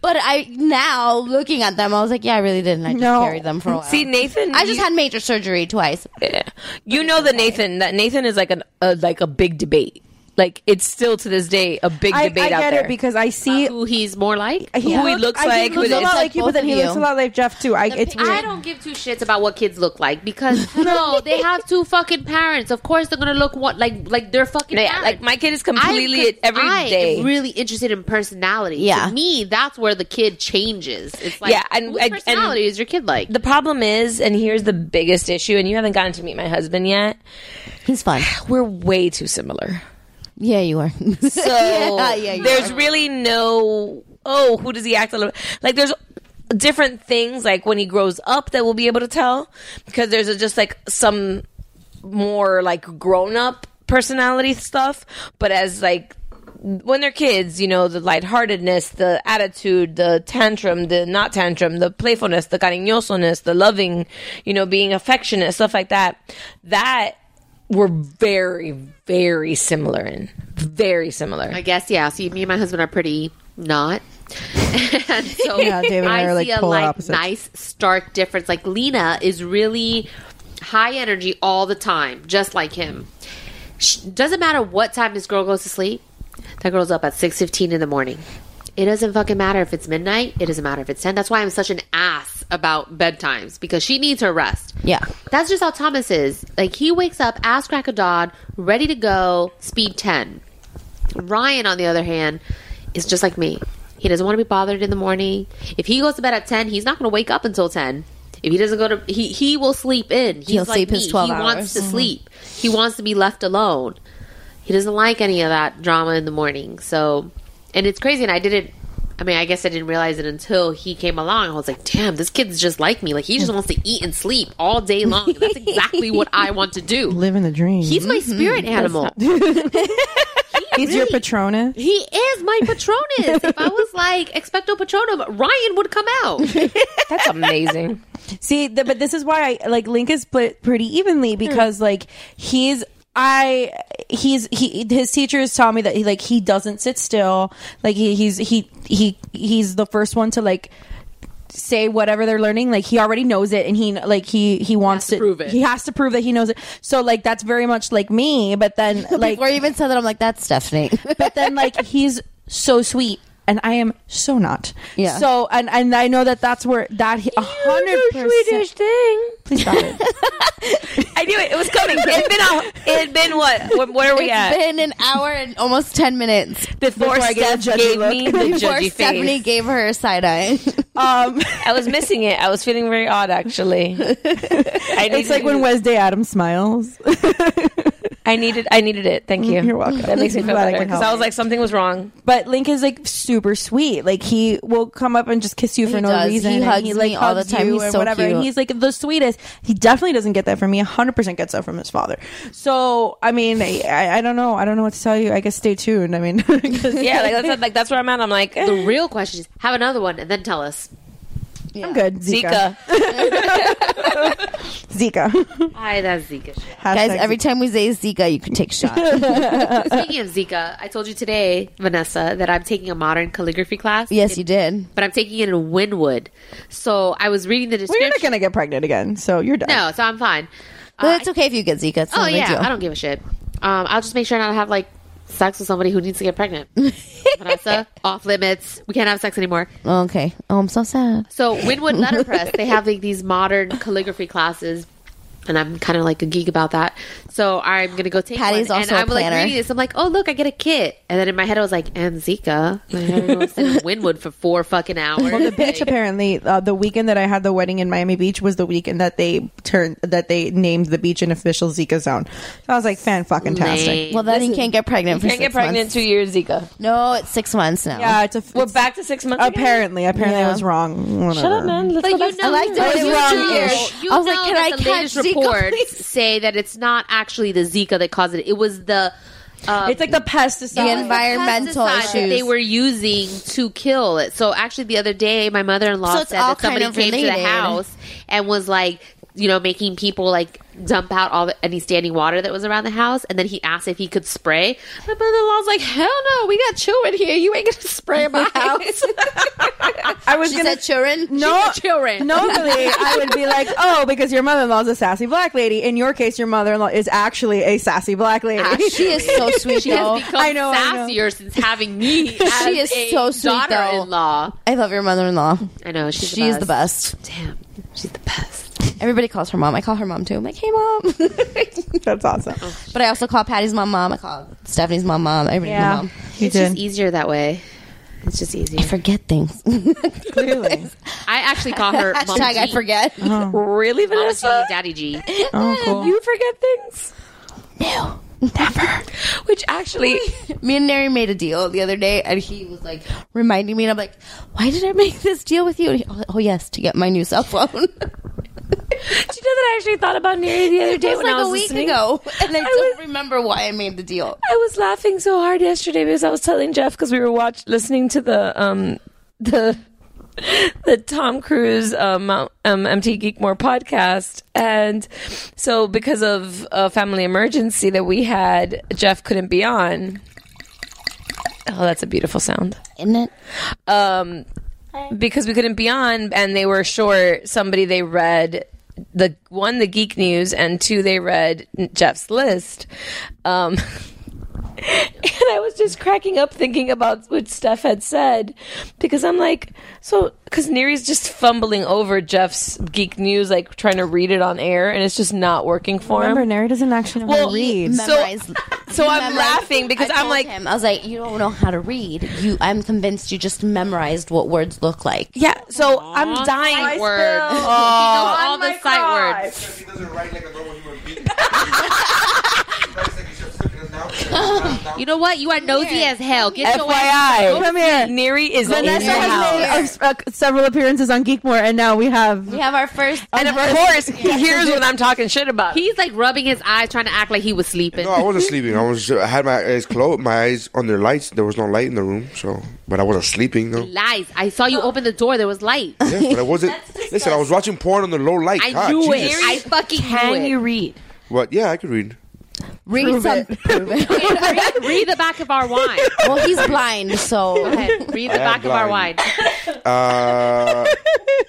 Speaker 10: but I, now looking at them, I was like, yeah, I really didn't. I just
Speaker 6: No.
Speaker 10: carried them for a while.
Speaker 6: See, Nathan,
Speaker 10: I just
Speaker 6: you-
Speaker 10: had major surgery twice.
Speaker 6: you know the Nathan that Nathan is like an uh, like a big debate. Like it's still to this day a big
Speaker 7: I, I
Speaker 6: debate
Speaker 7: get
Speaker 6: out there.
Speaker 7: it because I see
Speaker 9: who he's more like.
Speaker 6: Who he looks like,
Speaker 7: He looks
Speaker 6: but
Speaker 7: a lot
Speaker 6: it's-
Speaker 7: like you, but
Speaker 9: both
Speaker 7: then
Speaker 9: of
Speaker 7: he looks a
Speaker 9: you.
Speaker 7: lot like Jeff too. I, it's weird.
Speaker 9: I don't give two shits about what kids look like because no, they have two fucking parents. Of course, they're gonna look what like like their fucking
Speaker 6: Yeah,
Speaker 9: parents.
Speaker 6: like, my kid is completely
Speaker 9: I, 'cause
Speaker 6: every
Speaker 9: I
Speaker 6: day.
Speaker 9: Am really interested in personality.
Speaker 6: Yeah.
Speaker 9: to me, that's where the kid changes. It's like
Speaker 6: yeah, and
Speaker 9: whose
Speaker 6: and-
Speaker 9: personality
Speaker 6: and
Speaker 9: is your kid like?
Speaker 6: The problem is, and here's the biggest issue, and you haven't gotten to meet my husband yet.
Speaker 10: He's fun.
Speaker 6: We're way too similar.
Speaker 10: Yeah, you are.
Speaker 6: So there's really no oh, who does he act a little like there's different things like when he grows up that we'll be able to tell because there's a, just like some more like grown up personality stuff, but as like when they're kids, you know, the lightheartedness, the attitude, the tantrum, the not tantrum, the playfulness, the cariñosohness, the loving, you know, being affectionate, stuff like that. That we're very, very similar in. Very similar.
Speaker 9: I guess yeah. So me and my husband are pretty not. and so
Speaker 7: Yeah, David and I
Speaker 9: I,
Speaker 7: are, like,
Speaker 9: see a
Speaker 7: polar
Speaker 9: like
Speaker 7: opposites.
Speaker 9: nice stark difference. Like Lena is really high energy all the time, just like him. Sh doesn't matter what time this girl goes to sleep. That girl's up at six fifteen in the morning. It doesn't fucking matter if it's midnight. It doesn't matter if it's ten. That's why I'm such an ass about bedtimes because she needs her rest.
Speaker 10: Yeah.
Speaker 9: That's just how Thomas is. Like he wakes up ass crack of dawn, ready to go, speed ten. Ryan, on the other hand, is just like me. He doesn't want to be bothered in the morning. If he goes to bed at ten, he's not going to wake up until ten. If he doesn't go to, he he will sleep in. He's
Speaker 10: He'll
Speaker 9: like
Speaker 10: sleep his
Speaker 9: me.
Speaker 10: 12
Speaker 9: He
Speaker 10: hours.
Speaker 9: wants to
Speaker 10: Mhm.
Speaker 9: sleep. He wants to be left alone. He doesn't like any of that drama in the morning. So, and it's crazy. And I didn't. I mean, I guess I didn't realize it until he came along. I was like, "Damn, this kid's just like me. Like he just wants to eat and sleep all day long. And That's exactly what I want to do.
Speaker 7: Living the dream.
Speaker 9: He's my spirit animal.
Speaker 7: He's your patronus.
Speaker 9: He is my patronus. if I was like expecto patronum, Ryan would come out.
Speaker 6: That's amazing.
Speaker 7: See, th- but this is why I like Link is split pretty evenly because like he's I he's he his teachers taught me that he like he doesn't sit still. Like he, he's he he he's the first one to like say whatever they're learning like he already knows it and he like he he wants to, prove it he has to prove that he knows it so like that's very much like me but then like
Speaker 10: Before you even said that, I'm like, that's Stephanie.
Speaker 7: but then like he's so sweet and I am so not.
Speaker 10: Yeah.
Speaker 7: So and and I know that that's where that a hundred percent Swedish
Speaker 6: thing.
Speaker 7: Please stop it.
Speaker 6: I knew it. It was coming. It had been, a, it had been what? What- Where are we
Speaker 10: It's
Speaker 6: at?
Speaker 10: been an hour and almost 10 minutes
Speaker 6: Before
Speaker 10: I get a
Speaker 6: Steph
Speaker 10: judgy
Speaker 6: gave
Speaker 10: look.
Speaker 6: me the
Speaker 10: Before
Speaker 6: judgy face.
Speaker 10: Stephanie gave her a side eye.
Speaker 7: Um,
Speaker 6: I was missing it. I was feeling very odd, actually. I
Speaker 7: it's like
Speaker 6: needed-
Speaker 7: when Wednesday Adams smiles.
Speaker 6: I needed. I needed it. Thank you.
Speaker 7: Mm, You're welcome.
Speaker 6: That makes me
Speaker 7: I'm
Speaker 6: feel
Speaker 7: glad I
Speaker 6: better
Speaker 7: can
Speaker 6: because
Speaker 7: help.
Speaker 6: I was like something was wrong.
Speaker 7: But Link is like super sweet. Like he will come up and just kiss you for
Speaker 10: He
Speaker 7: no
Speaker 10: does.
Speaker 7: reason.
Speaker 10: He
Speaker 7: and
Speaker 10: hugs me all the
Speaker 7: hugs
Speaker 10: time.
Speaker 7: you
Speaker 10: He's
Speaker 7: and
Speaker 10: so
Speaker 7: And
Speaker 10: cute.
Speaker 7: he's like the sweetest. He definitely doesn't get that from me. hundred percent gets that from his father. So I mean, I, I don't know. I don't know what to tell you. I guess stay tuned. I mean, 'cause-
Speaker 6: Yeah, like that's like that's where I'm at. I'm like
Speaker 9: The real question is, have another one and then tell us.
Speaker 7: I'm good.
Speaker 6: Zika.
Speaker 7: Zika.
Speaker 9: Hi, that's Zika. shit.
Speaker 10: Guys, every time we say Zika, you can take shots.
Speaker 9: Speaking of Zika, I told you today, Vanessa, that I'm taking a modern calligraphy class.
Speaker 10: yes, you did.
Speaker 9: But I'm taking it in Winwood. So I was reading the
Speaker 7: Well,
Speaker 9: description.
Speaker 7: you're not gonna get pregnant again, so you're done.
Speaker 9: No, so I'm fine.
Speaker 10: But it's okay if you get Zika. It's
Speaker 9: Uh, oh
Speaker 10: not a big
Speaker 9: yeah,
Speaker 10: deal.
Speaker 9: I don't give a shit. Um, I'll just make sure not to have like sex with somebody who needs to get pregnant. Vanessa, off limits. We can't have sex anymore.
Speaker 10: Oh, okay. Oh, I'm so sad.
Speaker 9: So Winwood Letterpress, they have like these modern calligraphy classes. And I'm kind of like a geek about that, so I'm gonna go take
Speaker 10: Patty's
Speaker 9: one.
Speaker 10: also a
Speaker 9: and I'm like
Speaker 10: planner.
Speaker 9: reading this. I'm like, oh look, I get a kit. And then in my head, I was like, and Zika, My head was in Winwood for four fucking hours.
Speaker 7: Well, the beach apparently uh, the weekend that I had the wedding in Miami Beach was the weekend that they turned that they named the beach an official Zika zone. So I was like, fan fucking tastic.
Speaker 10: Well, then you can't get pregnant for
Speaker 6: Can't get
Speaker 10: six
Speaker 6: pregnant
Speaker 10: months.
Speaker 6: two years Zika.
Speaker 10: No, it's six months now.
Speaker 7: Yeah, Uh, it's a,
Speaker 6: We're back to six months.
Speaker 7: apparently, apparently I
Speaker 10: Yeah.
Speaker 7: was wrong.
Speaker 6: Shut up, man. Let's go
Speaker 9: But
Speaker 6: back
Speaker 9: you
Speaker 6: to-
Speaker 9: know,
Speaker 10: I liked it.
Speaker 9: but
Speaker 10: It was
Speaker 9: you
Speaker 10: wrong.
Speaker 9: know- Oh, You
Speaker 10: I was
Speaker 9: know
Speaker 10: like, can
Speaker 9: that
Speaker 10: I
Speaker 9: the
Speaker 10: catch
Speaker 9: latest
Speaker 10: Zika,
Speaker 9: reports
Speaker 10: please?
Speaker 9: say that it's not actually the Zika that caused it. It was the um,
Speaker 7: It's like the pesticide.
Speaker 10: The
Speaker 9: pesticide
Speaker 10: environmental
Speaker 9: that
Speaker 10: issues.
Speaker 9: they were using to kill it. So actually, the other day, my mother in law
Speaker 10: So it's
Speaker 9: said
Speaker 10: all
Speaker 9: that somebody
Speaker 10: kind of
Speaker 9: came to
Speaker 10: related.
Speaker 9: the house and was like, you know, making people like dump out all the, any standing water that was around the house, and then he asked if he could spray. My brother-in-law's like, "Hell no, we got children here. You ain't gonna spray my house."
Speaker 10: I was gonna children.
Speaker 7: No,
Speaker 9: She said children.
Speaker 7: Normally, I would be like, "Oh, because your mother-in-law is a sassy black lady." In your case, your mother-in-law is actually a sassy black lady.
Speaker 10: she is so sweet.
Speaker 9: She
Speaker 10: though.
Speaker 9: has become
Speaker 10: I know, I know.
Speaker 9: sassier since having me. as
Speaker 10: she is
Speaker 9: a
Speaker 10: so sweet.
Speaker 9: Daughter-in-law.
Speaker 10: Though. I love your mother-in-law.
Speaker 9: I know she's the
Speaker 10: she's the best.
Speaker 9: Damn, she's the best.
Speaker 10: Everybody calls her mom. I call her mom too. I'm like, hey mom.
Speaker 7: That's awesome.
Speaker 9: Oh,
Speaker 10: But I also call Patty's mom mom. I call Stephanie's mom mom. Everybody's my
Speaker 9: Yeah.
Speaker 10: mom.
Speaker 9: You It's just did. easier that way. It's just easier. I
Speaker 10: forget things.
Speaker 7: Clearly,
Speaker 9: I actually call her
Speaker 10: Hashtag
Speaker 9: Mom
Speaker 10: I
Speaker 9: G.
Speaker 10: forget.
Speaker 7: Oh.
Speaker 6: Really,
Speaker 9: Mama G,
Speaker 6: Vanessa?
Speaker 9: Daddy G.
Speaker 7: Oh, cool.
Speaker 6: You forget things.
Speaker 10: Which actually, me and Nary made a deal the other day, and he was like reminding me, and I'm like, "Why did I make this deal with you?" And he, oh, oh, yes, to get my new cell phone. It
Speaker 6: Do you know that I actually thought about Neri the other day
Speaker 10: was
Speaker 6: when
Speaker 10: like
Speaker 6: I was
Speaker 10: a week
Speaker 6: listening?
Speaker 10: ago, and I,
Speaker 6: I
Speaker 10: don't remember why I made the deal.
Speaker 6: I was laughing so hard yesterday because I was telling Jeff because we were watch listening to the um the the Tom Cruise um, um MT Geekmore podcast, and so because of a family emergency that we had, Jeff couldn't be on. Oh, that's a beautiful sound,
Speaker 10: isn't it?
Speaker 6: Um, because we couldn't be on, and they were short. Somebody they read the one the geek news, and two they read Jeff's list. Um, and I was just cracking up thinking about what Steph had said because I'm like, so because Neri's just fumbling over Jeff's geek news, like trying to read it on air, and it's just not working for
Speaker 7: Remember,
Speaker 6: him.
Speaker 7: Neri doesn't actually know how to read.
Speaker 6: so- so I'm laughing because
Speaker 10: I
Speaker 6: I'm
Speaker 10: told
Speaker 6: like-
Speaker 10: him, I was like, you don't know how to read. You, I'm convinced you just memorized what words look like.
Speaker 6: Yeah, so I'm
Speaker 9: Sight
Speaker 6: dying.
Speaker 9: words.
Speaker 6: Oh.
Speaker 9: He knows all the sight words. You know what? You are nosy as hell. Get your ass.
Speaker 6: FYI,
Speaker 7: Come here.
Speaker 6: Neri is in
Speaker 7: Vanessa
Speaker 6: your house.
Speaker 7: has made uh, several appearances on Geekmore, and now we have.
Speaker 10: We have our first.
Speaker 6: And of course, he hears when I'm talking shit about him.
Speaker 9: He's like rubbing his eyes, trying to act like he was sleeping.
Speaker 15: No, I wasn't sleeping. I was I had my eyes closed, my eyes on their lights. There was no light in the room, so but I wasn't sleeping though.
Speaker 9: Lies. I saw you open the door. There was light.
Speaker 15: Yeah, but I wasn't. listen, I was watching porn on the low light.
Speaker 9: I
Speaker 15: God,
Speaker 9: knew it.
Speaker 15: Jesus.
Speaker 9: I fucking knew it.
Speaker 6: read?
Speaker 15: What? Yeah, I could read.
Speaker 10: Read some.
Speaker 9: read, read the back of our wine.
Speaker 10: Well, Oh, he's blind, so
Speaker 9: Go ahead. Read the
Speaker 15: I am
Speaker 9: back of our wine.
Speaker 15: blind. Uh,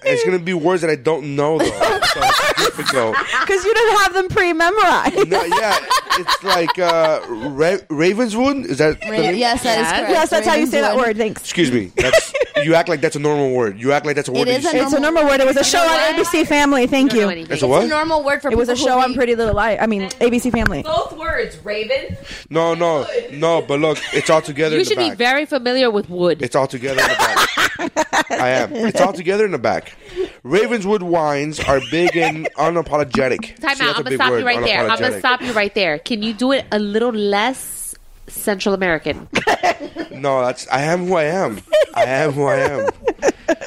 Speaker 15: it's gonna be words that I don't know though. So it's difficult.
Speaker 7: Because you didn't have them pre memorized.
Speaker 15: No, yeah, it's like uh, Ra- Ravenswood. Is that the name?
Speaker 10: yes, that is correct.
Speaker 7: Yes, that's how you say that
Speaker 10: Ravenswood.
Speaker 7: word. Thanks.
Speaker 15: Excuse me. That's you act like that's a normal word. You act like that's a word.
Speaker 10: It
Speaker 15: that
Speaker 10: is
Speaker 15: you
Speaker 10: a
Speaker 15: say.
Speaker 7: It's a normal word. It was a show on ABC Family. Thank you.
Speaker 15: It's a what?
Speaker 10: It's a normal word for
Speaker 7: It was a
Speaker 10: people who
Speaker 7: show on
Speaker 10: read.
Speaker 7: Pretty Little Lies. I mean, ABC Family.
Speaker 6: Both words, Raven.
Speaker 15: No, no, no. But look, it's all together
Speaker 9: You
Speaker 15: in the
Speaker 9: should be
Speaker 15: back.
Speaker 9: very familiar with wood.
Speaker 15: it's all together in the back. I am. It's all together in the back. Ravenswood wines are big and unapologetic.
Speaker 9: Time
Speaker 15: See, that's
Speaker 9: out.
Speaker 15: a
Speaker 9: I'm gonna
Speaker 15: big
Speaker 9: stop
Speaker 15: word,
Speaker 9: you right there. I'm gonna
Speaker 15: unapologetic.
Speaker 9: stop you right there. Can you do it a little less Central American?
Speaker 15: No, that's. I am who I am. I am who I am.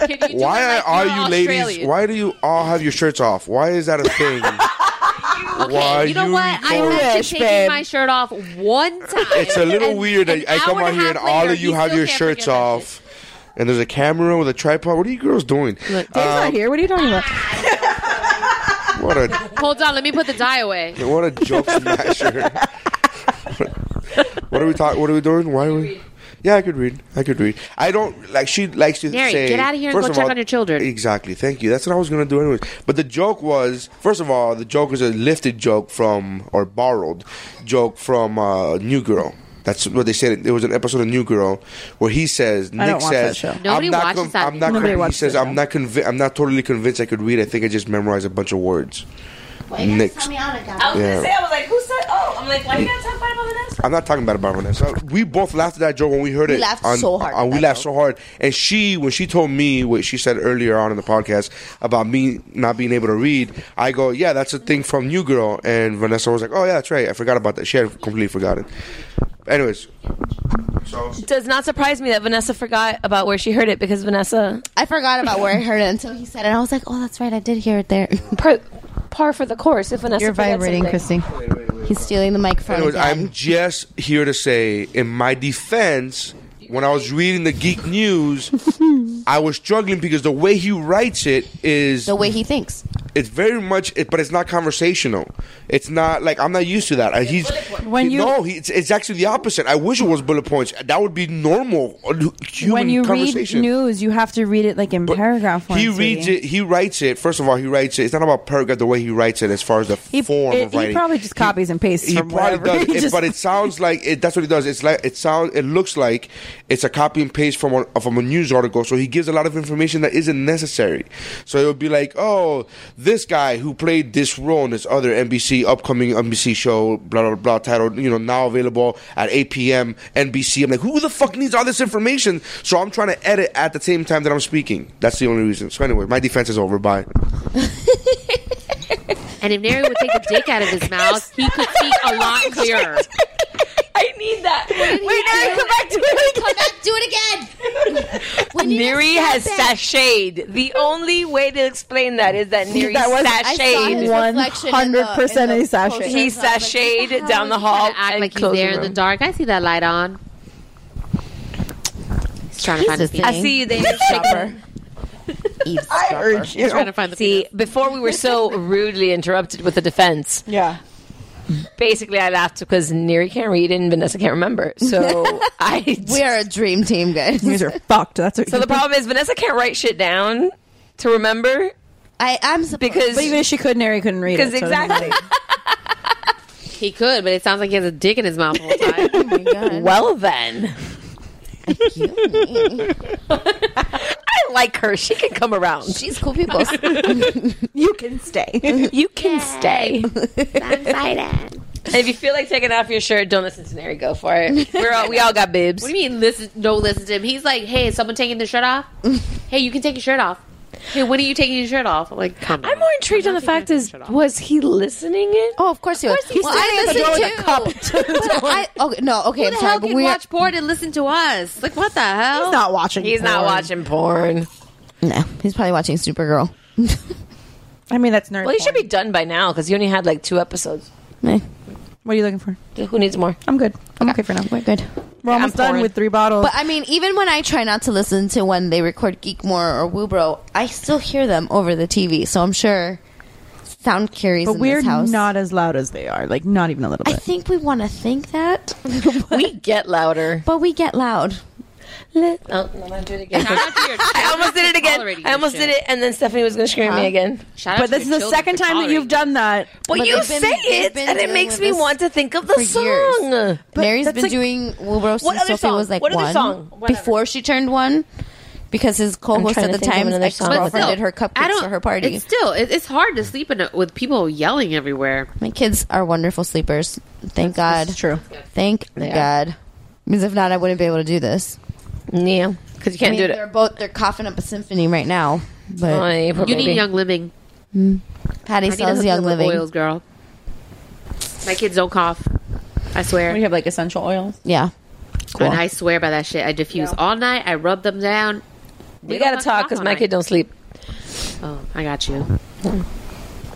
Speaker 9: Can you do
Speaker 15: Why
Speaker 9: it like
Speaker 15: are
Speaker 9: you're
Speaker 15: you ladies?
Speaker 9: Australian?
Speaker 15: Why do you all have your shirts off? Why is that a thing? Why
Speaker 9: You know
Speaker 15: you
Speaker 9: what? I
Speaker 15: go-
Speaker 9: mentioned
Speaker 7: English,
Speaker 9: taking
Speaker 7: babe.
Speaker 9: my shirt off one time.
Speaker 15: It's a little weird that I
Speaker 9: hour
Speaker 15: come out
Speaker 9: and a
Speaker 15: here and
Speaker 9: half
Speaker 15: all
Speaker 9: later,
Speaker 15: of you
Speaker 9: you
Speaker 15: have
Speaker 9: still
Speaker 15: your
Speaker 9: can't
Speaker 15: shirts
Speaker 9: forget that
Speaker 15: off, and there's a camera with a tripod. What are you girls doing?
Speaker 7: Dave's not
Speaker 15: Um,
Speaker 7: here. What are you talking about?
Speaker 15: What a
Speaker 9: Hold on, let me put the dye away.
Speaker 15: what a joke smasher. what are we talking? What are we doing? Why are we? Yeah, I could read. I could read. I don't like. She likes to
Speaker 9: Mary,
Speaker 15: say.
Speaker 9: get outta here and
Speaker 15: first
Speaker 9: go
Speaker 15: of
Speaker 9: check
Speaker 15: all-
Speaker 9: on your children.
Speaker 15: Exactly. Thank you. That's what I was gonna do anyways. But the joke was, first of all, the joke is a lifted joke from or borrowed joke from uh, New Girl. That's what they said. There was an episode of New Girl where he says,
Speaker 7: don't
Speaker 15: Nick
Speaker 7: watch
Speaker 15: says,
Speaker 7: that show.
Speaker 9: Nobody
Speaker 15: I'm not,
Speaker 9: watches that.
Speaker 15: I'm not
Speaker 7: Nobody
Speaker 15: con- he
Speaker 7: watches
Speaker 15: says,
Speaker 7: that
Speaker 15: I'm not convi- I'm not totally convinced I could read. I think I just memorized a bunch of words. Nick.
Speaker 6: I was
Speaker 15: Yeah.
Speaker 6: gonna say, I was like, who said? Oh, I'm like, why you gotta talk about Vanessa?
Speaker 15: I'm not talking bad about Vanessa. We both laughed at that joke when we heard
Speaker 10: We
Speaker 15: it.
Speaker 10: laughed
Speaker 15: on-
Speaker 10: so hard
Speaker 15: on-
Speaker 10: at
Speaker 15: we
Speaker 10: that
Speaker 15: laughed so hard. And she, when she told me what she said earlier on in the podcast about me not being able to read, I go, "Yeah, that's a thing from New Girl." And Vanessa was like, "Oh yeah, that's right. I forgot about that. She had completely forgotten." Anyways, so
Speaker 6: Does not surprise me that Vanessa forgot about where she heard it because Vanessa
Speaker 10: I forgot about where I heard it until he said it. I was like, oh, that's right. I did hear it there.
Speaker 6: par, par for the course. If Vanessa,
Speaker 7: You're
Speaker 6: forgets
Speaker 7: vibrating,
Speaker 6: something.
Speaker 7: Christy.
Speaker 10: He's stealing the microphone.
Speaker 15: Anyways,
Speaker 10: again.
Speaker 15: I'm just here to say, in my defense, when I was reading the Geek News, I was struggling because the way he writes it is
Speaker 10: the way he thinks.
Speaker 15: it's very much, it, but it's not conversational. It's not like I'm not used to that. Uh, He's
Speaker 7: When
Speaker 15: he-
Speaker 7: you-
Speaker 15: no, he, it's, it's actually the opposite. I wish it was bullet points. That would be normal uh, human
Speaker 7: when you read
Speaker 15: conversation.
Speaker 7: news, eh? you have to read it like in paragraph form.
Speaker 15: he reads
Speaker 7: sweetie.
Speaker 15: it. He writes it. First of all, he writes it. It's not about paragraph the way he writes it, as far as the
Speaker 7: He,
Speaker 15: form
Speaker 7: it-
Speaker 15: of
Speaker 7: he
Speaker 15: writing.
Speaker 7: probably just copies and pastes
Speaker 15: He
Speaker 7: from
Speaker 15: probably
Speaker 7: whatever.
Speaker 15: does,
Speaker 7: He
Speaker 15: it-
Speaker 7: just-
Speaker 15: but it sounds like it. That's what he does. It's like it sounds. It looks like it's a copy and paste from a, from a news article. So he gives a lot of information that isn't necessary. So it would be like, oh, this guy who played this role in this other NBC upcoming NBC show, blah blah blah, titled you know now available at 8 p.m. NBC. I'm like, who the fuck needs all this information? So I'm trying to edit at the same time that I'm speaking. That's the only reason. So anyway, my defense is over. Bye.
Speaker 9: And if Neri would take the dick out of his mouth, he could speak a lot clearer.
Speaker 6: I need that.
Speaker 10: Wait, Neri, come back, do it again. Come back, do it again.
Speaker 6: Neri has
Speaker 10: that.
Speaker 6: sashayed. The only way to explain that is that Neri
Speaker 7: That was- I saw
Speaker 6: sashayed.
Speaker 7: his reflection in the- 100% in the he sashayed. poster,
Speaker 6: He
Speaker 7: so I was
Speaker 6: sashayed down the hall.
Speaker 9: Act
Speaker 6: and
Speaker 9: like he's
Speaker 6: closed
Speaker 9: there in the
Speaker 6: room.
Speaker 9: dark. I see that light on. He's trying to find his
Speaker 6: I see you there.
Speaker 7: I urge you.
Speaker 9: trying to find the
Speaker 6: See, before we were so rudely interrupted with the defense.
Speaker 7: Yeah.
Speaker 6: Basically, I laughed because Neri can't read and Vanessa can't remember. So I.
Speaker 10: We are a dream team, guys.
Speaker 7: You guys are fucked. That's what
Speaker 6: So the problem is Vanessa can't write shit down to remember.
Speaker 10: I am
Speaker 6: because
Speaker 7: But even if she could, Neri couldn't read
Speaker 6: because
Speaker 7: it. so it doesn't
Speaker 6: exactly.
Speaker 9: He could, but it sounds like he has a dick in his mouth the whole time.
Speaker 6: Well then. I like her. She can come around.
Speaker 10: She's cool people.
Speaker 7: you can stay.
Speaker 6: you can stay.
Speaker 10: I'm excited.
Speaker 6: And if you feel like taking off your shirt, don't listen to Neri. Go for it. We're all, we all got bibs.
Speaker 9: What do you mean? Listen, don't listen to him. He's like, "Hey, is someone taking their shirt off? hey, you can take your shirt off. Hey, when are you taking your shirt off?" I'm like, "Come on."
Speaker 6: I'm more intrigued on the fact is, was he listening in?
Speaker 10: Oh, of course you. Of
Speaker 6: he
Speaker 10: well,
Speaker 6: said
Speaker 10: I
Speaker 6: he had to
Speaker 10: listen
Speaker 6: go with
Speaker 10: to.
Speaker 6: a cup
Speaker 10: But I, okay, no, okay.
Speaker 9: Who
Speaker 10: I'm
Speaker 9: the
Speaker 10: sorry,
Speaker 9: hell
Speaker 10: but
Speaker 9: can
Speaker 10: we
Speaker 9: watch porn and listen to us? Like, what the hell?
Speaker 7: He's not watching.
Speaker 6: He's not
Speaker 7: porn.
Speaker 6: watching porn.
Speaker 10: No, he's probably watching Supergirl.
Speaker 7: I mean, that's nerd.
Speaker 6: Well, he
Speaker 7: porn.
Speaker 6: should be done by now because he only had like two episodes.
Speaker 7: What are you looking for?
Speaker 6: Who needs more?
Speaker 7: I'm good. I'm okay, for now. We're
Speaker 10: good.
Speaker 7: We're almost done
Speaker 6: pouring.
Speaker 7: with three bottles.
Speaker 10: But I mean, even when I try not to listen to when they record Geekmore or Woobro, I still hear them over the TV. So I'm sure sound carries.
Speaker 7: But
Speaker 10: in
Speaker 7: we're
Speaker 10: this house.
Speaker 7: not as loud as they are. Like not even a little
Speaker 10: I
Speaker 7: bit.
Speaker 10: think we want to think that,
Speaker 6: We get louder.
Speaker 10: but we get loud.
Speaker 6: Oh, no, I'm gonna do it again. I almost did it again. I almost did it, and then Stephanie was going to scream at me again.
Speaker 9: Shout out
Speaker 7: But
Speaker 9: to
Speaker 7: this is
Speaker 9: your
Speaker 7: the
Speaker 9: children
Speaker 7: second
Speaker 9: for
Speaker 7: time that you've
Speaker 9: tolerating
Speaker 7: done that.
Speaker 6: But,
Speaker 10: But
Speaker 6: you
Speaker 10: they've
Speaker 6: say
Speaker 10: been- they've
Speaker 6: it,
Speaker 10: been
Speaker 6: and it
Speaker 10: dealing
Speaker 6: makes
Speaker 10: with
Speaker 6: me
Speaker 10: this
Speaker 6: want to think of the
Speaker 10: for years.
Speaker 6: song.
Speaker 10: But Mary's
Speaker 6: that's
Speaker 10: been
Speaker 6: like-
Speaker 10: doing Woobro
Speaker 6: What
Speaker 10: since
Speaker 6: other
Speaker 10: Sophie
Speaker 6: song?
Speaker 10: was like
Speaker 6: What other
Speaker 10: one
Speaker 6: song? Whatever.
Speaker 10: before she turned one. Because his co-host
Speaker 6: trying to
Speaker 10: at the
Speaker 6: think of
Speaker 10: time,
Speaker 6: another song.
Speaker 9: it. But
Speaker 10: ex-girlfriend,
Speaker 9: still,
Speaker 10: did her
Speaker 9: I
Speaker 10: cupcakes
Speaker 9: don't-
Speaker 10: for her party.
Speaker 9: It's still, it, it's hard to sleep in a, with people yelling everywhere.
Speaker 10: My kids are wonderful sleepers. Thank God.
Speaker 7: It's true.
Speaker 10: Thank God. Because if not, I wouldn't be able to do this.
Speaker 6: Yeah, because you can't
Speaker 10: I mean,
Speaker 6: do
Speaker 10: They're
Speaker 6: it.
Speaker 10: both they're coughing up a symphony right now. But
Speaker 6: Oh, you
Speaker 9: You need Young Living.
Speaker 10: Patty
Speaker 9: I need to
Speaker 10: sells
Speaker 9: hook
Speaker 10: Young
Speaker 9: them up with
Speaker 10: Living.
Speaker 9: oils, girl. My kids don't cough. I swear.
Speaker 7: We have like essential oils.
Speaker 10: Yeah. Cool.
Speaker 9: And I swear by that shit. I diffuse all night. I rub them down.
Speaker 6: We gotta talk because my kid don't sleep.
Speaker 9: Oh, I got you.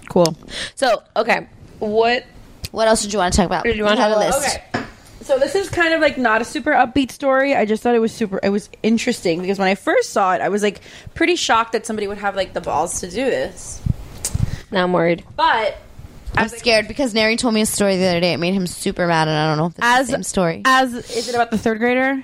Speaker 7: Cool.
Speaker 6: So okay, what
Speaker 10: What else did you want to talk about?
Speaker 6: did you want to
Speaker 10: have a
Speaker 6: talk about?
Speaker 10: list?
Speaker 6: Okay.
Speaker 7: So this is kind of like not a super upbeat story. I just thought it was super. It was interesting because when I first saw it, I was like pretty shocked that somebody would have like the balls to do this.
Speaker 6: Now I'm worried.
Speaker 7: But
Speaker 10: I'm scared because Neri told me a story the other day. It made him super mad, and I don't know if it's
Speaker 7: as
Speaker 10: the same story.
Speaker 7: as is it about the third grader?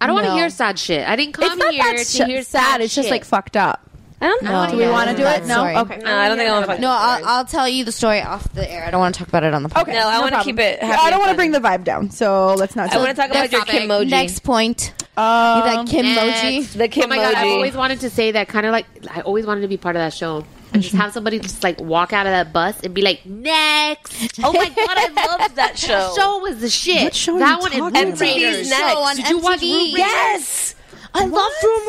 Speaker 9: I don't want
Speaker 10: No.
Speaker 9: to hear sad shit. I didn't come
Speaker 7: it's not
Speaker 9: here
Speaker 7: that
Speaker 9: to
Speaker 7: sh-
Speaker 9: hear
Speaker 7: sad.
Speaker 9: sad.
Speaker 7: It's just
Speaker 9: shit.
Speaker 7: like fucked up.
Speaker 6: I don't
Speaker 10: No,
Speaker 6: know.
Speaker 7: Do we
Speaker 10: yeah,
Speaker 7: want to do
Speaker 10: that's
Speaker 7: it?
Speaker 10: a
Speaker 7: No.
Speaker 10: bad story.
Speaker 7: Okay.
Speaker 6: No, Uh, I don't think I want to.
Speaker 10: no, I'll, I'll tell you the story off the air. I don't want to talk about it on the podcast.
Speaker 7: Okay.
Speaker 6: No, I wanna
Speaker 7: problem.
Speaker 6: keep it
Speaker 7: Yeah,
Speaker 6: happy
Speaker 7: I don't
Speaker 6: and
Speaker 7: want to
Speaker 6: fun.
Speaker 7: bring the vibe down. So let's not.
Speaker 6: I want to talk about your
Speaker 9: topic.
Speaker 6: Kimoji.
Speaker 10: Next point.
Speaker 7: Um,
Speaker 10: you like Kimoji?
Speaker 9: Next.
Speaker 6: The
Speaker 9: Oh my god, I've
Speaker 6: Kimoji.
Speaker 9: always wanted to say that. Kind of like I always wanted to be part of that show. And just have somebody just like walk out of that bus and be like, next. Oh my god, I loved that show. show was the shit.
Speaker 7: What show are
Speaker 9: that
Speaker 7: you
Speaker 9: one
Speaker 7: talking
Speaker 9: and Room
Speaker 7: about?
Speaker 9: Raiders.
Speaker 6: MTV's next.
Speaker 10: Show on
Speaker 9: Did you watch
Speaker 10: MTV?
Speaker 9: Room Raiders?
Speaker 6: Yes.
Speaker 10: I love Room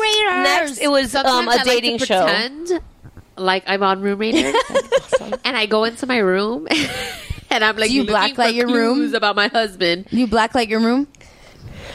Speaker 6: Next,
Speaker 10: Raiders.
Speaker 6: it was um,
Speaker 9: Sometimes I
Speaker 6: a
Speaker 9: like to
Speaker 6: dating show.
Speaker 9: pretend Like I'm on Room Raiders, and I go into my room, and I'm like,
Speaker 10: Do you
Speaker 9: looking
Speaker 10: blacklight
Speaker 9: for
Speaker 10: your
Speaker 9: clues
Speaker 10: room?
Speaker 9: about my husband.
Speaker 10: you blacklight your room.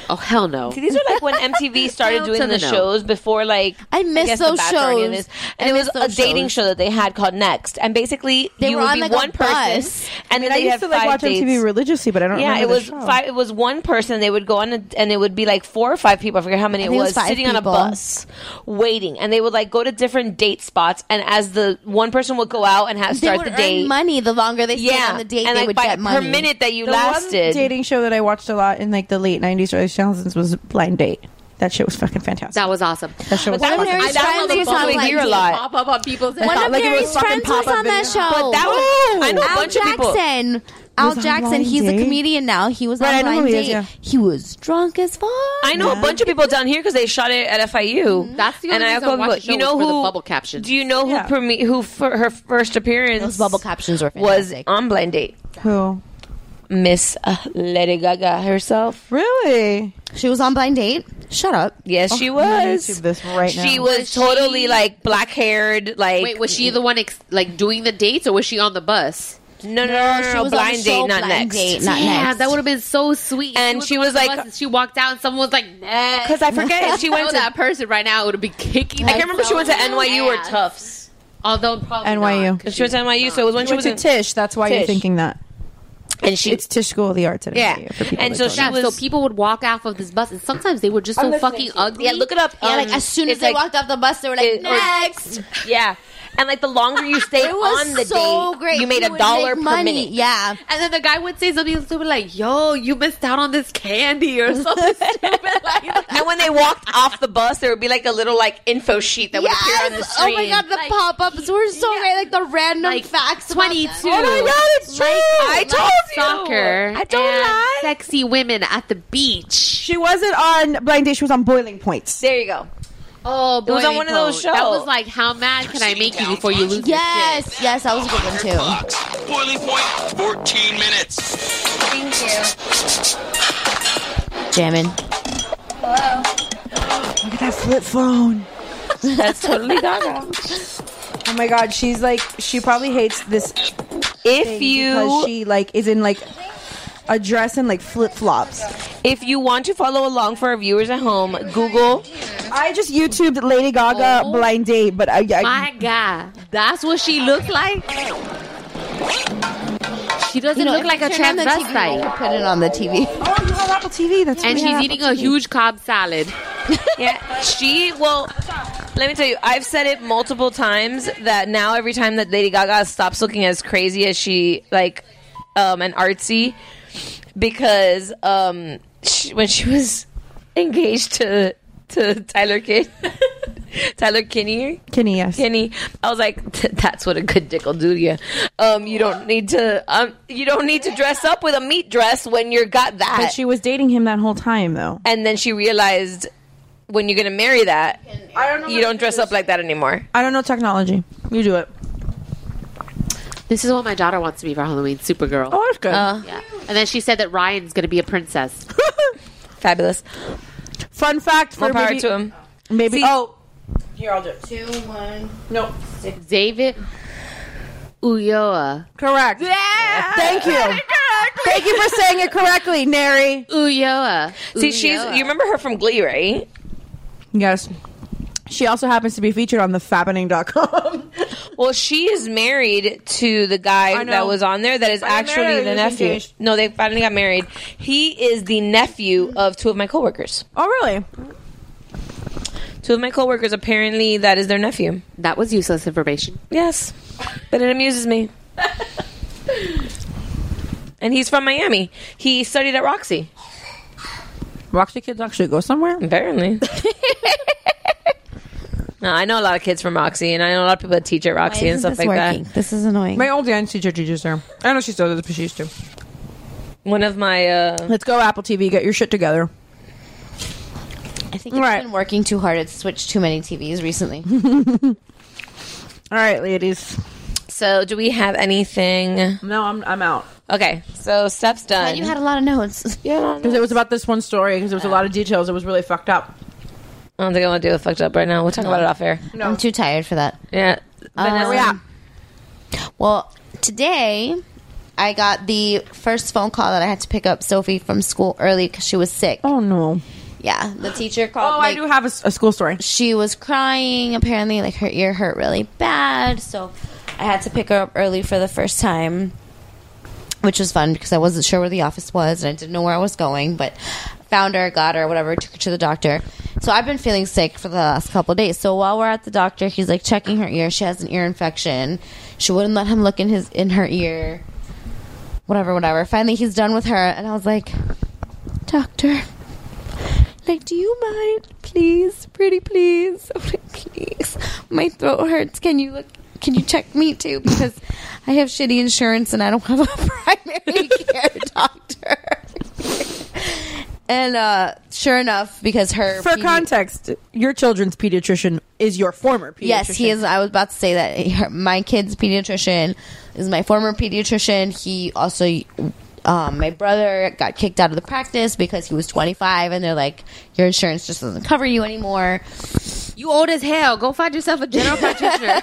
Speaker 9: Oh hell no!
Speaker 6: See, these are like when MTV started
Speaker 9: Hell
Speaker 6: doing
Speaker 9: to
Speaker 6: the,
Speaker 9: the no.
Speaker 6: shows before, like
Speaker 10: I miss
Speaker 6: guess The
Speaker 10: those
Speaker 6: Bachelor or any of
Speaker 10: shows.
Speaker 6: this. And it was a
Speaker 10: those
Speaker 6: dating
Speaker 10: shows.
Speaker 6: show that they had called Next, and basically
Speaker 10: They
Speaker 6: you
Speaker 10: were
Speaker 6: would
Speaker 10: on,
Speaker 6: be
Speaker 10: like, a
Speaker 6: one person,
Speaker 10: bus.
Speaker 6: and then
Speaker 7: I
Speaker 6: they
Speaker 7: used
Speaker 6: have
Speaker 7: to like
Speaker 6: five
Speaker 7: watch
Speaker 6: dates.
Speaker 7: MTV religiously, but I don't.
Speaker 6: yeah,
Speaker 7: remember
Speaker 6: it
Speaker 7: the
Speaker 6: was
Speaker 7: show.
Speaker 6: five. It was one person. They would go on, a, and it would be like four or five people. I forget how many
Speaker 7: I
Speaker 6: it
Speaker 7: think it
Speaker 6: was,
Speaker 7: was five
Speaker 6: sitting on a
Speaker 7: people.
Speaker 6: bus waiting, and they would like go to different date spots. And as the one person would go out and have
Speaker 10: They
Speaker 6: start
Speaker 10: would
Speaker 6: the
Speaker 10: earn
Speaker 6: date,
Speaker 10: money the longer they stayed on the date.
Speaker 6: and
Speaker 10: they
Speaker 6: like
Speaker 10: would
Speaker 6: by
Speaker 10: get money
Speaker 6: per minute that you
Speaker 7: The one
Speaker 6: lasted.
Speaker 7: dating show that I watched a lot in like the late '90s, early 2000s was Blind Date. That shit was fucking fantastic.
Speaker 9: That was awesome.
Speaker 7: That show was
Speaker 6: that
Speaker 7: fucking
Speaker 6: was- I- that one was on Black Mirror a lot.
Speaker 9: Pop up on people's
Speaker 7: One of Mary's friends was
Speaker 10: on that show.
Speaker 6: But that was I know a
Speaker 10: Al
Speaker 6: bunch of people.
Speaker 10: Jackson. Al
Speaker 6: Was on
Speaker 10: Jackson,
Speaker 6: Blind
Speaker 10: he's
Speaker 6: Date?
Speaker 10: a comedian now. He was
Speaker 6: Right, I
Speaker 10: on
Speaker 6: know
Speaker 10: Blind
Speaker 6: who he
Speaker 10: Date.
Speaker 6: is, yeah.
Speaker 10: He was drunk as fuck.
Speaker 6: I know a bunch of people down here because they shot it at FIU. That's
Speaker 9: the only reason I watched the show was for the bubble captions.
Speaker 6: Do you know who premi- who for her first appearance? Those bubble
Speaker 10: captions were
Speaker 6: was on Blind Date.
Speaker 7: Who?
Speaker 6: Miss uh, Lady Gaga herself.
Speaker 7: Really?
Speaker 10: She was on Blind Date. Shut up.
Speaker 6: Yes,
Speaker 7: Oh,
Speaker 6: she was.
Speaker 7: this right
Speaker 6: She was, totally like black haired. Like
Speaker 9: Wait, was she the one ex- like doing the dates, or was she on the bus?
Speaker 6: No, no, no, no, no, blind date, not next.
Speaker 9: yeah, that would have been so sweet.
Speaker 6: And she was
Speaker 9: on the
Speaker 6: like-
Speaker 9: bus and she walked out, and someone was like, "Next."
Speaker 6: 'Cause I forget if she went
Speaker 9: I know
Speaker 6: to-
Speaker 9: that person right now, it would be kicking.
Speaker 6: I can't remember if she went to
Speaker 9: myself
Speaker 6: NYU or
Speaker 9: ass.
Speaker 6: Tufts.
Speaker 9: Although probably
Speaker 7: NYU.
Speaker 6: She went to NYU, so it was when
Speaker 7: She
Speaker 6: she
Speaker 7: went
Speaker 6: was
Speaker 7: to
Speaker 6: in-
Speaker 7: Tish. That's why you're
Speaker 6: Tish.
Speaker 7: thinking that.
Speaker 6: And she
Speaker 7: it's Tish School of the Arts. At
Speaker 6: Yeah.
Speaker 7: NYU for people
Speaker 6: And
Speaker 7: that
Speaker 6: so
Speaker 7: don't
Speaker 6: she
Speaker 7: know.
Speaker 9: Yeah, so people would walk off of this bus, and sometimes they were just so fucking ugly.
Speaker 6: Yeah, look it up.
Speaker 9: Yeah,
Speaker 6: Um,
Speaker 9: like, as soon as
Speaker 6: it's
Speaker 9: they walked
Speaker 10: off the bus, they were
Speaker 9: like,
Speaker 10: "Next."
Speaker 6: yeah, and like the longer you stayed
Speaker 9: It was
Speaker 6: on the
Speaker 9: so
Speaker 6: date,
Speaker 9: great.
Speaker 6: you made
Speaker 9: You
Speaker 6: a
Speaker 9: would
Speaker 6: dollar
Speaker 9: make
Speaker 6: per
Speaker 9: money.
Speaker 6: minute.
Speaker 10: Yeah,
Speaker 9: And then the guy would say something stupid like, "Yo, you missed out on this candy or something."
Speaker 6: and when they walked off the bus, there would be like a little like info sheet that would appear on the
Speaker 10: Oh
Speaker 6: screen.
Speaker 10: my god, the pop ups were so great. Like the random facts. Twenty two. Oh my god,
Speaker 6: it's true.
Speaker 10: I told
Speaker 9: Soccer. I don't lie. Sexy women at the beach.
Speaker 7: She wasn't on Blind Date. She was on Boiling Points.
Speaker 6: There you go.
Speaker 9: Oh,
Speaker 7: It was on
Speaker 9: boiling
Speaker 7: one of those
Speaker 9: code. That
Speaker 7: shows.
Speaker 9: was like, how mad can I make you before you lose?
Speaker 10: Yes, yes, that was a good one too.
Speaker 16: Boiling point, 14 minutes.
Speaker 10: Thank Jamming.
Speaker 7: Look at that flip phone.
Speaker 6: That's totally Gaga.
Speaker 7: Oh my god, she's like she probably hates this.
Speaker 6: If
Speaker 7: thing
Speaker 6: you-
Speaker 7: because she like is in like a dress and like flip flops.
Speaker 6: If you want to follow along for our viewers at home, Google.
Speaker 7: I just YouTubed Lady Gaga blind date, but I, I
Speaker 9: My God, that's what she looks like. She doesn't
Speaker 10: You know,
Speaker 9: look
Speaker 10: if
Speaker 9: like
Speaker 10: you
Speaker 9: a
Speaker 10: turn on the TV, we'll
Speaker 9: transvestite.
Speaker 10: put it on the TV.
Speaker 7: Oh, you have Apple TV. That's
Speaker 9: And
Speaker 6: we
Speaker 9: she's
Speaker 6: have
Speaker 9: eating
Speaker 6: Apple
Speaker 9: a
Speaker 6: TV.
Speaker 9: huge Cobb salad.
Speaker 6: Yeah, she. Well, let me tell you, I've said it multiple times that now every time that Lady Gaga stops looking as crazy as she like, um, and artsy, because um, she, when she was engaged to to Tyler Kidd, Tyler Kinney,
Speaker 7: Kinney, yes,
Speaker 6: Kinney, I was like, "Th- that's what a good dick will do to you. Um, you don't need to, um, you don't need to dress up with a meat dress when you're got that.
Speaker 7: But she was dating him that whole time though.
Speaker 6: And then she realized when you're going to marry that, you don't dress up like that anymore.
Speaker 7: I don't know technology. You do it.
Speaker 9: This is what my daughter wants to be for Halloween Supergirl.
Speaker 7: Oh, that's good.
Speaker 6: Uh,
Speaker 9: yeah. And then she said that Ryan's going to be a princess.
Speaker 6: Fabulous.
Speaker 7: Fun fact for
Speaker 6: More power
Speaker 7: maybe-
Speaker 6: to him.
Speaker 7: Maybe
Speaker 6: See-
Speaker 7: oh, here I'll do it. Two,
Speaker 10: one.
Speaker 7: Nope.
Speaker 9: David Uyoa.
Speaker 7: Correct. Thank you. Thank you for saying it correctly, Neri.
Speaker 9: Uyoa.
Speaker 6: See, she's. You remember her from Glee, right?
Speaker 7: Yes. She also happens to be featured on the fappening.com.
Speaker 6: Well, she is married to the guy
Speaker 7: know.
Speaker 6: that was on there that is
Speaker 7: Are they married
Speaker 6: actually
Speaker 7: or
Speaker 6: the
Speaker 7: just
Speaker 6: nephew.
Speaker 7: engaged?
Speaker 6: No, they finally got married. He is the nephew of two of my coworkers.
Speaker 7: oh, really?
Speaker 6: Two of my coworkers apparently that is their nephew.
Speaker 9: That was useless information.
Speaker 6: Yes, but it amuses me. and he's from Miami. He studied at Roxy.
Speaker 7: Roxy kids actually go somewhere?
Speaker 6: Apparently. No, I know a lot of kids from Roxy, and I know a lot of people that teach at Roxy and stuff like that.
Speaker 10: This is annoying.
Speaker 7: My old dance teacher teaches her. I know she still does, but she used to.
Speaker 6: One of my uh,
Speaker 7: Let's go, Apple TV. Get your shit together.
Speaker 10: I think it's been working too hard. It's switched too many TVs recently.
Speaker 7: All right, ladies.
Speaker 6: So, do we have anything?
Speaker 7: No, I'm I'm out.
Speaker 6: Okay, so Steph's done.
Speaker 10: But you had a lot of notes.
Speaker 6: Yeah,
Speaker 7: Because it was about this one story, because there was a lot of details. It was really fucked up.
Speaker 6: I don't think I want to do it fucked up right now. We'll talk about it off air.
Speaker 7: No.
Speaker 10: I'm too tired for that.
Speaker 6: Yeah.
Speaker 10: Um,
Speaker 6: Vanessa.
Speaker 10: Well, today I got the first phone call that I had to pick up Sophie from school early because she was sick.
Speaker 7: Oh no.
Speaker 10: Yeah, the teacher called.
Speaker 7: Oh, I do have a, s- a school story.
Speaker 10: She was crying. Apparently, like her ear hurt really bad, so I had to pick her up early for the first time, which was fun because I wasn't sure where the office was and I didn't know where I was going. But found her, got her, whatever, took her to the doctor. So I've been feeling sick for the last couple of days. So while we're at the doctor, he's like checking her ear. She has an ear infection. She wouldn't let him look in his in her ear. Whatever, whatever. Finally, he's done with her, and I was like, Doctor, like, do you mind, please, pretty please? I'm like, please, my throat hurts. Can you look? Can you check me too? Because I have shitty insurance and I don't have a primary care doctor. and uh, sure enough, because her
Speaker 7: For context, your children's pediatrician is your former pediatrician.
Speaker 10: Yes, he is. I was about to say that her, my kid's pediatrician is my former pediatrician. He also, um, my brother got kicked out of the practice because he was 25, and they're like, your insurance just doesn't cover you anymore.
Speaker 9: You old as hell. Go find yourself a general practitioner.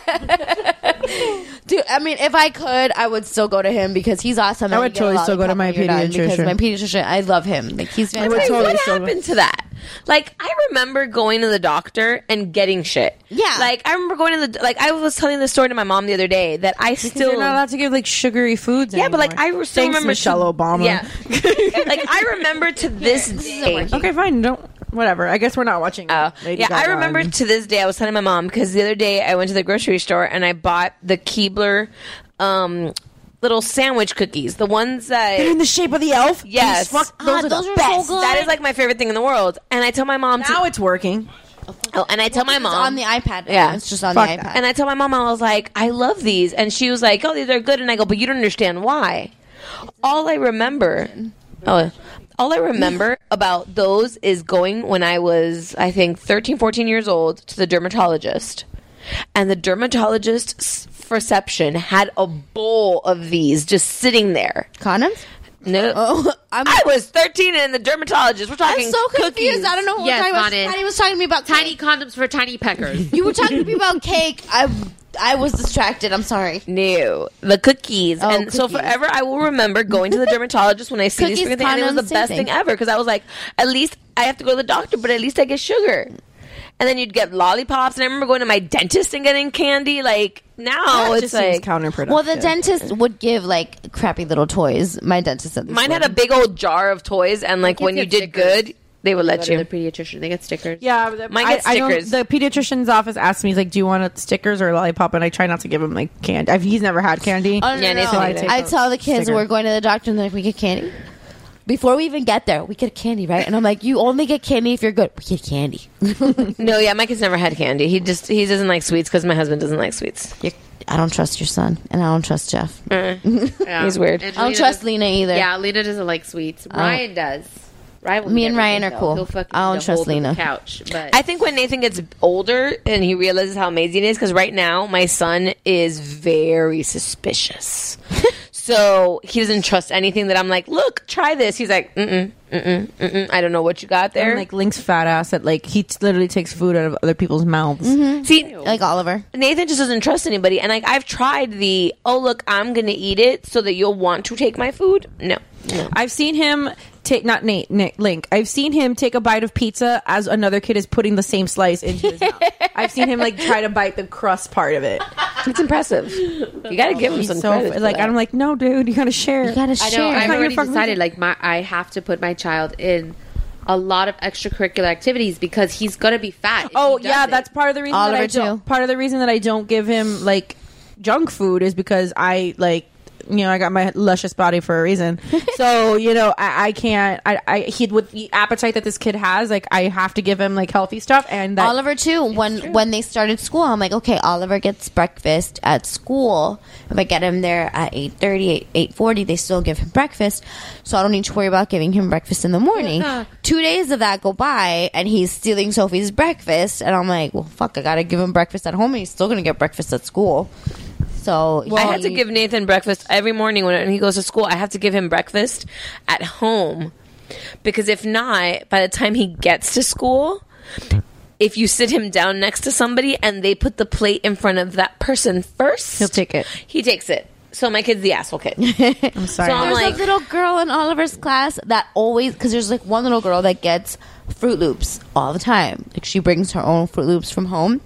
Speaker 10: Dude, I mean, if I could, I would still go to him because he's awesome.
Speaker 7: I
Speaker 10: and
Speaker 7: would
Speaker 10: we get a
Speaker 7: totally
Speaker 10: lot
Speaker 7: still
Speaker 10: of
Speaker 7: go to
Speaker 10: help
Speaker 7: my
Speaker 10: when you're done because
Speaker 7: pediatrician.
Speaker 10: My pediatrician, I love him. Like he's
Speaker 6: I
Speaker 10: fantastic.
Speaker 6: what happened to that? Like I remember going to the doctor and getting shit.
Speaker 10: Yeah.
Speaker 6: Like I remember going to the like I was telling the story to my mom the other day that I still
Speaker 7: You're not allowed to give like sugary foods.
Speaker 6: Yeah, but, like,
Speaker 7: anymore.
Speaker 6: I still
Speaker 7: Thanks,
Speaker 6: remember
Speaker 7: Michelle
Speaker 6: to-
Speaker 7: Obama.
Speaker 6: Yeah. like I remember to this day.
Speaker 7: Okay, fine. Don't whatever. I guess we're not watching. Oh,
Speaker 6: yeah, I remember to this day. I was telling my mom because the other day I went to the grocery store and I bought the Keebler um, little sandwich cookies, the ones that
Speaker 7: They're in the shape of the elf.
Speaker 6: Yes, Ah,
Speaker 7: These fuck-
Speaker 10: Ah,
Speaker 7: those are the best.
Speaker 6: That is like my favorite thing in the world. And I tell my mom
Speaker 7: now it's working.
Speaker 6: Oh, and I tell my mom
Speaker 10: on the iPad.
Speaker 6: Yeah,
Speaker 10: it's just on
Speaker 6: Fuck
Speaker 10: the
Speaker 6: that.
Speaker 10: iPad.
Speaker 6: And I tell my mom I was like, I love these, and she was like, Oh, these are good. And I go, But you don't understand why. All I remember, oh, all I remember about those is going when I was, I think, 13, 14 years old to the dermatologist, and the dermatologist's perception had a bowl of these just sitting there.
Speaker 10: Condoms.
Speaker 6: No, I was 13 and the dermatologist. We're talking
Speaker 10: I'm Oh. so confused.
Speaker 6: cookies.
Speaker 10: I don't know what
Speaker 9: Yes,
Speaker 10: we're talking
Speaker 9: Bonnet.
Speaker 10: about. Patty was talking to me about
Speaker 9: tiny condoms for tiny peckers.
Speaker 10: You were talking to me about cake. I I was distracted. I'm sorry.
Speaker 6: No, the cookies,
Speaker 10: Oh,
Speaker 6: and so forever I will remember going to the dermatologist when I see these
Speaker 10: Cookies,
Speaker 6: freaking things, and it was the
Speaker 10: condoms, same
Speaker 6: best thing
Speaker 10: thing.
Speaker 6: ever because I was like, at least I have to go to the doctor, but at least I get sugar. And then you'd get lollipops, and I remember going to my dentist and getting candy. Like now, it's like
Speaker 7: counterproductive.
Speaker 10: Well, the dentist would give like crappy little toys. My dentist at least
Speaker 6: mine had a big old jar of toys, and like
Speaker 9: They
Speaker 6: when you
Speaker 9: give
Speaker 6: did
Speaker 9: you stickers.
Speaker 6: good, they would let
Speaker 9: Go to
Speaker 6: you.
Speaker 9: the pediatrician. They get stickers.
Speaker 7: Yeah, the,
Speaker 6: Mine gets
Speaker 7: I, I don't,
Speaker 6: stickers.
Speaker 7: the pediatrician's office asked me, he's like, do you want a stickers or a lollipop? And I try not to give him like candy. I've, he's never had candy.
Speaker 10: Oh, no,
Speaker 6: Yeah,
Speaker 10: no,
Speaker 6: Nathan
Speaker 10: no.
Speaker 6: did it.
Speaker 10: I tell the kids
Speaker 7: Sticker.
Speaker 10: we're going to the doctor and they're like, we get candy. Before we even get there, we get candy, right? And I'm like, you only get candy if you're good. We get candy.
Speaker 6: No, yeah, my kid's never had candy. He just he doesn't like sweets because my husband doesn't like sweets.
Speaker 10: I don't trust your son, and I don't trust Jeff.
Speaker 9: Yeah.
Speaker 6: He's weird.
Speaker 10: I don't trust Lena either.
Speaker 9: Yeah, Lena doesn't like sweets. Ryan does. Ryan will
Speaker 10: Me
Speaker 9: eat
Speaker 10: and Ryan
Speaker 9: everything,
Speaker 10: are
Speaker 9: though.
Speaker 10: cool.
Speaker 9: He'll fucking
Speaker 10: I don't
Speaker 9: eat a
Speaker 10: trust
Speaker 9: whole
Speaker 10: Lena.
Speaker 9: Couch, but
Speaker 6: I think when Nathan gets older and he realizes how amazing it is, because right now my son is very suspicious. so he doesn't trust anything that I'm like, look, try this. He's like, mm-mm, mm-mm, mm-mm. I don't know what you got there.
Speaker 7: And, like Link's fat ass that like he t- literally takes food out of other people's mouths.
Speaker 6: See, uh,
Speaker 10: Like Oliver.
Speaker 6: Nathan just doesn't trust anybody. And like, I've tried the, oh, look, I'm going to eat it so that you'll want to take my food. No. No.
Speaker 7: I've seen him take not Nate, Nick Link. I've seen him take a bite of pizza as another kid is putting the same slice into his mouth. I've seen him like try to bite the crust part of it.
Speaker 6: It's impressive. You got to give him some
Speaker 7: so
Speaker 6: credit. for
Speaker 7: like
Speaker 6: that.
Speaker 7: I'm like, no, dude, you gotta share.
Speaker 10: You gotta
Speaker 9: I
Speaker 10: share.
Speaker 9: know. I've
Speaker 7: Not your
Speaker 9: already
Speaker 7: fucking
Speaker 9: decided.
Speaker 7: reason.
Speaker 9: Like my, I have to put my child in a lot of extracurricular activities because he's gonna be fat. if
Speaker 7: Oh
Speaker 9: he
Speaker 7: yeah,
Speaker 9: doesn't.
Speaker 7: that's part of the reason. that I
Speaker 10: Oliver,
Speaker 7: don't,
Speaker 10: too.
Speaker 7: Part of the reason that I don't give him like junk food is because I like you know I got my luscious body for a reason. so you know I, I can't. I, I he with the appetite that this kid has, like I have to give him like healthy stuff and that.
Speaker 10: Oliver too. When when they started school, I'm like, okay, Oliver gets breakfast at school. If I get him there at 8.30, 8.40, they still give him breakfast. So I don't need to worry about giving him breakfast in the morning.
Speaker 9: Yeah.
Speaker 10: Two days of that go by, and he's stealing Sophie's breakfast. And I'm like, well, fuck, I gotta give him breakfast at home, and he's still gonna get breakfast at school. So
Speaker 6: I had to give Nathan breakfast every morning when he goes to school. I have to give him breakfast at home because if not, by the time he gets to school, if you sit him down next to somebody and they put the plate in front of that person first,
Speaker 7: He'll take it.
Speaker 6: He takes it. So my kid's the asshole kid.
Speaker 10: I'm sorry.
Speaker 6: So I'm
Speaker 10: there's
Speaker 6: like,
Speaker 10: a little girl in Oliver's class that always because there's like one little girl that gets Fruit Loops all the time. Like she brings her own Fruit Loops from home,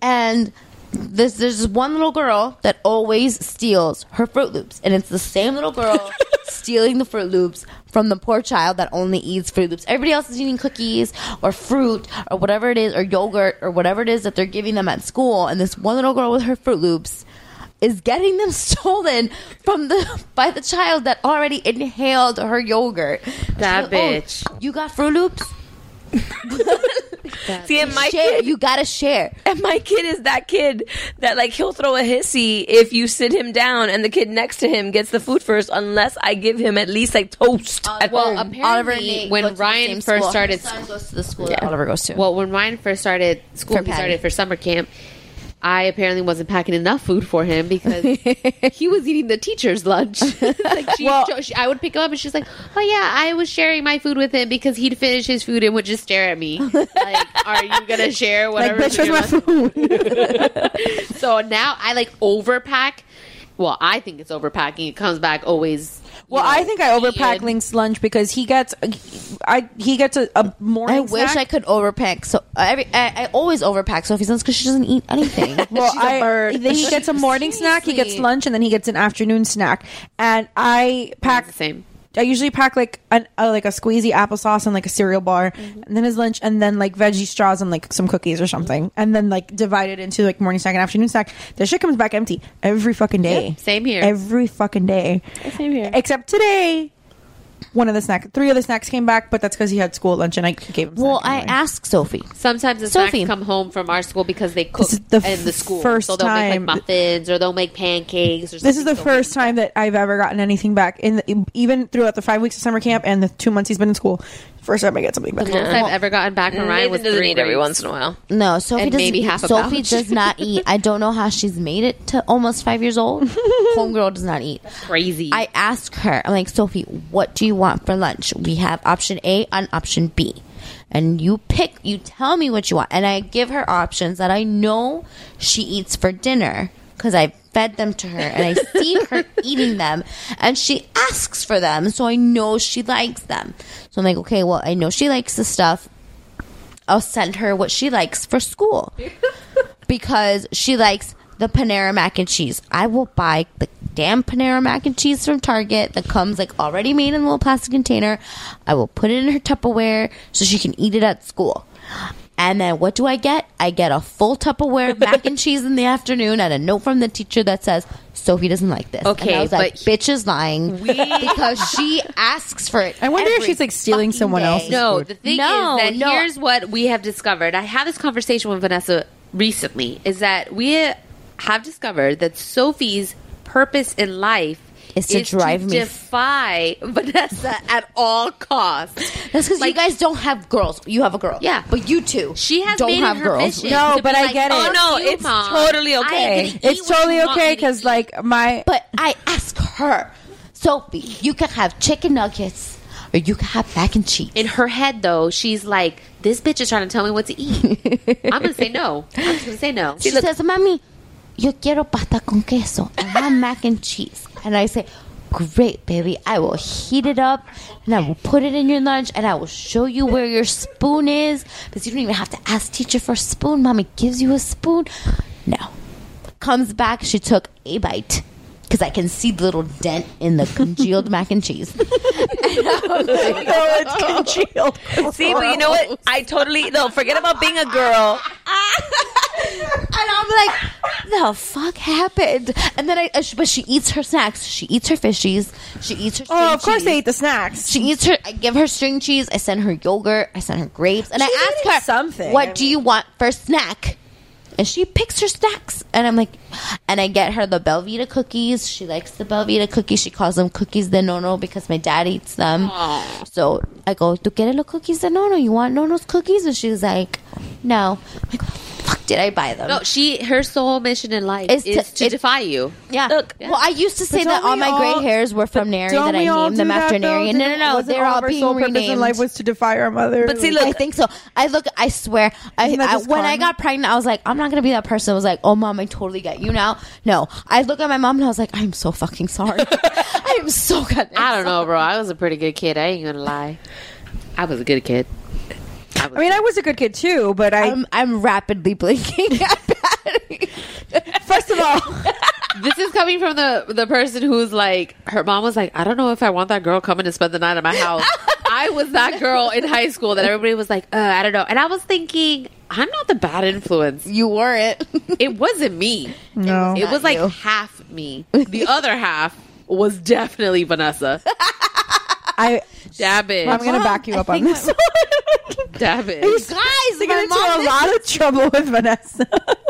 Speaker 10: and this there's this one little girl that always steals her Fruit Loops, and it's the same little girl stealing the Fruit Loops from the poor child that only eats Fruit Loops. Everybody else is eating cookies or fruit or whatever it is or yogurt or whatever it is that they're giving them at school, and this one little girl with her Fruit Loops is getting them stolen from the by the child that already inhaled her yogurt.
Speaker 9: That
Speaker 10: bitch. you got Fruit Loops.
Speaker 6: See, and my
Speaker 10: Share.
Speaker 6: kid,
Speaker 10: you gotta share.
Speaker 6: and my kid is that kid that like he'll throw a hissy if you sit him down, and the kid next to him gets the food first, unless I give him at least like toast. at
Speaker 9: well,
Speaker 6: home.
Speaker 9: apparently, when Ryan first started,
Speaker 10: goes to the school that Oliver goes to.
Speaker 9: Well, when Ryan first started school,
Speaker 10: For
Speaker 9: he
Speaker 10: Patty.
Speaker 9: started for summer camp. I apparently wasn't packing enough food for him because he was eating the teacher's lunch. like she, she- I would pick him up, and she's like, "Oh yeah, I was sharing my food with him because he'd finish his food and would just stare at me. Like, are you gonna share whatever?
Speaker 7: bitch, where's my
Speaker 9: food? so now I like overpack. Well, I think it's overpacking. It comes back always.
Speaker 7: Well, I think I overpack Link's lunch because he gets, I he gets a, a morning.
Speaker 10: I wish I could overpack. So uh, every I, I always overpack Sophie's lunch because she doesn't eat anything.
Speaker 7: Well, I then he gets a morning snack, he gets lunch, and then he gets an afternoon snack. And I pack the
Speaker 9: same.
Speaker 7: I usually pack like an uh, like a squeezy applesauce and like a cereal bar,
Speaker 9: Mm-hmm.
Speaker 7: and then his lunch, and then like veggie straws and like some cookies or something, and then like divide it into like morning snack and afternoon snack. The shit comes back empty every fucking day.
Speaker 9: Yep, same here.
Speaker 7: Every fucking day.
Speaker 9: Same here.
Speaker 7: Except today, one of the snack, three of the snacks came back, but that's because he had school at lunch and I gave him. Well,
Speaker 10: I asked Sophie.
Speaker 9: Sometimes the
Speaker 10: Sophie.
Speaker 9: snacks come home from our school because they cook
Speaker 7: the
Speaker 9: in the school.
Speaker 7: first
Speaker 9: so they'll
Speaker 7: time-
Speaker 9: make like muffins or they'll make pancakes. Or
Speaker 7: This is the first time that I've ever gotten anything back in the, even throughout the five weeks of summer camp and the two months he's been in school. First time I get something back.
Speaker 9: the most I've ever gotten back from Ryan was
Speaker 6: Nathan doesn't
Speaker 9: three
Speaker 6: eat every
Speaker 9: grapes.
Speaker 6: once in a while.
Speaker 10: No, Sophie
Speaker 9: And
Speaker 10: doesn't.
Speaker 9: maybe half a
Speaker 10: Sophie
Speaker 9: pouch.
Speaker 10: does not eat. I don't know how she's made it to almost five years old. Homegirl does not eat.
Speaker 9: Crazy.
Speaker 10: I ask her. I'm like, Sophie, what do you want for lunch? We have option A and option B, and you pick. You tell me what you want, and I give her options that I know she eats for dinner because I fed them to her and I see her eating them, and she asks for them, so I know she likes them. So I'm like, okay, well, I know she likes this stuff. I'll send her what she likes for school because she likes the Panera mac and cheese. I will buy the damn Panera mac and cheese from Target that comes like already made in a little plastic container. I will put it in her Tupperware so she can eat it at school. And then what do I get? I get a full Tupperware of mac and cheese in the afternoon and a note from the teacher that says, Sophie doesn't like this. and
Speaker 7: Okay,
Speaker 10: I was like,
Speaker 7: but
Speaker 10: bitch is lying because she asks for it.
Speaker 7: I wonder if she's like stealing someone else's.
Speaker 9: No,
Speaker 7: food.
Speaker 9: the thing is that here's what we have discovered. I had this conversation with Vanessa recently. Is that we have discovered that Sophie's purpose in life
Speaker 10: Is to drive me-
Speaker 9: defy Vanessa at all costs.
Speaker 10: That's because you guys don't have girls. You have a girl.
Speaker 9: Yeah.
Speaker 10: But you two
Speaker 9: She has
Speaker 10: don't
Speaker 9: made it
Speaker 10: have
Speaker 9: her
Speaker 10: girls.
Speaker 9: mission No, to but be I like, get it.
Speaker 6: Oh no,
Speaker 9: Fuck you,
Speaker 6: it's
Speaker 9: Mom.
Speaker 6: totally
Speaker 10: I
Speaker 6: okay.
Speaker 10: didn't eat
Speaker 7: It's totally okay because like my
Speaker 10: But I ask her, Sophie, you can have chicken nuggets or you can have mac and cheese.
Speaker 9: In her head, though, she's like, "This bitch is trying to tell me what to eat." I'm gonna say no. I'm just gonna say no.
Speaker 10: She says, Mommy, yo quiero pasta con queso. I want mac and cheese. And I say, Great, baby. I will heat it up and I will put it in your lunch and I will show you where your spoon is because you don't even have to ask teacher for a spoon. Mommy gives you a spoon. No. Comes back, she took a bite because I can see the little dent in the congealed mac and cheese.
Speaker 6: no, it's
Speaker 7: congealed.
Speaker 6: See, but you know what? I totally no. Forget about being a girl.
Speaker 10: and I'm like, the fuck happened? And then I, uh, sh- but she eats her snacks. She eats her fishies. She eats her. String
Speaker 7: Oh, of course
Speaker 10: cheese.
Speaker 7: they eat the snacks.
Speaker 10: She eats her. I give her string cheese. I send her yogurt. I send her grapes, and
Speaker 7: She's
Speaker 10: I ask
Speaker 7: eating
Speaker 10: her
Speaker 7: something.
Speaker 10: What
Speaker 7: I
Speaker 10: do you want for snack? And she picks her snacks, and I'm like, and I get her the Belvita cookies. She likes the Belvita cookies. She calls them cookies de nono because my dad eats them. So I go, "Tu quieres los cookies de nono? You want nono's cookies?" And she's like, "No." I'm like, "Fuck did I buy them?
Speaker 9: No, she her sole mission in life is to,
Speaker 10: it-
Speaker 9: defy you.
Speaker 10: Yeah. Look, Well, I used to say
Speaker 7: But
Speaker 10: that
Speaker 7: don't
Speaker 10: all
Speaker 7: we
Speaker 10: my gray
Speaker 7: all-
Speaker 10: hairs were from Neri, that I named them after Neri. No, no, no. They're all being
Speaker 7: sole purpose in
Speaker 10: renamed.
Speaker 7: life was to defy our mother.
Speaker 10: But see, look, I think so. I look, I swear, I,
Speaker 7: Isn't that
Speaker 10: I
Speaker 7: just
Speaker 10: when I
Speaker 7: karma?
Speaker 10: got pregnant, I was like, I'm not gonna be that person. I was like, oh mom, I totally get you now. No, I look at my mom and I was like, I'm so fucking sorry. I am so good.
Speaker 9: I don't know, bro. I was a pretty good kid. I ain't gonna lie. I was a good kid. I,
Speaker 7: mean, I was a good kid too, but I
Speaker 10: I'm, I'm rapidly blinking.
Speaker 7: First of all,
Speaker 9: this is coming from the the person who's like, her mom was like, I don't know if I want that girl coming to spend the night at my house. I was that girl in high school that everybody was like, uh, I don't know, and I was thinking, I'm not the bad influence.
Speaker 10: You weren't.
Speaker 9: it wasn't me.
Speaker 7: No,
Speaker 9: it was like half me. The other half was definitely Vanessa.
Speaker 7: I
Speaker 9: dab it.
Speaker 7: I'm gonna back you up on this.
Speaker 9: Dab it.
Speaker 7: He's-
Speaker 10: Guys,
Speaker 7: They
Speaker 10: my
Speaker 7: got into
Speaker 10: mom
Speaker 7: a lot of trouble with Vanessa.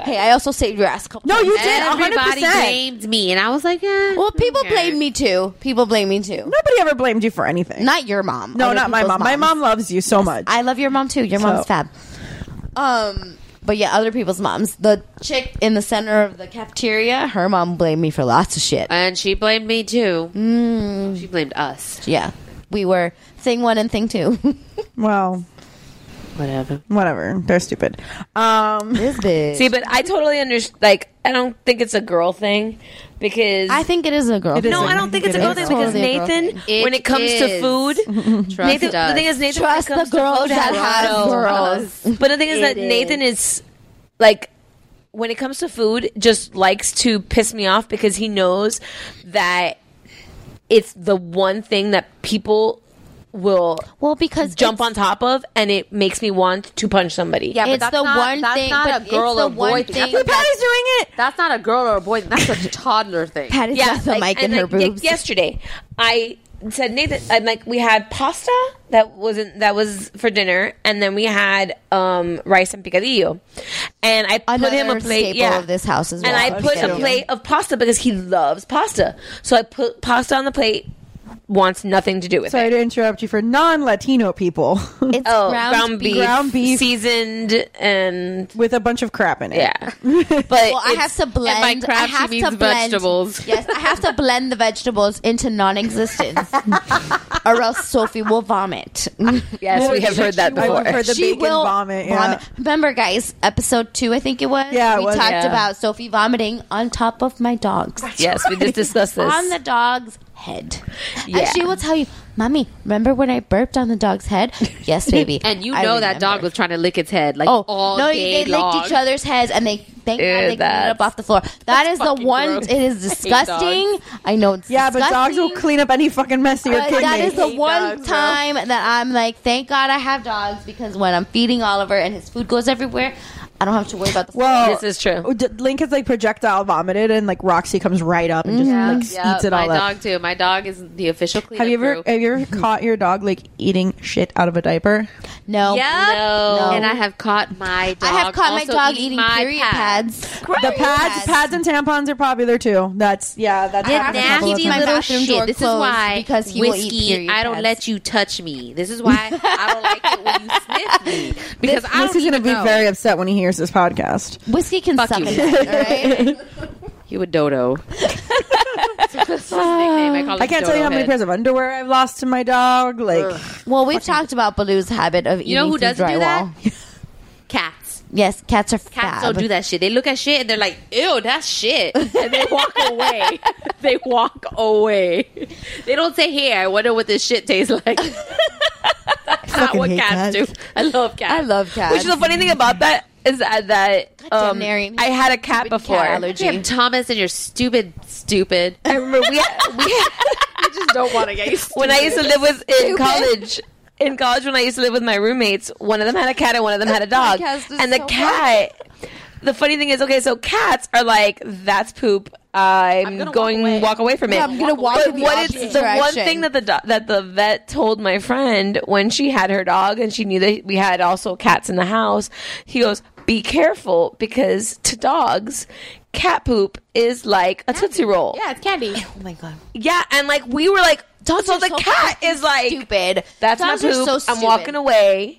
Speaker 10: Hey, I also saved your ass. a couple
Speaker 7: No, you
Speaker 10: times.
Speaker 7: did, 100%.
Speaker 9: Everybody blamed me, and I was like, eh,
Speaker 10: Well, people
Speaker 9: okay.
Speaker 10: blame me too. People blame me too.
Speaker 7: Nobody ever blamed you for anything.
Speaker 10: Not your mom.
Speaker 7: No,
Speaker 10: Other
Speaker 7: not my
Speaker 10: people's
Speaker 7: mom. My mom
Speaker 10: moms.
Speaker 7: loves you so much.
Speaker 10: I love your mom too. Your mom's
Speaker 7: So-
Speaker 10: fab. Um, but yeah, other people's moms. The chick in the center of the cafeteria, her mom blamed me for lots of shit.
Speaker 9: and she blamed me too.
Speaker 10: Mm,
Speaker 9: She blamed us.
Speaker 10: yeah, we were thing one and thing two.
Speaker 7: well,
Speaker 9: whatever.
Speaker 7: Whatever. They're stupid. Um,
Speaker 10: this bitch.
Speaker 6: See, but I totally understand. Like, I don't think it's a girl thing because
Speaker 10: I think it is a girl.
Speaker 6: no, I don't think it's a girl thing because Nathan, when it comes to food,
Speaker 9: Trust
Speaker 6: Nathan, the
Speaker 9: us.
Speaker 6: thing is Nathan
Speaker 10: Trust
Speaker 6: when it comes
Speaker 10: the
Speaker 6: to
Speaker 10: girls
Speaker 6: food,
Speaker 10: that
Speaker 6: has
Speaker 10: have girls.
Speaker 6: But the thing is that
Speaker 10: It
Speaker 6: Nathan is like when it comes to food, just likes to piss me off because he knows that it's the one thing that people will
Speaker 10: well because
Speaker 6: jump on top of, and it makes me want to punch somebody.
Speaker 9: Yeah, but
Speaker 10: It's
Speaker 9: that's
Speaker 10: the
Speaker 9: not,
Speaker 10: one
Speaker 9: that's
Speaker 10: thing- but
Speaker 9: Not a
Speaker 10: it's
Speaker 9: girl
Speaker 10: the
Speaker 9: or
Speaker 10: one
Speaker 9: boy
Speaker 10: thing
Speaker 9: thing. That's-
Speaker 10: Patty's
Speaker 7: doing it.
Speaker 9: That's not a girl or a boy. thing. That's a toddler thing.
Speaker 10: Patty's got the
Speaker 6: like-
Speaker 10: mic in
Speaker 6: and,
Speaker 10: her
Speaker 6: like, ye-
Speaker 10: boobs.
Speaker 6: yesterday, I said Nathan, I'm like we had pasta that wasn't that was for dinner, and then we had um, rice and picadillo, and I put him a
Speaker 10: Another
Speaker 6: plate.
Speaker 10: staple
Speaker 6: Yeah,
Speaker 10: of this house as
Speaker 6: and
Speaker 10: well,
Speaker 6: I put a
Speaker 10: picadillo.
Speaker 6: plate of pasta because he loves pasta, so I put pasta on the plate. Wants nothing to do with
Speaker 7: Sorry
Speaker 6: it.
Speaker 7: to interrupt you for non-Latino people.
Speaker 10: It's
Speaker 6: Oh,
Speaker 10: ground,
Speaker 6: ground,
Speaker 10: beef.
Speaker 6: beef,
Speaker 7: Ground beef.
Speaker 6: seasoned and
Speaker 7: with a bunch of crap in it.
Speaker 6: yeah. But
Speaker 10: Well, I have to blend.
Speaker 9: by crap,
Speaker 10: I
Speaker 9: she
Speaker 10: have
Speaker 9: means
Speaker 10: to blend,
Speaker 9: vegetables.
Speaker 10: Yes, I have to blend the vegetables into non-existence, or else Sophie will vomit.
Speaker 6: yes, we have heard that
Speaker 7: I've
Speaker 6: before.
Speaker 7: heard the bacon vomit, yeah.
Speaker 10: Remember, guys, episode two, I think it was.
Speaker 7: Yeah, it
Speaker 10: we
Speaker 7: was.
Speaker 10: talked
Speaker 6: Yeah.
Speaker 10: about Sophie vomiting on top of my dogs,
Speaker 6: Yes, we did discuss this.
Speaker 10: on the dog's head. And
Speaker 6: Yeah.
Speaker 10: she will tell you, "Mommy, remember when I burped on the dog's head?" yes, baby.
Speaker 9: And you
Speaker 10: I
Speaker 9: know that
Speaker 10: remember."
Speaker 9: dog was trying to lick its head like
Speaker 10: Oh
Speaker 9: all
Speaker 10: no!
Speaker 9: day
Speaker 10: They
Speaker 9: long.
Speaker 10: licked each other's heads, and they thank
Speaker 6: Ew,
Speaker 10: God they cleaned it
Speaker 6: that's-
Speaker 10: up off the floor. That is the
Speaker 9: fucking
Speaker 10: one.
Speaker 9: gross.
Speaker 10: It is
Speaker 9: I hate
Speaker 10: disgusting. I, know it's
Speaker 7: Yeah, but dogs
Speaker 10: disgusting,
Speaker 7: will clean up any fucking mess you're
Speaker 10: but
Speaker 7: kidding
Speaker 10: that
Speaker 7: me.
Speaker 10: is the
Speaker 9: hate
Speaker 10: one
Speaker 9: dogs, bro.
Speaker 10: time that I'm like, thank God I have dogs because when I'm feeding Oliver and his food goes everywhere, I don't have to worry about the.
Speaker 7: well,
Speaker 6: This is true.
Speaker 7: oh, d- Link has like projectile vomited, and like Roxy comes right up and just like
Speaker 9: Yeah,
Speaker 7: eats it
Speaker 9: my
Speaker 7: all up.
Speaker 9: dog too. My dog is the official cleanup
Speaker 7: Have you ever
Speaker 9: crew.
Speaker 7: have you ever caught your dog like eating shit out of a diaper?
Speaker 10: no,
Speaker 9: Yeah.
Speaker 10: No.
Speaker 9: And I have caught my dog.
Speaker 10: I have caught my
Speaker 9: also
Speaker 10: dog eating
Speaker 9: my
Speaker 10: period
Speaker 9: pads.
Speaker 10: pads.
Speaker 7: The pads, pads and tampons are popular too. That's yeah, that's
Speaker 9: Did
Speaker 7: happened a couple of
Speaker 9: nasty
Speaker 7: times.
Speaker 10: my
Speaker 9: little
Speaker 10: bathroom
Speaker 9: shit.
Speaker 10: door
Speaker 9: This is
Speaker 10: closed
Speaker 9: why
Speaker 10: because he will eat
Speaker 9: whiskey.
Speaker 10: period
Speaker 9: I don't
Speaker 10: pads.
Speaker 9: let you touch me. This is why I don't like it when you sniff me because I
Speaker 7: This
Speaker 9: don't
Speaker 7: is gonna
Speaker 9: even
Speaker 7: be
Speaker 9: know.
Speaker 7: very upset when he hears this podcast.
Speaker 10: Whiskey can
Speaker 9: Fuck
Speaker 10: suck
Speaker 9: you.
Speaker 10: it. All right?
Speaker 9: You a dodo. That's his nickname. I, call him
Speaker 7: I can't tell you
Speaker 9: Dodo
Speaker 7: how many
Speaker 9: Head.
Speaker 7: pairs of underwear I've lost to my dog. Like
Speaker 10: Well, we've talked about Baloo's habit of eating
Speaker 9: You know who
Speaker 10: through
Speaker 9: doesn't do that?
Speaker 10: drywall.
Speaker 9: Cats.
Speaker 10: Yes, cats are
Speaker 9: Cats
Speaker 10: fab.
Speaker 9: don't do that shit. They look at shit and they're like, "Ew, that's shit," and they walk away. they walk away. They don't say, "Hey, I wonder what this shit tastes like." that's not
Speaker 7: fucking
Speaker 9: what
Speaker 7: hate
Speaker 9: cats,
Speaker 7: cats.
Speaker 9: do. I love cats.
Speaker 10: I love cats.
Speaker 6: Which is the funny thing about that is that, that
Speaker 10: damn,
Speaker 6: um,
Speaker 10: Nary.
Speaker 6: I had a cat
Speaker 10: Stupid cat
Speaker 6: before.
Speaker 10: allergy.
Speaker 9: Damn, Thomas and your stupid, stupid.
Speaker 6: I remember we we
Speaker 9: just don't want to get used
Speaker 6: when I used to live with in college. In college, when I used to live with my roommates, one of them had a cat and one of them had a dog.
Speaker 10: podcast is
Speaker 6: And the
Speaker 10: so
Speaker 6: cat, the funny thing is, okay, so cats are like, that's poop. I'm,
Speaker 9: I'm gonna
Speaker 6: going
Speaker 9: walk
Speaker 6: walk
Speaker 9: away.
Speaker 6: away, from it.
Speaker 10: Yeah, I'm gonna walk
Speaker 6: But
Speaker 10: in the
Speaker 6: what
Speaker 10: opposite
Speaker 6: is the one
Speaker 10: direction.
Speaker 6: thing that the do- that the vet told my friend when she had her dog and she knew that we had also cats in the house? He goes, "Be careful because to dogs, cat poop is like a tootsie roll.
Speaker 9: Yeah, it's candy.
Speaker 10: Oh my god.
Speaker 6: Yeah, and like we were like,
Speaker 10: Dogs
Speaker 6: so
Speaker 10: are
Speaker 6: the
Speaker 10: so
Speaker 6: cat
Speaker 10: fucking
Speaker 6: is like
Speaker 10: stupid.
Speaker 6: That's
Speaker 10: Dogs
Speaker 6: my
Speaker 10: are
Speaker 6: poop.
Speaker 10: so
Speaker 6: I'm
Speaker 10: stupid.
Speaker 6: walking away.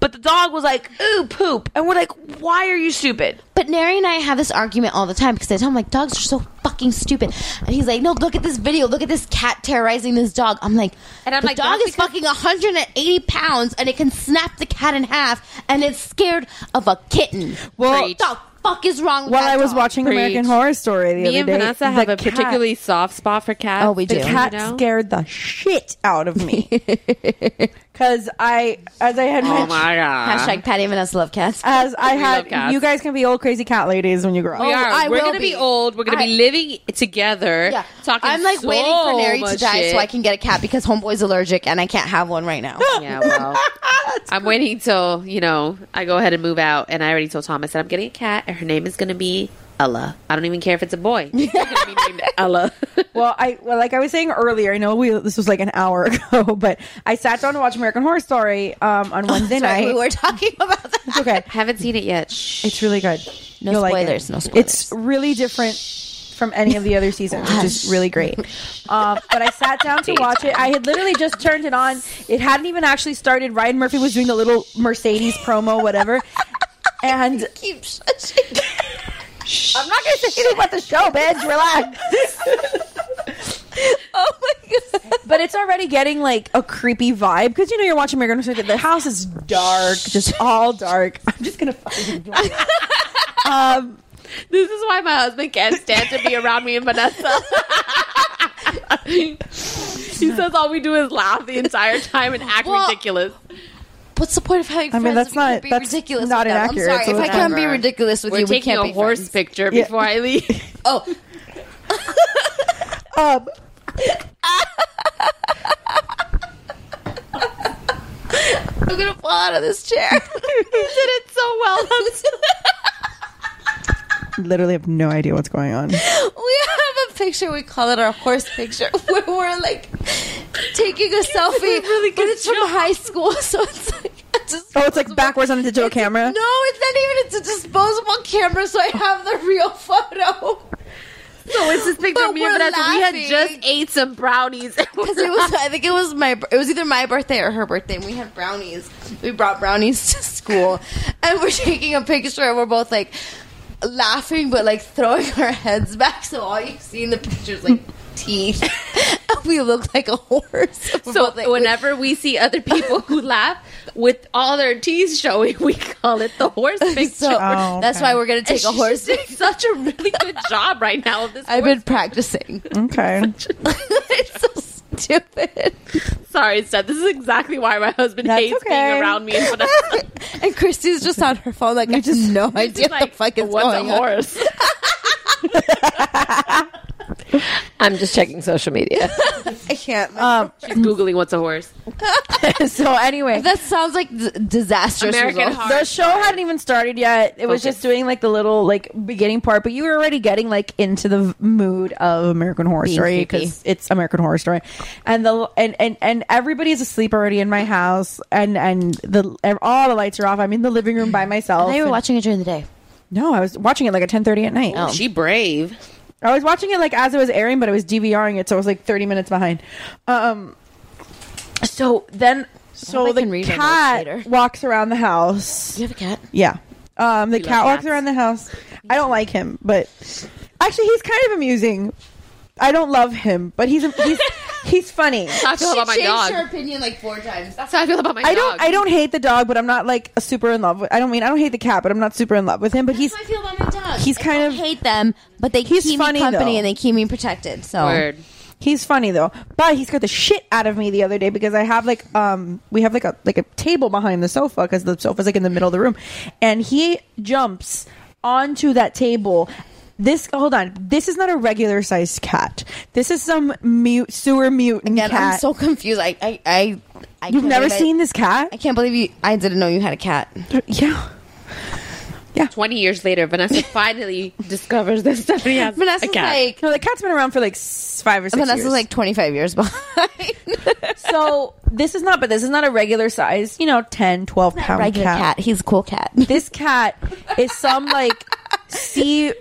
Speaker 6: But the dog was like, ooh, poop, and we're like, why are you stupid?
Speaker 10: But Nary and I have this argument all the time because I tell him like dogs are so fucking stupid, and he's like, "No, look at this video. Look at this cat terrorizing this dog." I'm like,
Speaker 9: And I'm
Speaker 10: the
Speaker 9: like,
Speaker 10: dog
Speaker 9: that's
Speaker 10: is fucking 180 pounds and it can snap the cat in half, and it's scared of a kitten.
Speaker 7: Well-
Speaker 10: what the fuck is wrong? with
Speaker 7: While
Speaker 10: that
Speaker 7: I was
Speaker 10: dog?
Speaker 7: watching American Horror Story the
Speaker 9: Me
Speaker 7: other
Speaker 9: and
Speaker 7: day,
Speaker 9: Vanessa have
Speaker 7: the
Speaker 9: a
Speaker 7: cat-
Speaker 9: particularly soft spot for cats.
Speaker 10: Oh, we
Speaker 7: the
Speaker 10: do.
Speaker 7: cat
Speaker 9: You know?
Speaker 7: scared the shit out of me because I, as I had mentioned,
Speaker 9: god!
Speaker 10: Hashtag Patty and Vanessa love cats.
Speaker 7: as
Speaker 9: Oh We
Speaker 7: I
Speaker 9: love
Speaker 7: had,
Speaker 9: cats.
Speaker 7: you guys can be old crazy cat ladies when you grow up.
Speaker 9: we are.
Speaker 10: Oh, I
Speaker 9: we're
Speaker 10: will
Speaker 9: gonna be.
Speaker 10: be.
Speaker 9: old. We're gonna
Speaker 10: I-
Speaker 9: be living together.
Speaker 10: yeah,
Speaker 9: Talking.
Speaker 10: I'm like
Speaker 9: so
Speaker 10: waiting for Nary to
Speaker 9: much
Speaker 10: die
Speaker 9: shit.
Speaker 10: so I can get a cat because homeboy's allergic and I can't have one right now.
Speaker 9: Yeah, well, I'm waiting till you know I go ahead and move out, and I already told Thomas that I'm getting a cat, and her name is gonna be Ella. I don't even care if it's a boy. She's gonna be named Ella.
Speaker 7: Well, I well, like I was saying earlier, I know we this was like an hour ago, but I sat down to watch American Horror Story um, on Wednesday
Speaker 10: That's right,
Speaker 7: night.
Speaker 10: Oh, we were talking about that.
Speaker 7: It's okay.
Speaker 9: Haven't seen it yet. Shh.
Speaker 7: It's really good.
Speaker 10: No
Speaker 7: You'll like it.
Speaker 10: spoilers, no spoilers.
Speaker 7: It's really different from any of the other seasons, which is really great. Um, but I sat down to watch it. I had literally just turned it on. It hadn't even actually started. Ryan Murphy was doing the little Mercedes promo, whatever. And
Speaker 10: Keep shushing.
Speaker 7: I'm not going to say anything about the show, bitch. Relax.
Speaker 10: oh my god.
Speaker 7: But it's already getting like a creepy vibe because you know you're watching American Horror Story. The house is dark, just all dark. I'm just gonna fucking. um,
Speaker 9: This is why my husband can't stand to be around me and Vanessa. he says all we do is laugh the entire time and act
Speaker 10: Well,
Speaker 9: ridiculous.
Speaker 10: What's the point of having
Speaker 7: I mean,
Speaker 10: friends
Speaker 7: that's
Speaker 10: if you can't
Speaker 7: not-
Speaker 10: be
Speaker 7: that's
Speaker 10: ridiculous
Speaker 7: not
Speaker 10: with them?
Speaker 7: inaccurate,
Speaker 10: I'm
Speaker 7: so
Speaker 10: sorry. If I can't be
Speaker 9: whatever.
Speaker 10: ridiculous with
Speaker 9: We're
Speaker 10: you, we
Speaker 9: taking
Speaker 10: can't
Speaker 9: a
Speaker 10: be
Speaker 9: horse
Speaker 10: friends.
Speaker 9: picture
Speaker 7: Yeah.
Speaker 9: before I leave.
Speaker 10: Oh,
Speaker 7: um,
Speaker 10: I'm gonna fall out of this chair. he did it so well.
Speaker 7: literally have no idea what's going on.
Speaker 10: we have a picture. We call it our horse picture, where we're like taking a selfie. but it's from high school, so it's like. a
Speaker 7: Oh, it's like
Speaker 10: disposable-
Speaker 7: backwards on a digital
Speaker 10: It's a-
Speaker 7: camera.
Speaker 10: No, it's not even. It's a disposable camera, so I have the real photo.
Speaker 9: So it's this picture
Speaker 10: But
Speaker 9: of me and
Speaker 10: we're
Speaker 9: Vanessa. We had
Speaker 10: laughing.
Speaker 9: just ate some brownies.
Speaker 10: Because it was, I think it was my, it was either my birthday or her birthday, and we had brownies. We brought brownies to school, and we're taking a picture, and we're both like laughing, but like throwing our heads back, so all you see in the picture is like teeth. and we look like a horse. We're
Speaker 9: So
Speaker 10: both like-
Speaker 9: whenever we see other people who laugh with all their teeth showing, we call it the horse picture.
Speaker 10: so
Speaker 7: Oh,
Speaker 10: that's
Speaker 7: okay.
Speaker 10: why we're gonna take a
Speaker 9: She's
Speaker 10: horse.
Speaker 9: doing such a really good job right now of this.
Speaker 10: I've
Speaker 9: horse-
Speaker 10: been practicing.
Speaker 7: Okay.
Speaker 10: it's so stupid.
Speaker 9: sorry, Seth. This is exactly why my husband
Speaker 7: That's
Speaker 9: hates
Speaker 7: okay.
Speaker 9: being around me and Vanessa.
Speaker 10: and Christy's just on her phone, like I just no idea what the fuck is
Speaker 9: what's
Speaker 10: going
Speaker 9: a
Speaker 10: on.
Speaker 9: horse?
Speaker 6: I'm just checking social media.
Speaker 10: I can't.
Speaker 7: Um,
Speaker 9: She's googling what's a horse.
Speaker 7: so anyway,
Speaker 10: that sounds like d- disastrous.
Speaker 9: American
Speaker 10: results.
Speaker 9: Horror
Speaker 7: the show hadn't even started yet. It was
Speaker 9: Focus.
Speaker 7: just doing like the little like beginning part, but you were already getting like into the v- mood of American Horror
Speaker 10: Being
Speaker 7: Story
Speaker 10: creepy.
Speaker 7: because it's American Horror Story, and the and and and everybody's asleep already in my house, and and the and all the lights are off. I'm in the living room by myself.
Speaker 10: They were
Speaker 7: and-
Speaker 10: watching Oh. it during the day.
Speaker 7: No, I was watching it like at 10:30 at night.
Speaker 9: Oh, She brave.
Speaker 7: I was watching it like as it was airing, but I was DVRing it, so I was like 30 minutes behind. Um, so then, so
Speaker 10: I
Speaker 7: the
Speaker 10: can read my notes later.
Speaker 7: cat walks around the house.
Speaker 10: Do you have a cat?
Speaker 7: Yeah, um, the
Speaker 9: love
Speaker 7: cat walks
Speaker 9: cats.
Speaker 7: around the house. I don't like him, but actually, he's kind of amusing. I don't love him, but he's he's he's funny.
Speaker 9: That's how I feel about my dog.
Speaker 10: opinion like four times.
Speaker 9: That's how I feel about my
Speaker 7: I
Speaker 9: dog.
Speaker 7: don't I don't hate the dog, but I'm not like super in love. with I don't mean I don't hate the cat, but I'm not super in love with him. But he's
Speaker 10: That's how I feel about my dog.
Speaker 7: he's
Speaker 10: I
Speaker 7: kind
Speaker 10: don't
Speaker 7: of-
Speaker 10: hate them, but they
Speaker 7: He's
Speaker 10: keep
Speaker 7: funny,
Speaker 10: me company
Speaker 7: though.
Speaker 10: and they keep me protected. So
Speaker 9: Word.
Speaker 7: He's funny though, but he scared the shit out of me the other day because I have like um we have like a like a table behind the sofa because the sofa's like in the middle of the room, and he jumps onto that table. This hold on, this is not a regular sized cat. This is some mute sewer mutant
Speaker 10: again,
Speaker 7: cat.
Speaker 10: I'm so confused. I I, I, I
Speaker 7: You've
Speaker 10: can't
Speaker 7: never
Speaker 10: believe I-
Speaker 7: seen this cat?
Speaker 10: I can't believe you. I didn't know you had a cat.
Speaker 7: yeah.
Speaker 9: 20 years later, Vanessa finally discovers that Stephanie has
Speaker 10: Vanessa's
Speaker 9: a cat.
Speaker 10: like
Speaker 7: No, the cat's been around for like s- five or six.
Speaker 10: Vanessa's
Speaker 7: years.
Speaker 10: like 25 years behind.
Speaker 7: so. This is not, but this is not a regular size. You know, 10, 12 pound
Speaker 10: regular cat. He's a cool cat.
Speaker 7: this cat is some like sea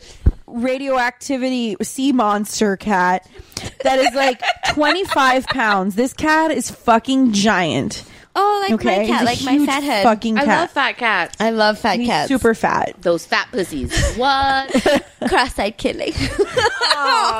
Speaker 7: radioactivity sea monster cat that is like 25 pounds. This cat is fucking giant.
Speaker 10: Oh, like my cat,
Speaker 7: He's a
Speaker 10: like my
Speaker 7: huge
Speaker 10: fat head.
Speaker 7: Fucking
Speaker 10: I
Speaker 7: cat.
Speaker 10: love
Speaker 9: fat cats.
Speaker 10: I love fat
Speaker 7: He's
Speaker 10: cats.
Speaker 7: Super fat.
Speaker 9: Those fat pussies. What?
Speaker 10: cross-eyed killing.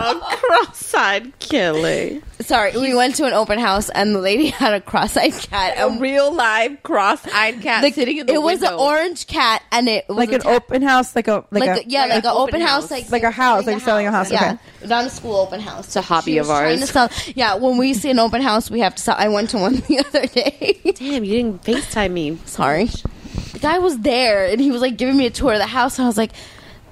Speaker 9: cross-eyed killing.
Speaker 10: Sorry, we went to an open house and the lady had a cross-eyed cat.
Speaker 9: A real live cross-eyed cat sitting in Um, the
Speaker 10: it was an
Speaker 9: window.
Speaker 10: orange cat, and it was
Speaker 7: Like
Speaker 10: a
Speaker 7: an
Speaker 10: cat-
Speaker 7: open house, like a like,
Speaker 10: Like
Speaker 7: a
Speaker 10: a- yeah, like a open house, like-
Speaker 7: like a house, like selling a house.
Speaker 10: Yeah,
Speaker 7: Okay.
Speaker 10: not a school open house. It's a
Speaker 9: hobby of ours.
Speaker 10: yeah, when we see an open house, we have to sell. I went to one the other day.
Speaker 9: Damn, you didn't FaceTime me.
Speaker 10: Sorry. The guy was there, and he was like giving me a tour of the house, and I was like,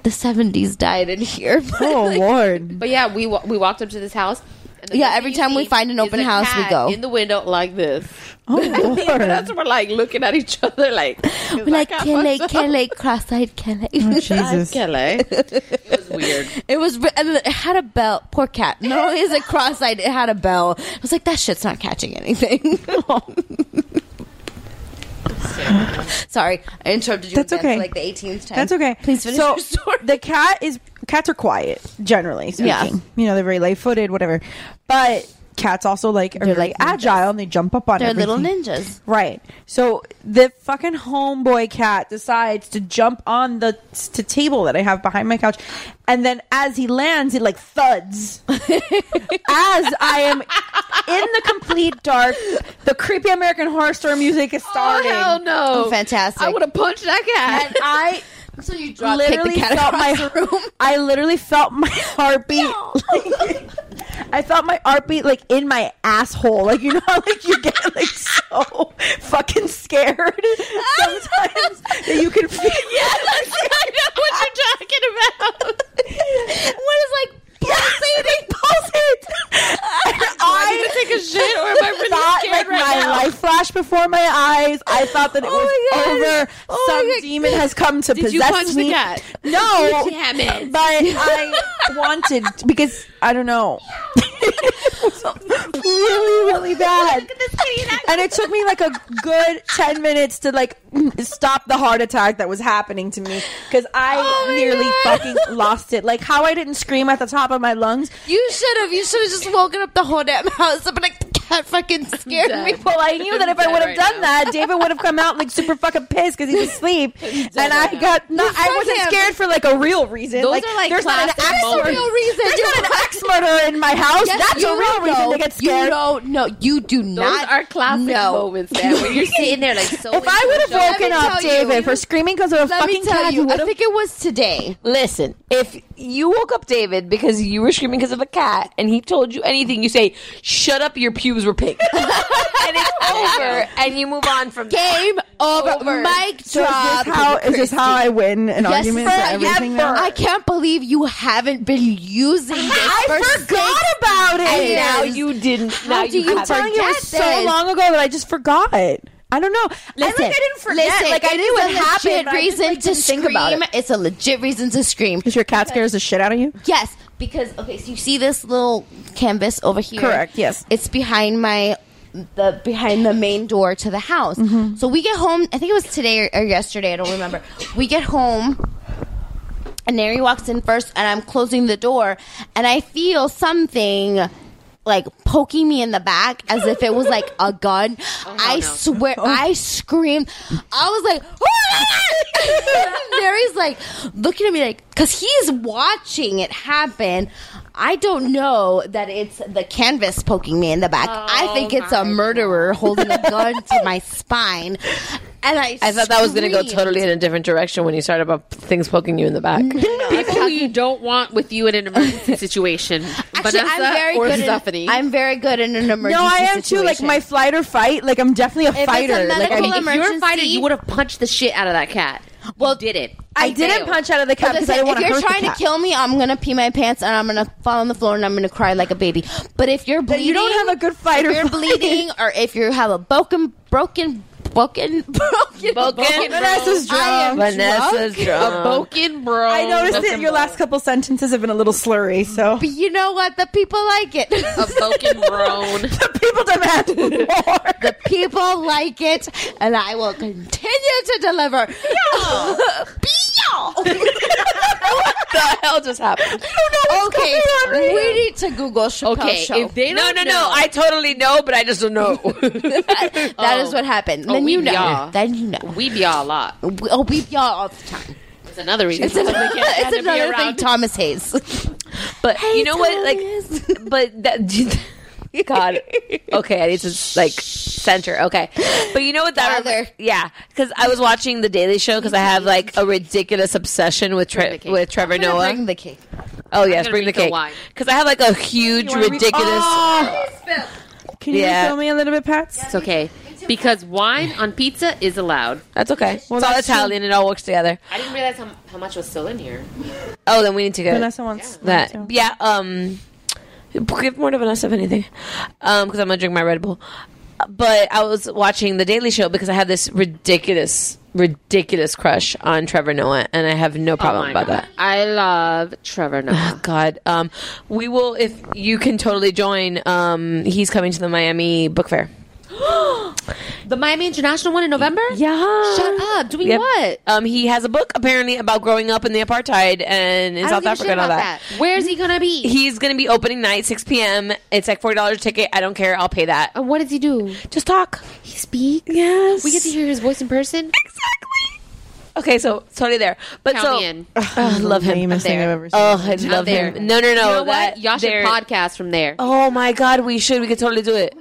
Speaker 10: "The '70s died in here."
Speaker 7: oh lord!
Speaker 9: But yeah, we wa- we walked up to this house. and the
Speaker 10: Yeah,
Speaker 9: first
Speaker 10: every
Speaker 9: thing you
Speaker 10: time we
Speaker 9: see
Speaker 10: find an
Speaker 9: is
Speaker 10: open
Speaker 9: a
Speaker 10: house, we
Speaker 9: cat
Speaker 10: go.
Speaker 9: in the window like this.
Speaker 7: Oh lord!
Speaker 9: That's we're like looking at each other like
Speaker 10: We're like Kelly, Kelly, cross-eyed Kelly.
Speaker 7: Oh, Jesus.
Speaker 9: Kelly. It was weird.
Speaker 10: It was, re- and it had a bell. Poor cat. Not only is it cross-eyed, it had a bell. I was like, that shit's not catching anything. Sorry, I interrupted you.
Speaker 7: That's
Speaker 10: again for,
Speaker 7: okay.
Speaker 10: like the 18th time.
Speaker 7: That's okay.
Speaker 10: Please finish.
Speaker 7: So
Speaker 10: your-
Speaker 7: the cat is cats are quiet generally speaking.
Speaker 10: Yeah.
Speaker 7: You know they're very light footed, whatever. But cats also like are
Speaker 10: They're
Speaker 7: very
Speaker 10: like ninjas.
Speaker 7: agile and they jump up on.
Speaker 10: They're little
Speaker 7: everything.
Speaker 10: ninjas.
Speaker 7: Right. So the fucking homeboy cat decides to jump on the t- table that I have behind my couch, and then as he lands, it like thuds. as I am in the complete dark, the creepy American Horror Story music is starting.
Speaker 9: hell no.
Speaker 10: Oh, fantastic.
Speaker 9: I would have punched that cat.
Speaker 7: and I
Speaker 10: so you drop kick the
Speaker 7: literally
Speaker 10: cat
Speaker 7: felt
Speaker 10: across
Speaker 7: my
Speaker 10: the room.
Speaker 7: I literally felt my heartbeat. like- I felt my heartbeat like in my asshole. Like you know, how, like you get like so fucking scared sometimes that you can feel.
Speaker 9: Yes, I know what you're talking about.
Speaker 10: What is like pulsating?
Speaker 7: Pulsate.
Speaker 9: I need to take a shit, or am I really
Speaker 7: thought
Speaker 9: scared
Speaker 7: like
Speaker 9: right
Speaker 7: my
Speaker 9: now? Oh
Speaker 7: life flashed before my eyes. I thought that it was over. Some demon has come to
Speaker 9: Did
Speaker 7: possess
Speaker 9: you punch
Speaker 7: me.
Speaker 9: the cat?
Speaker 7: No,
Speaker 9: Damn it.
Speaker 7: but I wanted because I don't know. It was really, really bad. And it took me like a good ten minutes to like stop the heart attack that was happening to me because I
Speaker 9: Oh
Speaker 7: nearly fucking lost it. Like how I didn't scream at the top of my lungs.
Speaker 10: You should have. You should have just woken up the whole damn house. I'm like, the cat fucking scared me.
Speaker 7: Well, I knew that if I
Speaker 9: dead
Speaker 7: would have
Speaker 9: right
Speaker 7: done
Speaker 9: now.
Speaker 7: that, David would have come out like super fucking pissed because he's asleep. and I got not. I
Speaker 10: fuck
Speaker 7: wasn't
Speaker 10: him.
Speaker 7: scared for like a real reason.
Speaker 9: Those are, like,
Speaker 7: there's not an
Speaker 9: classic
Speaker 7: axe
Speaker 9: moments.
Speaker 7: murder.
Speaker 9: There's no
Speaker 10: reason.
Speaker 7: There's
Speaker 10: You
Speaker 7: not an
Speaker 10: don't-
Speaker 7: axe murder in my house.
Speaker 10: Yes,
Speaker 7: That's
Speaker 10: you
Speaker 7: a real
Speaker 10: don't
Speaker 7: reason
Speaker 10: know.
Speaker 7: to get scared.
Speaker 10: You don't know. You do not.
Speaker 9: Those are classic
Speaker 10: know.
Speaker 9: moments there when you're sitting there like so.
Speaker 7: if I would have
Speaker 10: Let me
Speaker 7: woken up,
Speaker 10: tell you.
Speaker 7: David, for screaming because of a
Speaker 10: Let me
Speaker 7: fucking
Speaker 10: tell
Speaker 7: cat,
Speaker 10: you.
Speaker 7: you
Speaker 10: I
Speaker 7: would have.
Speaker 10: think it was today.
Speaker 6: Listen, if you woke up David because you were screaming because of a cat and he told you anything, you say, shut up, your pubes were pink. and it's over and you move on from that.
Speaker 10: Game over. Mic
Speaker 7: So is
Speaker 10: drop.
Speaker 7: this how is this how I win an argument? Is that everything now?
Speaker 10: I can't believe you haven't been using this.
Speaker 7: I
Speaker 10: for
Speaker 7: forgot
Speaker 10: six
Speaker 7: about it.
Speaker 6: And now
Speaker 10: years.
Speaker 6: you didn't. now
Speaker 10: do
Speaker 6: you,
Speaker 10: you
Speaker 6: have
Speaker 10: tell
Speaker 7: telling you it was
Speaker 10: forget
Speaker 7: so
Speaker 10: this.
Speaker 7: long ago that I just forgot. I don't know. I like I didn't forget.
Speaker 10: Listen,
Speaker 7: like I
Speaker 10: it
Speaker 7: knew
Speaker 10: is
Speaker 7: it
Speaker 10: a legit
Speaker 7: happened. but I just,
Speaker 10: reason
Speaker 7: like,
Speaker 10: to
Speaker 7: didn't
Speaker 10: scream.
Speaker 7: think about it.
Speaker 10: It's a legit reason to scream.
Speaker 7: Because your cat scares the shit out of you.
Speaker 10: Yes, because okay, so you see this little canvas over here.
Speaker 7: Correct, yes.
Speaker 10: It's behind my the behind the main door to the house.
Speaker 7: Mm-hmm.
Speaker 10: So we get home, I think it was today or, or yesterday, I don't remember. We get home and Neri walks in first and I'm closing the door and I feel something like poking me in the back as if it was like a gun.
Speaker 6: Oh,
Speaker 10: I swear I screamed. I was like, "Oh!" Mary's like looking at me like because he's watching it happen. I don't know that it's the canvas poking me in the back.
Speaker 6: Oh
Speaker 10: I think it's a murderer holding a gun to my spine. And I,
Speaker 6: I thought that was going to go
Speaker 10: screamed.
Speaker 6: totally in a different direction when you started about things poking you in the back.
Speaker 9: people you don't want with you in an emergency situation.
Speaker 10: Actually, I'm very
Speaker 9: or
Speaker 10: good.
Speaker 9: Stephanie.
Speaker 10: In, I'm very good in an emergency.
Speaker 7: No, I am too. Like
Speaker 10: situation.
Speaker 7: my flight or fight. Like I'm definitely a
Speaker 10: it's a
Speaker 7: fighter. like
Speaker 10: medical
Speaker 7: I,
Speaker 10: emer-
Speaker 9: if you were a fighter,
Speaker 10: emergency-
Speaker 9: you would have punched the shit out of that cat. Well, did it?
Speaker 7: I didn't punch out of the cat because I
Speaker 10: Listen,
Speaker 7: didn't want
Speaker 10: if
Speaker 7: to
Speaker 10: you're
Speaker 7: hurt
Speaker 10: trying
Speaker 7: the
Speaker 10: to
Speaker 7: cat.
Speaker 10: kill me, I'm gonna pee my pants and I'm gonna fall on the floor and I'm gonna cry like a baby. But if you're
Speaker 7: Then
Speaker 10: bleeding,
Speaker 7: you don't have a good fight
Speaker 10: If
Speaker 7: or
Speaker 10: you're
Speaker 7: flight.
Speaker 10: bleeding, or if you have a broken, broken, broken, broken,
Speaker 9: Broken
Speaker 7: Vanessa's drunk.
Speaker 10: I am
Speaker 6: Vanessa's
Speaker 10: drunk.
Speaker 9: A
Speaker 6: drunk.
Speaker 9: broken bro.
Speaker 17: Oh,
Speaker 7: I noticed that your last couple sentences have been a little slurry, so
Speaker 10: But you know what? The people like it.
Speaker 9: A broken groan.
Speaker 7: the people demanded more.
Speaker 10: the people like it, and I will continue to deliver. Pee-yaw.
Speaker 6: the hell just happened?
Speaker 10: okay, we need to Google Chappelle
Speaker 6: Okay,
Speaker 10: show.
Speaker 6: if they don't No, no, no, know- I totally know, but I just don't know.
Speaker 10: that
Speaker 9: Oh.
Speaker 10: is what happened.
Speaker 9: Oh,
Speaker 10: then
Speaker 9: we
Speaker 10: you know.
Speaker 9: be y'all.
Speaker 10: Then you know.
Speaker 9: We be y'all a lot.
Speaker 10: We, oh, we y'all all the time.
Speaker 9: It's another reason.
Speaker 10: It's another,
Speaker 9: Public had
Speaker 10: it's
Speaker 9: to be
Speaker 10: another
Speaker 9: around.
Speaker 10: thing. Thomas Hayes.
Speaker 6: But you know what? Like, but that. God, okay, I need to like center. Okay, but you know what that? Rem- yeah, because I was watching The Daily Show because I have like a ridiculous obsession with tre- with Trevor
Speaker 10: gonna
Speaker 6: Noah.
Speaker 10: bring the cake.
Speaker 6: Oh
Speaker 10: I'm
Speaker 6: yes,
Speaker 10: gonna
Speaker 6: bring the
Speaker 10: read the
Speaker 6: cake.
Speaker 10: wine.
Speaker 6: Because I have like a huge, ridiculous.
Speaker 10: Oh!
Speaker 9: Can
Speaker 6: you Yeah. refill
Speaker 9: me a little bit, Pat? It's okay. Because wine on pizza is allowed.
Speaker 6: That's okay. it's all Italian. It all works together.
Speaker 9: I didn't realize how, how much was still in here.
Speaker 6: Oh, then we need to get
Speaker 9: Vanessa wants
Speaker 6: that. Yeah. Um, give more to Vanessa if anything, Um, because I'm gonna drink my Red Bull. But I was watching The Daily Show because I have this ridiculous, ridiculous crush on Trevor Noah, and I have no problem
Speaker 9: my
Speaker 6: about
Speaker 9: God.
Speaker 6: that. I love Trevor Noah. God, um, we will if you can totally join. Um, he's coming to the Miami Book Fair.
Speaker 9: the Miami International one in November?
Speaker 6: Yeah.
Speaker 9: Shut up. Doing
Speaker 6: Yep.
Speaker 9: what?
Speaker 6: Um, he has a book apparently about growing up in the apartheid and in
Speaker 9: I don't
Speaker 6: South
Speaker 9: give a
Speaker 6: Africa
Speaker 9: shit
Speaker 6: and all
Speaker 9: about
Speaker 6: that.
Speaker 9: that. Where's he gonna be?
Speaker 6: He's gonna be opening night, six p.m. It's like forty dollars ticket. I don't care. I'll pay that.
Speaker 9: Uh, what does he do?
Speaker 6: Just talk.
Speaker 9: He speaks?
Speaker 6: Yes.
Speaker 9: We get to hear his voice in person? Exactly.
Speaker 6: Okay, so totally there. But
Speaker 9: Count
Speaker 6: so
Speaker 9: me in.
Speaker 6: Ugh, I love him.
Speaker 9: Lamest thing I've
Speaker 6: There.
Speaker 9: ever seen.
Speaker 6: Oh, I
Speaker 9: I'm
Speaker 6: love
Speaker 9: there.
Speaker 6: him. No, no, no.
Speaker 9: You know
Speaker 6: that-
Speaker 9: what? Y'all should
Speaker 6: there-
Speaker 9: podcast from there.
Speaker 6: Oh my god, we should. We could totally do it.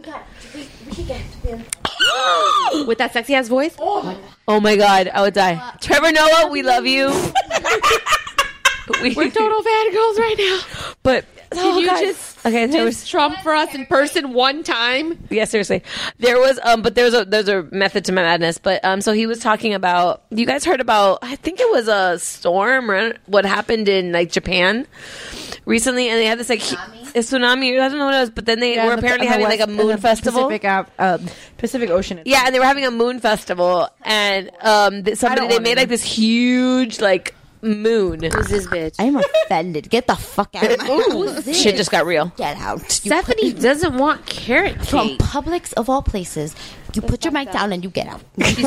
Speaker 9: With that sexy ass voice?
Speaker 6: Oh my god, I would die. Trevor Noah, we love you. we,
Speaker 9: We're total fangirls right now.
Speaker 6: But
Speaker 9: Can
Speaker 6: oh,
Speaker 9: you
Speaker 6: God.
Speaker 9: just
Speaker 6: okay? there was-
Speaker 9: diss Trump for us in person one time?
Speaker 6: Yeah, seriously. There was um but there's a there's a method to my madness. But um so he was talking about you guys heard about I think it was a storm or what happened in like Japan recently and they had this like tsunami, a tsunami I don't know what it was, but then they
Speaker 17: Yeah,
Speaker 6: were
Speaker 17: in the-
Speaker 6: apparently
Speaker 17: in the
Speaker 6: having like
Speaker 17: West-
Speaker 6: a
Speaker 17: in the
Speaker 6: moon festival.
Speaker 17: Pacific, Ave- uh, Pacific Ocean.
Speaker 6: Yeah, and they were having a moon festival, and um, th- somebody they made like this huge like moon. Who's
Speaker 9: this bitch?
Speaker 6: I'm offended. Get the fuck out of
Speaker 10: Ooh,
Speaker 6: Shit just got real.
Speaker 10: Get out.
Speaker 9: Stephanie doesn't want carrot cake.
Speaker 10: From Publix of all places. You put your mic down and you get out.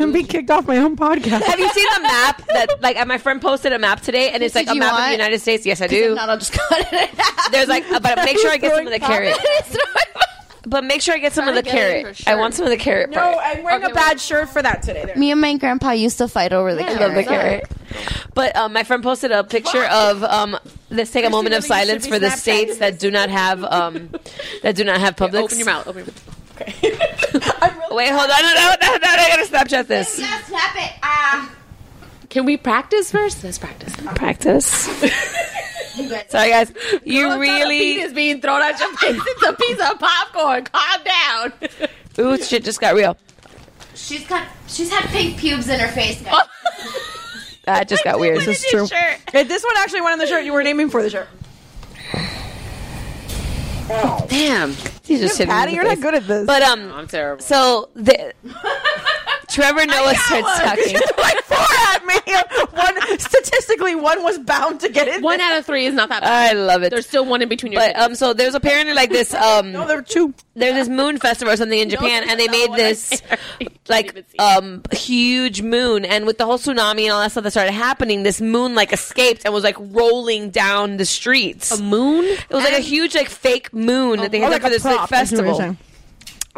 Speaker 17: I'm being kicked off my own podcast.
Speaker 6: Have you seen a map that like my friend posted a map today, and it's like
Speaker 10: Did
Speaker 6: a
Speaker 10: you
Speaker 6: map of
Speaker 10: want-
Speaker 6: the United States? Yes, I
Speaker 10: 'Cause
Speaker 6: do.
Speaker 10: if not, I'll just cut it out.
Speaker 6: There's like, uh, but make sure I get some of the carrot. But make sure I get some of the
Speaker 10: Trying to get it
Speaker 6: carrot. I want some of the carrot.
Speaker 17: No,
Speaker 7: oh,
Speaker 17: I'm wearing a bad shirt for that today.
Speaker 10: Me and my grandpa used to fight over the
Speaker 6: I
Speaker 10: carrot.
Speaker 6: love the carrot. But um, my friend posted a picture of um. Let's take a moment of silence for the states that do not have um, that do not have Publix.
Speaker 9: Open your mouth. Open your mouth.
Speaker 6: Wait, hold on. No, no, no, no, I gotta Snapchat this.
Speaker 10: Snap it. Ah.
Speaker 9: Can we practice first? Let's practice.
Speaker 6: Practice. Sorry, guys. You really.
Speaker 9: is being thrown at your face. It's a piece of popcorn. Calm down.
Speaker 6: Ooh, shit just got real.
Speaker 10: She's got she's had pink pubes in her face.
Speaker 6: That just got weird.
Speaker 17: This is true. Hey, this one actually went on the shirt you were naming for the shirt.
Speaker 9: Damn.
Speaker 6: He's just hitting me
Speaker 17: Patty,
Speaker 6: in
Speaker 17: you're
Speaker 6: the
Speaker 17: not
Speaker 6: face.
Speaker 17: good at this.
Speaker 6: But um,
Speaker 9: I'm terrible.
Speaker 6: So the, Trevor Noah starts talking.
Speaker 17: like four at me. One statistically, one was bound to get it.
Speaker 9: One out of three is not that
Speaker 6: bad. I love it.
Speaker 9: There's still one in between your
Speaker 6: But um, so there's apparently like this um, no,
Speaker 17: there were two.
Speaker 6: There's this moon festival or something in Japan, and they made this like um huge moon, and with the whole tsunami and all that stuff that started happening, this moon like escaped and was like rolling down the streets. A
Speaker 9: moon?
Speaker 6: It was like a huge like fake moon that they had
Speaker 17: Oh,
Speaker 6: there
Speaker 17: like
Speaker 6: for
Speaker 17: a
Speaker 6: this like
Speaker 17: prop. I see what you're
Speaker 6: festival.
Speaker 17: saying.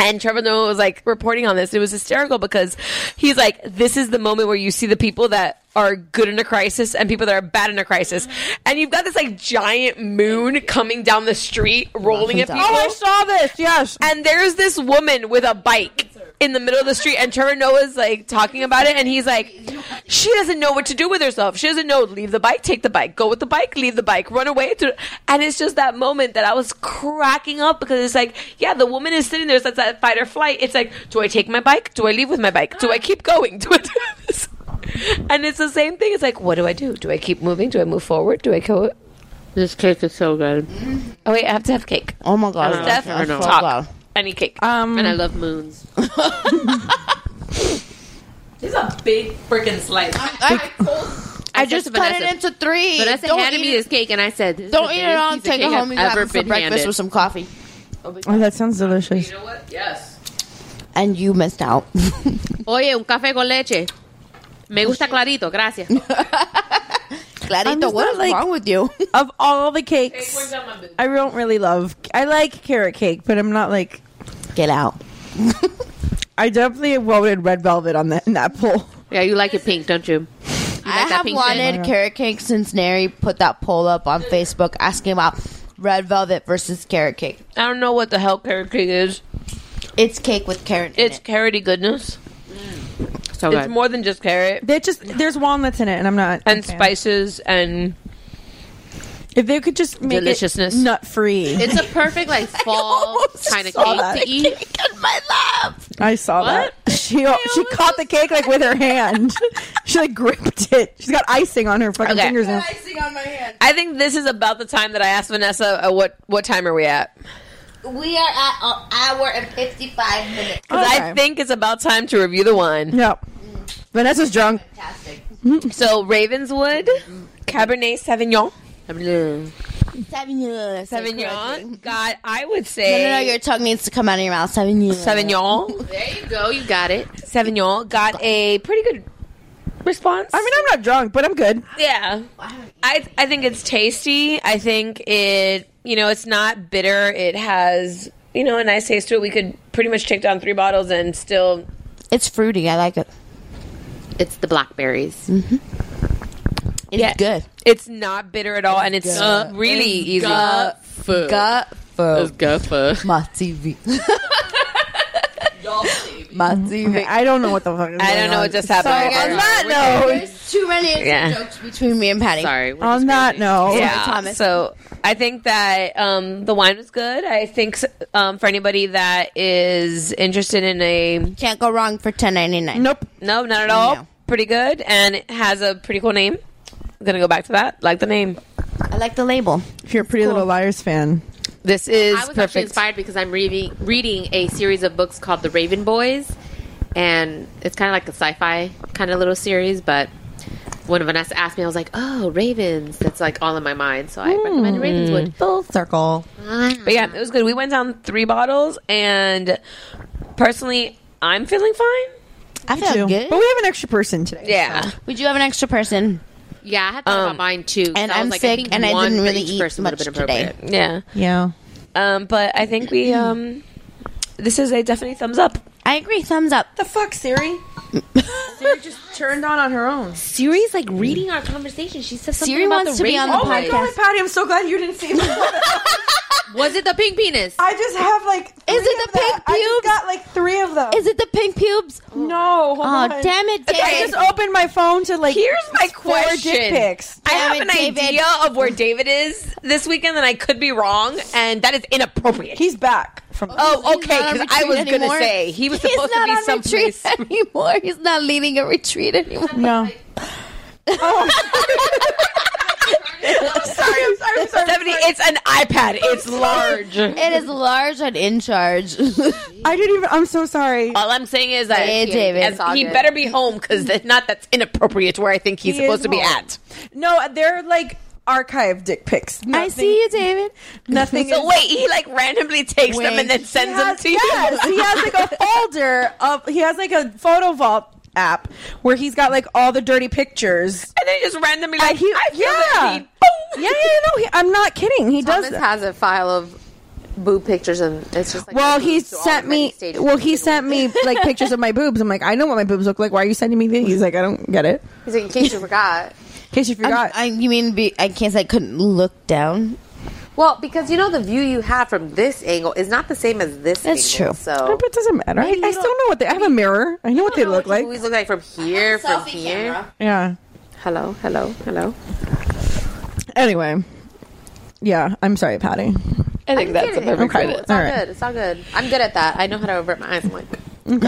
Speaker 6: And Trevor Noah was like reporting on this. It was hysterical because he's like, this is the moment where you see the people that are good in a crisis and people that are bad in a crisis. And you've got this like giant moon coming down the street, rolling at
Speaker 17: Oh,
Speaker 6: people.
Speaker 17: I saw this. Yes.
Speaker 6: And there's this woman with a bike in the middle of the street, and Trevor Noah's like talking about it, and he's like, she doesn't know what to do with herself. She doesn't know. Leave the bike, take the bike, go with the bike, leave the bike, run away. Through. And it's just that moment that I was cracking up because it's like, yeah, the woman is sitting there. So that's that fight or flight. It's like, do I take my bike? Do I leave with my bike? Do I keep going? Do I do this? And it's the same thing. It's like, what do I do? Do I keep moving? Do I move forward? Do I go?
Speaker 9: This cake is so good.
Speaker 6: Oh wait, I have to have cake.
Speaker 10: Oh my god.
Speaker 6: Steph,
Speaker 9: I don't know.
Speaker 6: talk.
Speaker 9: Wow.
Speaker 6: I need cake.
Speaker 17: Um,
Speaker 9: and I love moons.
Speaker 6: This is a big freaking slice.
Speaker 9: I
Speaker 10: just
Speaker 9: said to
Speaker 10: cut it
Speaker 9: Vanessa,
Speaker 10: into three.
Speaker 9: Vanessa
Speaker 10: Don't
Speaker 9: handed
Speaker 10: eat
Speaker 9: me
Speaker 10: it.
Speaker 9: this cake, and I said, this is
Speaker 10: Don't
Speaker 9: the
Speaker 10: eat it
Speaker 9: biggest
Speaker 10: all.
Speaker 9: piece of
Speaker 10: Take it
Speaker 9: cake
Speaker 10: home.
Speaker 9: I've
Speaker 10: You have
Speaker 9: ever
Speaker 10: it for
Speaker 9: been
Speaker 10: breakfast
Speaker 9: handed.
Speaker 10: with some coffee.
Speaker 17: Oh, that sounds delicious.
Speaker 9: Yes.
Speaker 10: And you missed out.
Speaker 9: Oye, un café con leche. Me gusta clarito, gracias.
Speaker 10: Clarito,
Speaker 7: just
Speaker 10: what
Speaker 7: not,
Speaker 10: is
Speaker 7: like-
Speaker 10: wrong with you?
Speaker 7: of all the cakes, I don't really love. I like carrot cake, but I'm not like
Speaker 10: get out.
Speaker 7: I definitely voted red velvet on that in that poll.
Speaker 9: Yeah, you like it pink, don't you?
Speaker 10: I have wanted carrot cake since Neri put that poll up on Facebook asking about red velvet versus carrot cake.
Speaker 6: I don't know what the hell carrot cake is.
Speaker 10: It's cake with carrot.
Speaker 6: It's carroty goodness.
Speaker 9: So
Speaker 6: it's
Speaker 7: good.
Speaker 6: more than just carrot.
Speaker 7: They just there's walnuts in it, and I'm not
Speaker 6: and spices and
Speaker 7: if they could just make
Speaker 6: Deliciousness.
Speaker 7: it nut free.
Speaker 9: It's a perfect like fall kind of
Speaker 7: saw
Speaker 9: cake
Speaker 7: that.
Speaker 9: to eat.
Speaker 7: I saw that. She she caught the cake like with her hand. she like gripped it. She's got icing on her fucking
Speaker 6: Okay.
Speaker 7: fingers. Now.
Speaker 6: I think this is about the time that I asked Vanessa, uh, "What what time are we at?"
Speaker 10: We are at an hour and 55 minutes.
Speaker 6: Because I think it's about time to review the wine.
Speaker 7: Yep. Vanessa's drunk.
Speaker 6: So Ravenswood, Cabernet Sauvignon.
Speaker 10: Sauvignon.
Speaker 6: Sauvignon. God, I would
Speaker 10: No,
Speaker 6: say
Speaker 10: no, no, your tongue needs to come out of your mouth. Sauvignon.
Speaker 6: Sauvignon.
Speaker 9: There you go. You got it.
Speaker 6: Sauvignon got a pretty good response.
Speaker 7: I mean, I'm not drunk, but I'm good.
Speaker 6: Yeah. I I think it's tasty. I think it you know, it's not bitter. It has, you know, a nice taste to it. We could pretty much take down three bottles and still
Speaker 10: It's fruity. I like it.
Speaker 9: It's the blackberries.
Speaker 10: It's good.
Speaker 6: It's not bitter at all and it's
Speaker 10: Gut.
Speaker 6: really
Speaker 10: It's
Speaker 6: easy.
Speaker 10: gut
Speaker 6: food.
Speaker 10: Gut
Speaker 9: It's good for
Speaker 10: my TV. my TV.
Speaker 7: I don't know what the fuck. Is
Speaker 6: I don't know what just happened.
Speaker 10: on that
Speaker 7: note-
Speaker 10: there's too many inside
Speaker 6: Yeah.
Speaker 10: jokes between me and Patty.
Speaker 9: Sorry,
Speaker 7: On that note,
Speaker 6: yeah.
Speaker 10: Thomas.
Speaker 6: So I think that um, the wine was good. I think s- um, for anybody that is interested in a
Speaker 10: can't go wrong for ten ninety nine.
Speaker 7: Nope,
Speaker 6: no, not at all. Pretty good, and it has a pretty cool name. I'm gonna go back to that. Like the name.
Speaker 10: I like the label.
Speaker 7: If you're a Pretty Little Liars fan,
Speaker 6: This is
Speaker 9: I was actually
Speaker 6: perfect.
Speaker 9: inspired because I'm reading reading a series of books called The Raven Boys, and it's kind of like a sci-fi kind of little series. But when Vanessa asked me, I was like, "Oh, ravens!" That's like all in my mind. So I
Speaker 10: Hmm.
Speaker 9: recommend Ravenswood.
Speaker 10: Full circle.
Speaker 6: But yeah, it was good. We went down three bottles, and personally, I'm feeling fine.
Speaker 10: I feel
Speaker 7: too.
Speaker 10: good.
Speaker 7: But we have an extra person today.
Speaker 6: Yeah,
Speaker 10: We do have an extra person,
Speaker 9: Yeah, I had thought about mine too.
Speaker 10: Um, and
Speaker 9: I was
Speaker 10: I'm
Speaker 9: like, I
Speaker 10: sick,
Speaker 9: think
Speaker 10: and I
Speaker 9: one
Speaker 10: didn't
Speaker 9: for
Speaker 10: really
Speaker 9: each
Speaker 10: eat
Speaker 9: person
Speaker 10: much
Speaker 9: would've been
Speaker 10: today.
Speaker 9: appropriate.
Speaker 6: yeah.
Speaker 7: Yeah.
Speaker 6: Um, but I think we um, this is a definitely thumbs up.
Speaker 10: I agree. Thumbs up.
Speaker 7: The fuck, Siri? Siri just turned on on her own.
Speaker 9: Siri's like reading our conversation. She said something
Speaker 10: Siri
Speaker 9: about
Speaker 10: wants
Speaker 9: the
Speaker 10: to be on
Speaker 9: raven
Speaker 10: the
Speaker 7: Oh my god,
Speaker 10: podcast.
Speaker 7: Patty! I'm so glad you didn't see that.
Speaker 9: Was it the pink penis?
Speaker 7: I just have like.
Speaker 10: Is it the pink
Speaker 7: I just
Speaker 10: pubes?
Speaker 7: got like three of them.
Speaker 10: Is it the pink pubes?
Speaker 7: Oh no. Hold
Speaker 10: Aw,
Speaker 7: on.
Speaker 10: damn it,
Speaker 7: I
Speaker 10: David.
Speaker 7: just opened my phone to like.
Speaker 6: Here's my
Speaker 7: four
Speaker 6: question.
Speaker 7: dick pics.
Speaker 6: I have
Speaker 10: Damn
Speaker 6: an
Speaker 10: it, David.
Speaker 6: idea of where David is this weekend, and I could be wrong, and that is inappropriate.
Speaker 7: He's back from.
Speaker 6: oh,
Speaker 10: He's
Speaker 6: okay,
Speaker 10: not on
Speaker 6: because I was
Speaker 10: retreat
Speaker 6: going to
Speaker 10: anymore.
Speaker 6: say he was
Speaker 10: He's
Speaker 6: supposed to
Speaker 10: not
Speaker 6: be
Speaker 10: on retreat
Speaker 6: someplace.
Speaker 10: anymore. He's not leading a retreat anymore.
Speaker 7: No. sorry, I'm sorry, I'm sorry.
Speaker 6: Stephanie, it's an iPad. It's large.
Speaker 10: It is large and in charge.
Speaker 7: I didn't even. I'm so sorry.
Speaker 6: All I'm saying is that
Speaker 10: Hey, David.
Speaker 6: as-
Speaker 10: It's all
Speaker 6: he
Speaker 10: good.
Speaker 6: better be home because if not, that's inappropriate to where I think he's
Speaker 7: He
Speaker 6: supposed
Speaker 7: is
Speaker 6: to be
Speaker 7: home.
Speaker 6: at.
Speaker 7: No, they're like archive dick pics.
Speaker 10: I
Speaker 7: Nothing-
Speaker 10: see you, David.
Speaker 7: Nothing.
Speaker 6: So
Speaker 7: is-
Speaker 6: wait, he like randomly takes them
Speaker 10: Wait.
Speaker 6: and then sends them
Speaker 7: has-
Speaker 6: to you.
Speaker 7: Yes, he has like a folder of. He has like a photo vault app where he's got like all the dirty pictures.
Speaker 6: and they just randomly like,
Speaker 7: And he-
Speaker 6: I feel
Speaker 7: yeah.
Speaker 6: that need. Boom.
Speaker 7: Yeah, yeah, yeah, no, he, I'm not kidding. He does.
Speaker 9: Thomas
Speaker 7: That.
Speaker 9: has a file of boob pictures, and it's just like
Speaker 7: Well,
Speaker 9: my
Speaker 7: he
Speaker 9: boobs are all
Speaker 7: sent
Speaker 9: in many
Speaker 7: me.
Speaker 9: stages.
Speaker 7: Well, he sent me like pictures of my boobs. I'm like, I know what my boobs look like. Why are you sending me these? He's like, I don't get it.
Speaker 9: He's like, in case you forgot.
Speaker 7: In case you forgot.
Speaker 10: I, you mean be, I can't say I couldn't look down?
Speaker 9: Well, because you know the view you have from this angle is not the same as this.
Speaker 10: That's
Speaker 9: angle,
Speaker 10: true.
Speaker 9: So
Speaker 7: but it doesn't matter. I,
Speaker 9: Maybe
Speaker 7: I
Speaker 9: you
Speaker 7: still
Speaker 9: don't-
Speaker 7: know what they. I have a mirror. I know what they look like.
Speaker 9: Always look like from here, from here.
Speaker 7: Yeah.
Speaker 9: Hello, hello, hello.
Speaker 7: Anyway. Yeah, I'm sorry, Patty.
Speaker 6: I think that's
Speaker 9: Get it.
Speaker 6: appropriate.
Speaker 7: Okay.
Speaker 9: It's all,
Speaker 7: All right.
Speaker 9: good. It's all good. I'm good at that. I know how to avert my eyes. I'm like,
Speaker 10: And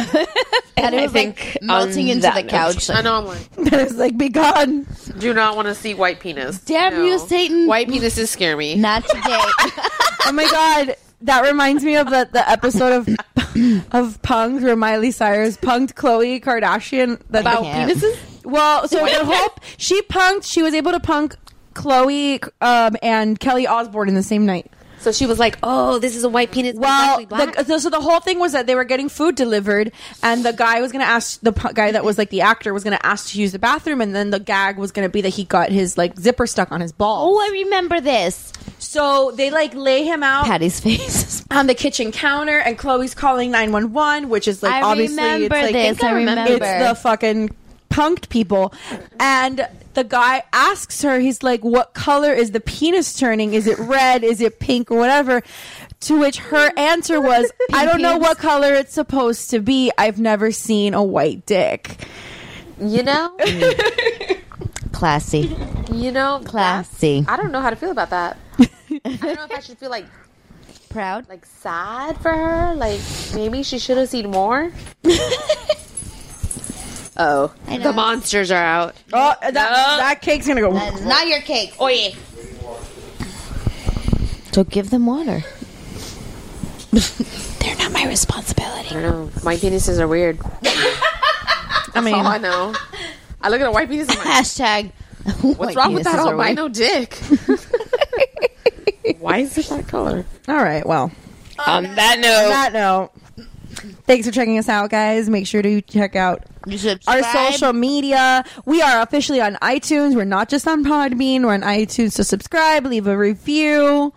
Speaker 6: I
Speaker 10: it was
Speaker 6: think
Speaker 10: like melting
Speaker 6: on
Speaker 10: into
Speaker 6: that
Speaker 10: the
Speaker 6: note-
Speaker 10: couch.
Speaker 9: I know I'm like,
Speaker 7: That is like, be gone.
Speaker 9: do not want to see white penis.
Speaker 10: Damn you, Satan.
Speaker 9: White penises scare me.
Speaker 10: Not today.
Speaker 7: Oh my god. That reminds me of the, the episode of of Punked where Miley Cyrus punked Chloe Kardashian. The,
Speaker 10: About penises?
Speaker 7: Well, so the hope she punked. She was able to punk Chloe um, and Kelly Osbourne in the same night.
Speaker 9: So she was like, "Oh, this is a white penis."
Speaker 7: Well, the, so the whole thing was that they were getting food delivered, and the guy was going to ask the p- guy that was like the actor was going to ask to use the bathroom, and then the gag was going to be that he got his like zipper stuck on his balls.
Speaker 10: Oh, I remember this.
Speaker 7: So they like lay him out
Speaker 10: Patty's face.
Speaker 7: on the kitchen counter, and Chloe's calling nine one one, which is like
Speaker 10: I
Speaker 7: obviously it's
Speaker 10: remember
Speaker 7: like
Speaker 10: this, I remember.
Speaker 7: it's the fucking punked people, and the guy asks her, he's like, "What color is the penis turning? Is it red? Is it pink or whatever?" To which her answer was, "I don't know what color it's supposed to be. I've never seen a white dick."
Speaker 9: You know,
Speaker 10: Classy.
Speaker 9: you know,
Speaker 10: Classy.
Speaker 9: I don't know how to feel about that. I don't know if I should feel like
Speaker 10: proud,
Speaker 9: like sad for her. Like maybe she should have seen more. Oh, the monsters are out.
Speaker 7: Oh, that, that cake's gonna go.
Speaker 10: That is not your cake. Oh yeah.
Speaker 9: So give them water.
Speaker 10: They're not my responsibility.
Speaker 9: I don't know. White penises are weird. I mean, all I know. I look at a white penis. and I'm like,
Speaker 10: Hashtag. oh,
Speaker 9: What's wrong with that Oh, albino dick? Why is it that color?
Speaker 7: All right, well.
Speaker 6: On that note.
Speaker 7: On that note. Thanks for checking us out, guys. Make sure to check out our social media. We are officially on iTunes. We're not just on Podbean. We're on iTunes. So subscribe, leave a review.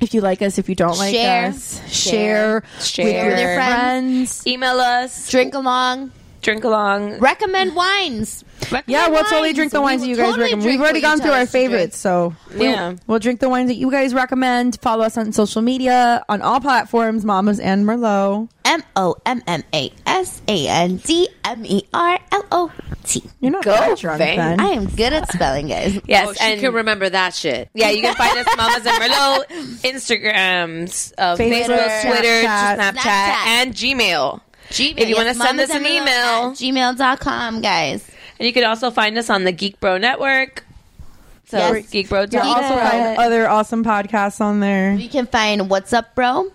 Speaker 7: If you like us, if you don't like
Speaker 10: Share.
Speaker 7: us, share,
Speaker 6: Share.
Speaker 7: with your
Speaker 6: With your
Speaker 7: friends.
Speaker 6: Email us.
Speaker 10: Drink along.
Speaker 6: Drink along.
Speaker 10: Recommend wines.
Speaker 7: Yeah, we'll totally
Speaker 10: wines.
Speaker 7: drink the
Speaker 10: We
Speaker 7: wines
Speaker 10: will
Speaker 7: that you guys
Speaker 10: totally
Speaker 7: recommend.
Speaker 10: drink
Speaker 7: We've already
Speaker 10: what you
Speaker 7: gone through
Speaker 10: tell
Speaker 7: our
Speaker 10: us to drink.
Speaker 7: favorites, so we'll,
Speaker 6: Yeah.
Speaker 7: we'll drink the wines that you guys recommend. Follow us on social media on all platforms, Mamas and Merlot.
Speaker 10: M O M M A S A N D M E R L O T.
Speaker 7: You're not that drunk, Ben.
Speaker 10: I am good at spelling, guys.
Speaker 6: Yes,
Speaker 9: Oh, she
Speaker 6: and
Speaker 9: can remember that shit.
Speaker 6: yeah, you can find us Mamas and Merlot, Instagrams, uh,
Speaker 7: Facebook,
Speaker 6: Facebook, Twitter,
Speaker 7: Snapchat.
Speaker 6: Snapchat,
Speaker 10: Snapchat.
Speaker 6: and Gmail. If you want to send us an email,
Speaker 10: gmail.com, guys.
Speaker 6: and you can also find us on the Geek Bro Network. So
Speaker 10: Yes.
Speaker 6: Geek Bro
Speaker 7: You'll
Speaker 10: Geek
Speaker 6: Network.
Speaker 7: also
Speaker 10: Bro.
Speaker 7: find other awesome podcasts on there.
Speaker 10: You can find What's Up, Bro.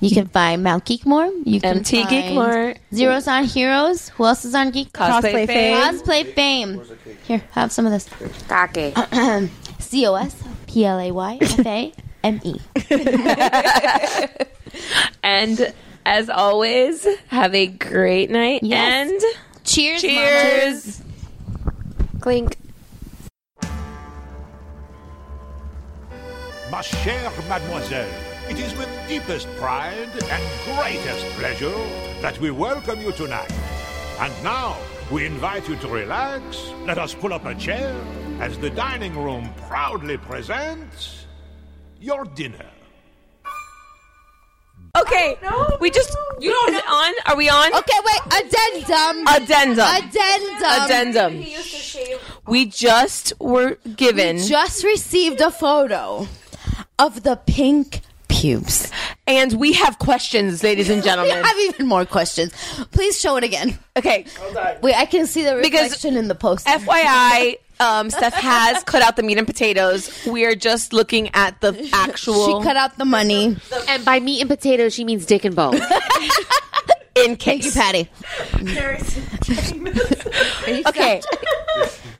Speaker 10: You can find Mount Geekmore. You can
Speaker 6: MT
Speaker 10: find
Speaker 6: Geekmore.
Speaker 10: Zeros on Heroes. Who else is on Geek?
Speaker 6: Cosplay Cosplay Fame.
Speaker 10: Cosplay Fame. Here, have some of this.
Speaker 9: Kake.
Speaker 10: C O S P L A Y F A M E.
Speaker 6: And as always, have a great night
Speaker 10: Yes.
Speaker 6: and
Speaker 10: Cheers. Mama.
Speaker 6: cheers.
Speaker 9: Clink.
Speaker 18: Ma chère mademoiselle, it is with deepest pride and greatest pleasure that we welcome you tonight. And now, we invite you to relax, let us pull up a chair, as the dining room proudly presents your dinner.
Speaker 6: Okay. No. We just you don't is it on? Are we on?
Speaker 10: Okay, wait. Addendum.
Speaker 6: Addendum.
Speaker 10: Addendum.
Speaker 6: Addendum. We just were given
Speaker 10: Just received a photo of the pink pubes.
Speaker 6: and we have questions, ladies and
Speaker 10: We
Speaker 6: gentlemen.
Speaker 10: have even more questions. Please show it again.
Speaker 6: Okay.
Speaker 10: Wait, I can see the
Speaker 6: Because-
Speaker 10: reflection in the post.
Speaker 6: FYI, um, Steph has cut out the meat and potatoes. We are just looking at the actual
Speaker 10: She cut out the money.
Speaker 9: And by meat and potatoes, she means dick and bone.
Speaker 6: in
Speaker 10: Thank you,
Speaker 6: case.
Speaker 10: Patty.
Speaker 6: Okay.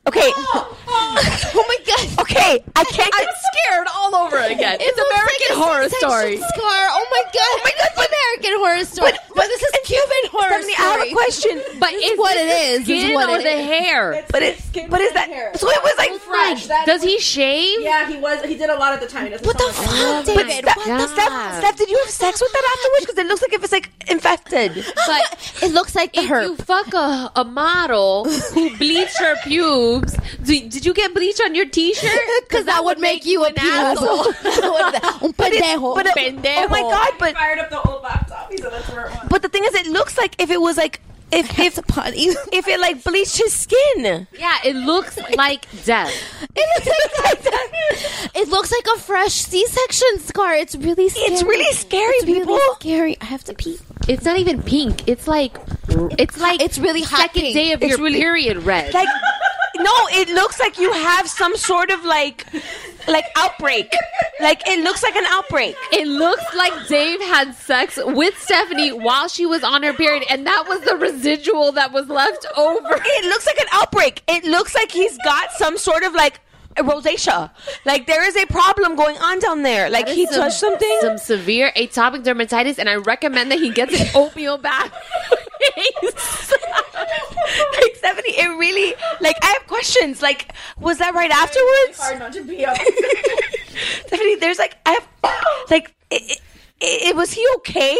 Speaker 6: Okay.
Speaker 10: Oh my god.
Speaker 6: Okay. I can't.
Speaker 17: I'm scared all over again.
Speaker 10: It
Speaker 17: It's
Speaker 10: looks
Speaker 17: American
Speaker 10: like a
Speaker 17: Horror
Speaker 10: C-section
Speaker 17: Story.
Speaker 10: Scar. Oh my god. Oh my god. American Horror Story. But, this is Cuban Horror
Speaker 6: Stephanie, I have
Speaker 10: Story.
Speaker 6: a question.
Speaker 9: But
Speaker 10: This is what it is. This is
Speaker 9: Skin
Speaker 10: what
Speaker 9: or
Speaker 10: it
Speaker 9: the
Speaker 10: is.
Speaker 9: hair?
Speaker 6: But it, but is that so? It was like fresh.
Speaker 9: Does he shave?
Speaker 17: Yeah, he was. He did a lot at the time.
Speaker 10: What the fuck,
Speaker 6: But
Speaker 10: David?
Speaker 6: Steph,
Speaker 10: What the
Speaker 6: Steph, Steph, did you have sex with that afterwards? Because it looks like it was like infected.
Speaker 10: But it looks like the
Speaker 9: If you
Speaker 10: herb.
Speaker 9: fuck a, a model who bleached her pubes, do, did you get bleach on your t-shirt?
Speaker 10: Because that would make you an asshole. Un pendejo.
Speaker 6: But it- oh my god! But
Speaker 17: Fired up the old laptop. He said that's where it was.
Speaker 6: but the thing is, it looks like if it was like if if if it like bleached his skin.
Speaker 9: Yeah, it looks like death.
Speaker 10: It looks like that. It looks like a fresh C-section scar. It's really scary.
Speaker 6: It's really scary,
Speaker 10: It's really
Speaker 6: people.
Speaker 10: scary. I have to pee.
Speaker 9: It's not even pink. It's like it's like
Speaker 10: It's really hot
Speaker 9: second
Speaker 10: pink.
Speaker 9: day of
Speaker 6: It's
Speaker 9: your
Speaker 6: really-
Speaker 9: period red.
Speaker 6: Like no, it looks like you have some sort of like like outbreak. Like it looks like an outbreak.
Speaker 9: it looks like Dave had sex with Stephanie while she was on her period, and that was the residual that was left over.
Speaker 6: It looks like an outbreak. It looks like he's got some sort of like rosacea. Like there is a problem going on down there. Like
Speaker 9: That is
Speaker 6: he
Speaker 9: some-
Speaker 6: touched something.
Speaker 9: Some severe atopic dermatitis, and I recommend that he gets an oatmeal bath.
Speaker 6: like seventy. It really. Like I have questions. Like was that right afterwards? Hard
Speaker 7: not to be up.
Speaker 6: Stephanie, there's like I have like it, it, it was he okay?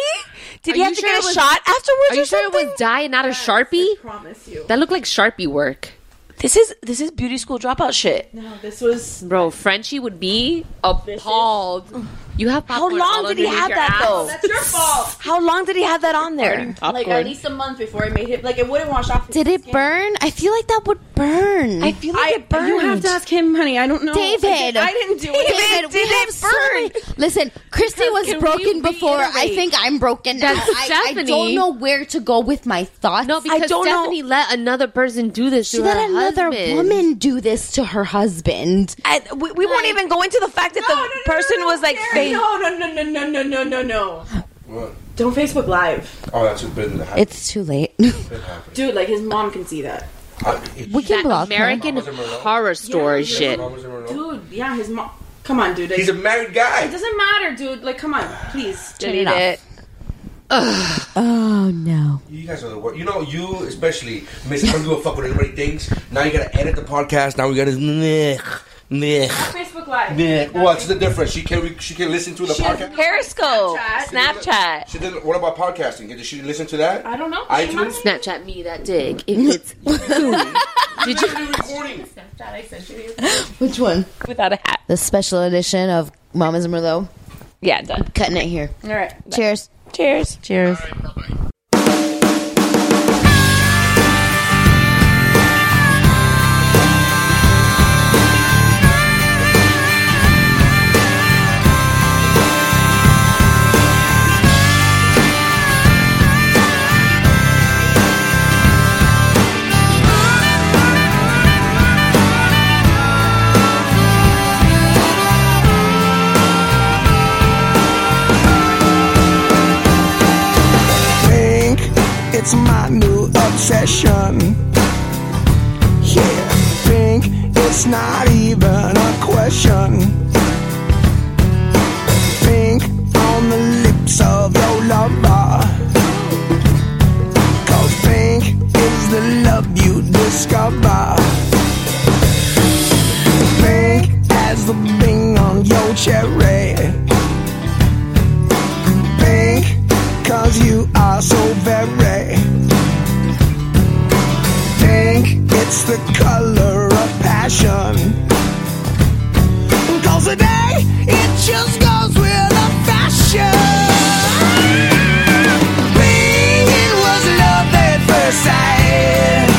Speaker 6: Did he
Speaker 9: Are
Speaker 6: have
Speaker 9: you
Speaker 6: to
Speaker 9: sure
Speaker 6: get
Speaker 9: it
Speaker 6: a
Speaker 9: was-
Speaker 6: shot afterwards?
Speaker 9: Are you
Speaker 6: or
Speaker 9: sure
Speaker 6: something?
Speaker 9: it was dye and not a sharpie?
Speaker 7: promise you.
Speaker 9: That looked like sharpie work.
Speaker 6: This is this is beauty school dropout shit.
Speaker 7: No, this was
Speaker 9: bro. Frenchie would be appalled. You have
Speaker 6: How
Speaker 9: popcorn all
Speaker 6: long did he
Speaker 9: underneath
Speaker 6: have
Speaker 9: your
Speaker 6: that
Speaker 9: ass.
Speaker 6: though?
Speaker 7: That's your fault.
Speaker 6: How long did he have that on there?
Speaker 7: like at least a month before I made it. Like it wouldn't wash off.
Speaker 19: Did it burn? I feel like that would burn. I
Speaker 6: feel
Speaker 7: like it burned. You have to ask him, honey. I don't know.
Speaker 19: David.
Speaker 7: I didn't do it.
Speaker 19: David, we have so many- Listen, Christy was broken before. I think I'm broken now.
Speaker 9: That's
Speaker 19: I, I don't
Speaker 9: Stephanie.
Speaker 19: know where to go with my thoughts. No,
Speaker 9: because Stephanie let another person do this.
Speaker 19: She
Speaker 9: to
Speaker 19: let
Speaker 9: her
Speaker 19: another
Speaker 9: husband.
Speaker 19: woman do this to her husband.
Speaker 6: I, we we won't even go into the fact that the person was like, they,
Speaker 7: No, no, no, no, no, no, no, no, no.
Speaker 15: What?
Speaker 7: Don't Facebook Live,
Speaker 15: Oh, that's what's been happening.
Speaker 19: It's too late.
Speaker 7: dude. Like his mom can see that.
Speaker 19: we can block her.
Speaker 9: American horror story shit.
Speaker 7: Dude, yeah, his mom. Come on, dude.
Speaker 15: He's a married guy.
Speaker 7: It doesn't matter, dude. Like, come on, please.
Speaker 6: Delete it.
Speaker 19: Oh no.
Speaker 15: You guys are the worst. You know, you especially, Miss, I don't give a fuck what anybody thinks. Now you gotta edit the podcast. Now we gotta. Blech, blech,
Speaker 7: Facebook Live.
Speaker 15: blech. What's the difference? She can re- she can listen to the
Speaker 6: She has
Speaker 15: podcast.
Speaker 6: Periscope, Snapchat.
Speaker 15: She did. What about podcasting? Did she listen to that?
Speaker 7: I don't know.
Speaker 15: I
Speaker 7: She
Speaker 15: do.
Speaker 7: might.
Speaker 9: Snapchat me that dig. If it's
Speaker 15: Did you recording?
Speaker 19: Which one?
Speaker 6: Without a hat.
Speaker 19: The special edition of Mama's Merlot.
Speaker 6: Yeah, done.
Speaker 19: Cutting it here.
Speaker 7: All right.
Speaker 19: Cheers.
Speaker 6: Cheers.
Speaker 19: Cheers.
Speaker 10: think it's my new obsession. Yeah, think it's not even a question. Think on the lips of your lover. Cause think is the love you discover. Think as the bing on your cherry. Think Cause you are so very pink. It's the color of passion. Cause today it just goes with the fashion. Pink, it was love at first sight.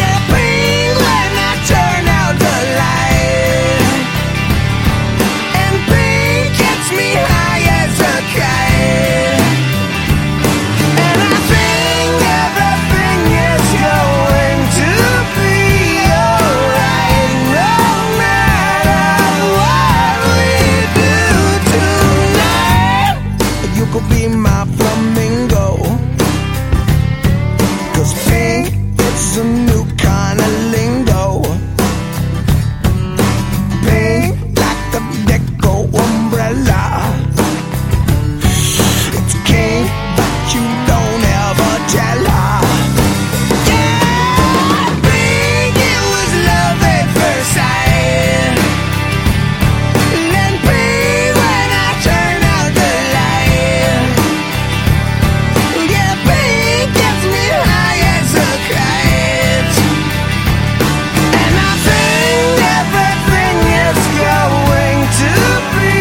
Speaker 10: Yeah, pink, when I turn out the light. And pink gets me high as a kite. And I think everything is going to be alright. No matter what we do tonight. You could be my flamingo. Cause pink, it's a new kind of lingo pink like a deco umbrella. It's king, but you don't ever tell her. Yeah, pink, it was love at first sight. And then pink when I turn out the light. Yeah, pink gets me high as a kite. And I think everything is going to be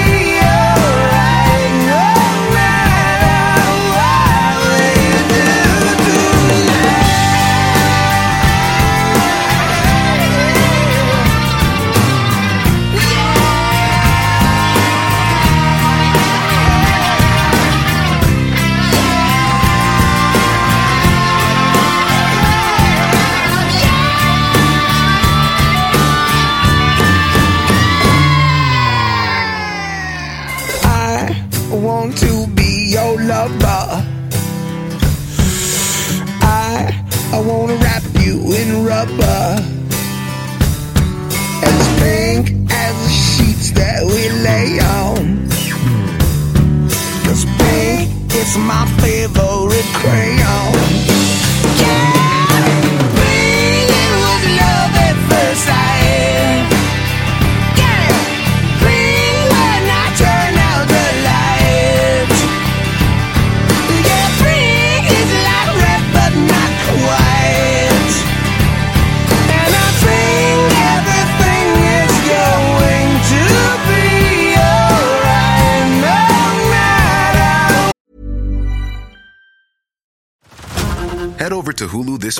Speaker 10: alright, no matter what we do I want to be your lover. I I wanna wrap you in rubber. It's my favorite crayon. Yeah, bleeding was love at first sight. Get it? Bleed when I turn out the lights. Yeah, bleed is like red, but not quite. And I think everything is going to be alright. No matter
Speaker 12: Head over to Hulu this